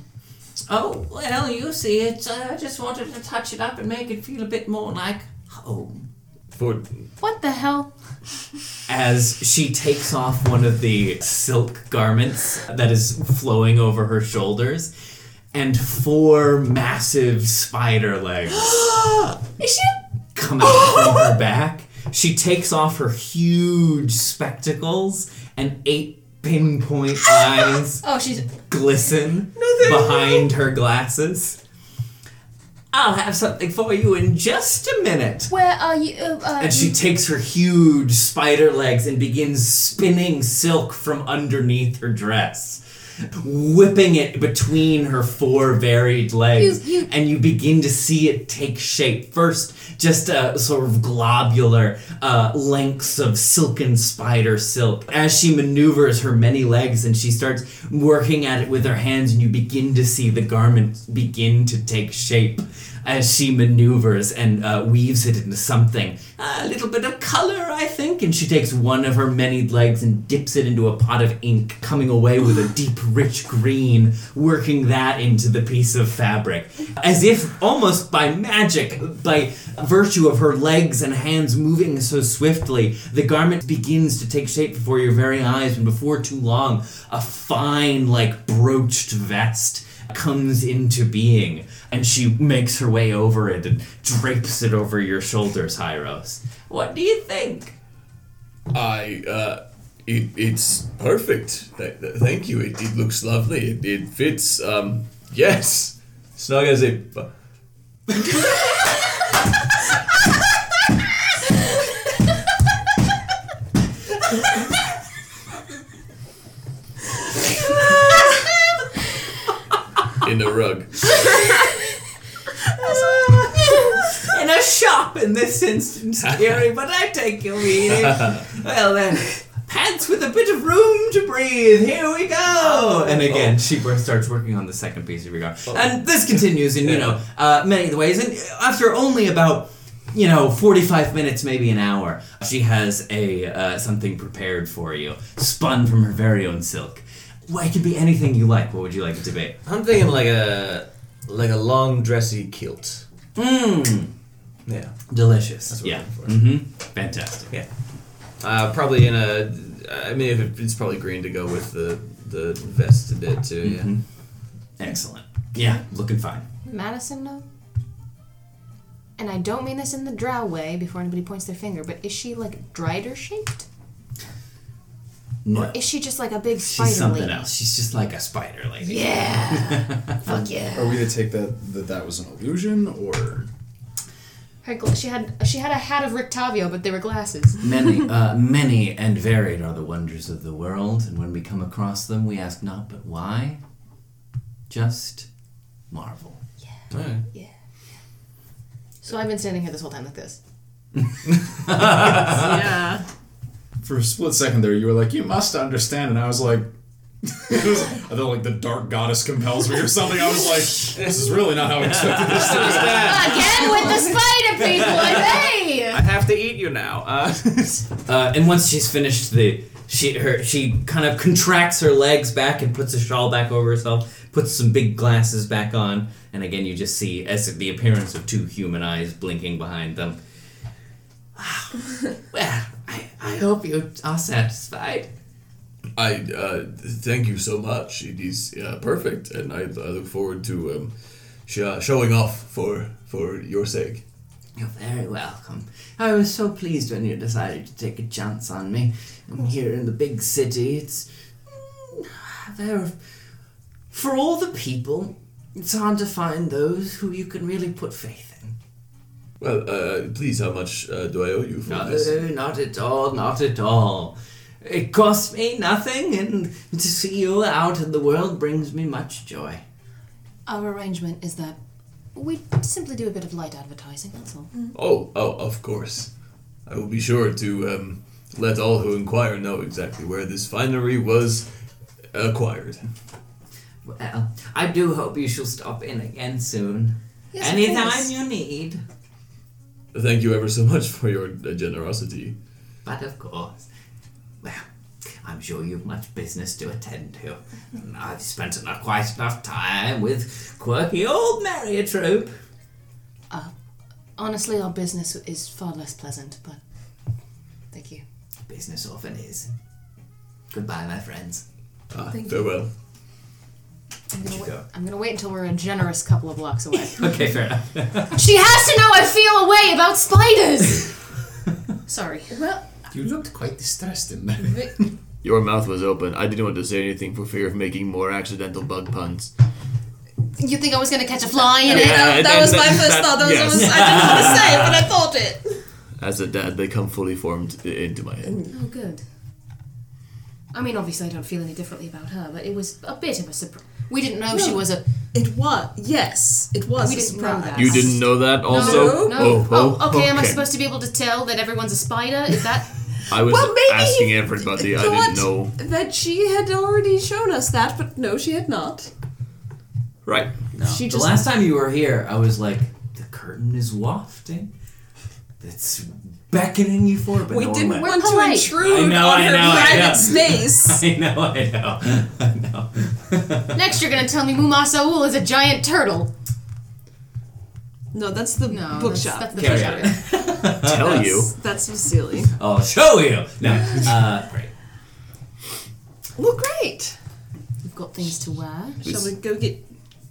Speaker 2: Oh, well, you see, it's, uh, I just wanted to touch it up and make it feel a bit more like home.
Speaker 1: For
Speaker 19: What the hell?
Speaker 2: as she takes off one of the silk garments that is flowing over her shoulders and four massive spider *gasps* legs
Speaker 3: Is she?
Speaker 2: come *laughs* out from her back she takes off her huge spectacles and eight pinpoint *laughs* eyes
Speaker 19: Oh, she's.
Speaker 2: glisten behind her glasses i'll have something for you in just a minute
Speaker 19: Where are you? Uh, uh,
Speaker 2: and she takes her huge spider legs and begins spinning silk from underneath her dress, whipping it between her four varied legs.
Speaker 19: You- you-
Speaker 2: And you begin to see it take shape. First, just a sort of globular uh, lengths of silken spider silk. As she maneuvers her many legs and she starts working at it with her hands, and you begin to see the garment begin to take shape as she maneuvers and uh, weaves it into something. A little bit of color, I think. And she takes one of her many legs and dips it into a pot of ink, coming away with a deep, rich green, working that into the piece of fabric. As if almost by magic, by virtue of her legs and hands moving so swiftly, the garment begins to take shape before your very eyes, and before too long, a fine, like broached vest comes into being and she makes her way over it and drapes it over your shoulders, Hyros. What do you think?
Speaker 1: I uh, it, it's perfect. Th- th- thank you. It, it looks lovely. It, it fits. Um, yes, snug as a. bu- In a rug.
Speaker 2: in a shop in this *laughs* instance, Gary, but I take your *laughs* meaning. well then, pants with a bit of room to breathe. Here we go. Oh, and again, she starts working on the second piece of your garment. And this continues in, you know, uh, many of the ways. And after only about, you know, 45 minutes, maybe an hour, she has a uh, something prepared for you, spun from her very own silk. Well, it could be anything you like. What would you like it to be?
Speaker 17: I'm thinking like a like a long dressy kilt.
Speaker 2: Mmm.
Speaker 17: Yeah.
Speaker 2: Delicious.
Speaker 17: That's what
Speaker 2: yeah.
Speaker 17: I'm looking for.
Speaker 2: Mm-hmm. Fantastic.
Speaker 17: Yeah. Uh, probably in a. I mean, if it- it's probably green to go with the the vest a bit too. Yeah.
Speaker 2: Mhm. Excellent. Yeah, looking fine.
Speaker 19: Madison, no. And I don't mean this in the drow way before anybody points their finger, but is she like drider shaped?
Speaker 2: No.
Speaker 19: Or is she just like a big
Speaker 2: She's
Speaker 19: spider
Speaker 2: something
Speaker 19: lady?
Speaker 2: else. She's just like a spider lady.
Speaker 19: Yeah. Fuck
Speaker 2: *laughs*
Speaker 19: yeah.
Speaker 22: Are we to take that that that was an illusion or
Speaker 19: Her gla- she had she had a hat of Rictavio, but they were glasses.
Speaker 2: many, uh, many and varied are the wonders of the world, and when we come across them, we ask not but why, just marvel. Yeah.
Speaker 18: Alright.
Speaker 19: So I've been standing here this whole time like this.
Speaker 25: yeah. For a split second there, you were like, "You must understand," and I was like, *laughs* it was- "I felt like the dark goddess compels me or something." I was like, "This is really not how I expected this to go."
Speaker 19: Again with the spider people, hey!
Speaker 18: I have to eat you now. Uh,
Speaker 2: Uh, and once she's finished the she her she kind of contracts her legs back and puts a shawl back over herself, puts some big glasses back on, and again you just see as the appearance of two human eyes blinking behind them. *sighs* well, I, I hope you are satisfied.
Speaker 1: *laughs* I uh, thank you so much. It is uh, perfect, and I, I look forward to um, sh- showing off for for your sake.
Speaker 26: You're very welcome. I was so pleased when you decided to take a chance on me. I'm here in the big city. It's mm, there for all the people. It's hard to find those who you can really put faith in.
Speaker 1: Well, uh, please, how much uh, do I owe you for
Speaker 26: No,
Speaker 1: this?
Speaker 26: not at all, not at all. It costs me nothing, and to see you out in the world brings me much joy.
Speaker 19: Our arrangement is that we simply do a bit of light advertising, that's all.
Speaker 1: Oh, oh, of course. I will be sure to um, let all who inquire know exactly where this finery was acquired.
Speaker 26: Well, I do hope you shall stop in again soon.
Speaker 2: Yes, of
Speaker 26: Anytime
Speaker 2: course.
Speaker 26: you need.
Speaker 1: Thank you ever so much for your uh, generosity.
Speaker 26: But of course, well, I'm sure you've much business to attend to. And I've spent not quite enough time with quirky old Mariotrope.
Speaker 19: Honestly, our business is far less pleasant, but thank you.
Speaker 26: Business often is. Goodbye, my friends.
Speaker 1: Ah,
Speaker 19: Thank you.
Speaker 1: farewell.
Speaker 19: I'm gonna,
Speaker 26: you
Speaker 19: wait,
Speaker 26: go.
Speaker 19: I'm gonna wait until we're a generous couple of blocks away. *laughs*
Speaker 2: Okay, fair enough.
Speaker 19: she has to know I feel a way about
Speaker 1: *laughs*
Speaker 19: spiders! Sorry. Well,
Speaker 25: You looked quite distressed in there.
Speaker 1: Your mouth was open. I didn't want to say anything for fear of making more accidental bug puns.
Speaker 19: you think I was gonna catch a fly in
Speaker 1: Yeah,
Speaker 19: it?
Speaker 1: That- that and- was and my that- first that- thought. That was- yes. I was- I didn't want to say it, but I *laughs*
Speaker 19: thought it.
Speaker 1: As a dad, they come fully formed i- into my head.
Speaker 19: Oh, good. I mean, obviously, I don't feel any differently about her, but it was a bit of a surprise. We didn't know she
Speaker 13: No.
Speaker 19: was a.
Speaker 13: It was yes, it was
Speaker 19: We
Speaker 13: a
Speaker 19: didn't know
Speaker 13: surprise.
Speaker 19: that.
Speaker 1: You didn't know that also?
Speaker 19: No.
Speaker 1: Oh, oh,
Speaker 19: okay, am I supposed to be able to tell that everyone's a spider? Is that.
Speaker 1: I was
Speaker 13: Well, maybe
Speaker 1: asking everybody. I didn't
Speaker 13: thought-
Speaker 1: know.
Speaker 13: That she had already shown us that, but no, she had not.
Speaker 1: Right.
Speaker 2: No.
Speaker 13: She
Speaker 2: the
Speaker 13: just-
Speaker 2: last time you were here, I was like, the curtain is wafting. It's beckoning you for it, but
Speaker 13: we
Speaker 2: no one
Speaker 13: didn't
Speaker 2: went.
Speaker 13: want to
Speaker 19: polite.
Speaker 13: intrude
Speaker 2: I know,
Speaker 13: on
Speaker 2: I
Speaker 13: her
Speaker 2: know, I
Speaker 13: private
Speaker 2: know.
Speaker 13: space.
Speaker 2: *laughs* I know, I know, I know.
Speaker 19: Next, you're gonna tell me Mumasa Ul is a giant turtle.
Speaker 13: No, that's the
Speaker 19: that's-
Speaker 13: bookshop.
Speaker 19: that's
Speaker 2: the Carry bookshop.
Speaker 1: Tell you.
Speaker 13: That's Vasily.
Speaker 2: I'll show you.
Speaker 13: *laughs*
Speaker 2: No. Uh, right.
Speaker 13: Well, great.
Speaker 19: We've got things to wear.
Speaker 13: Shall we go get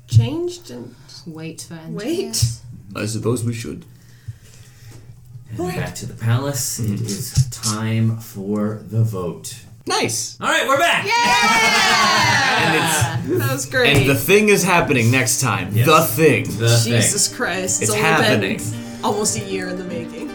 Speaker 13: changed and
Speaker 19: wait for
Speaker 13: wait?
Speaker 1: I suppose we should.
Speaker 2: And back to the palace. It is time for the vote.
Speaker 18: Nice.
Speaker 2: All right, we're back.
Speaker 18: And,
Speaker 13: That was
Speaker 18: it's,
Speaker 13: Ah, great.
Speaker 18: and the thing is happening next time. The thing.
Speaker 2: The
Speaker 13: Jesus Christ! It's,
Speaker 18: It's
Speaker 13: only
Speaker 18: happening.
Speaker 13: Been almost a year in the making.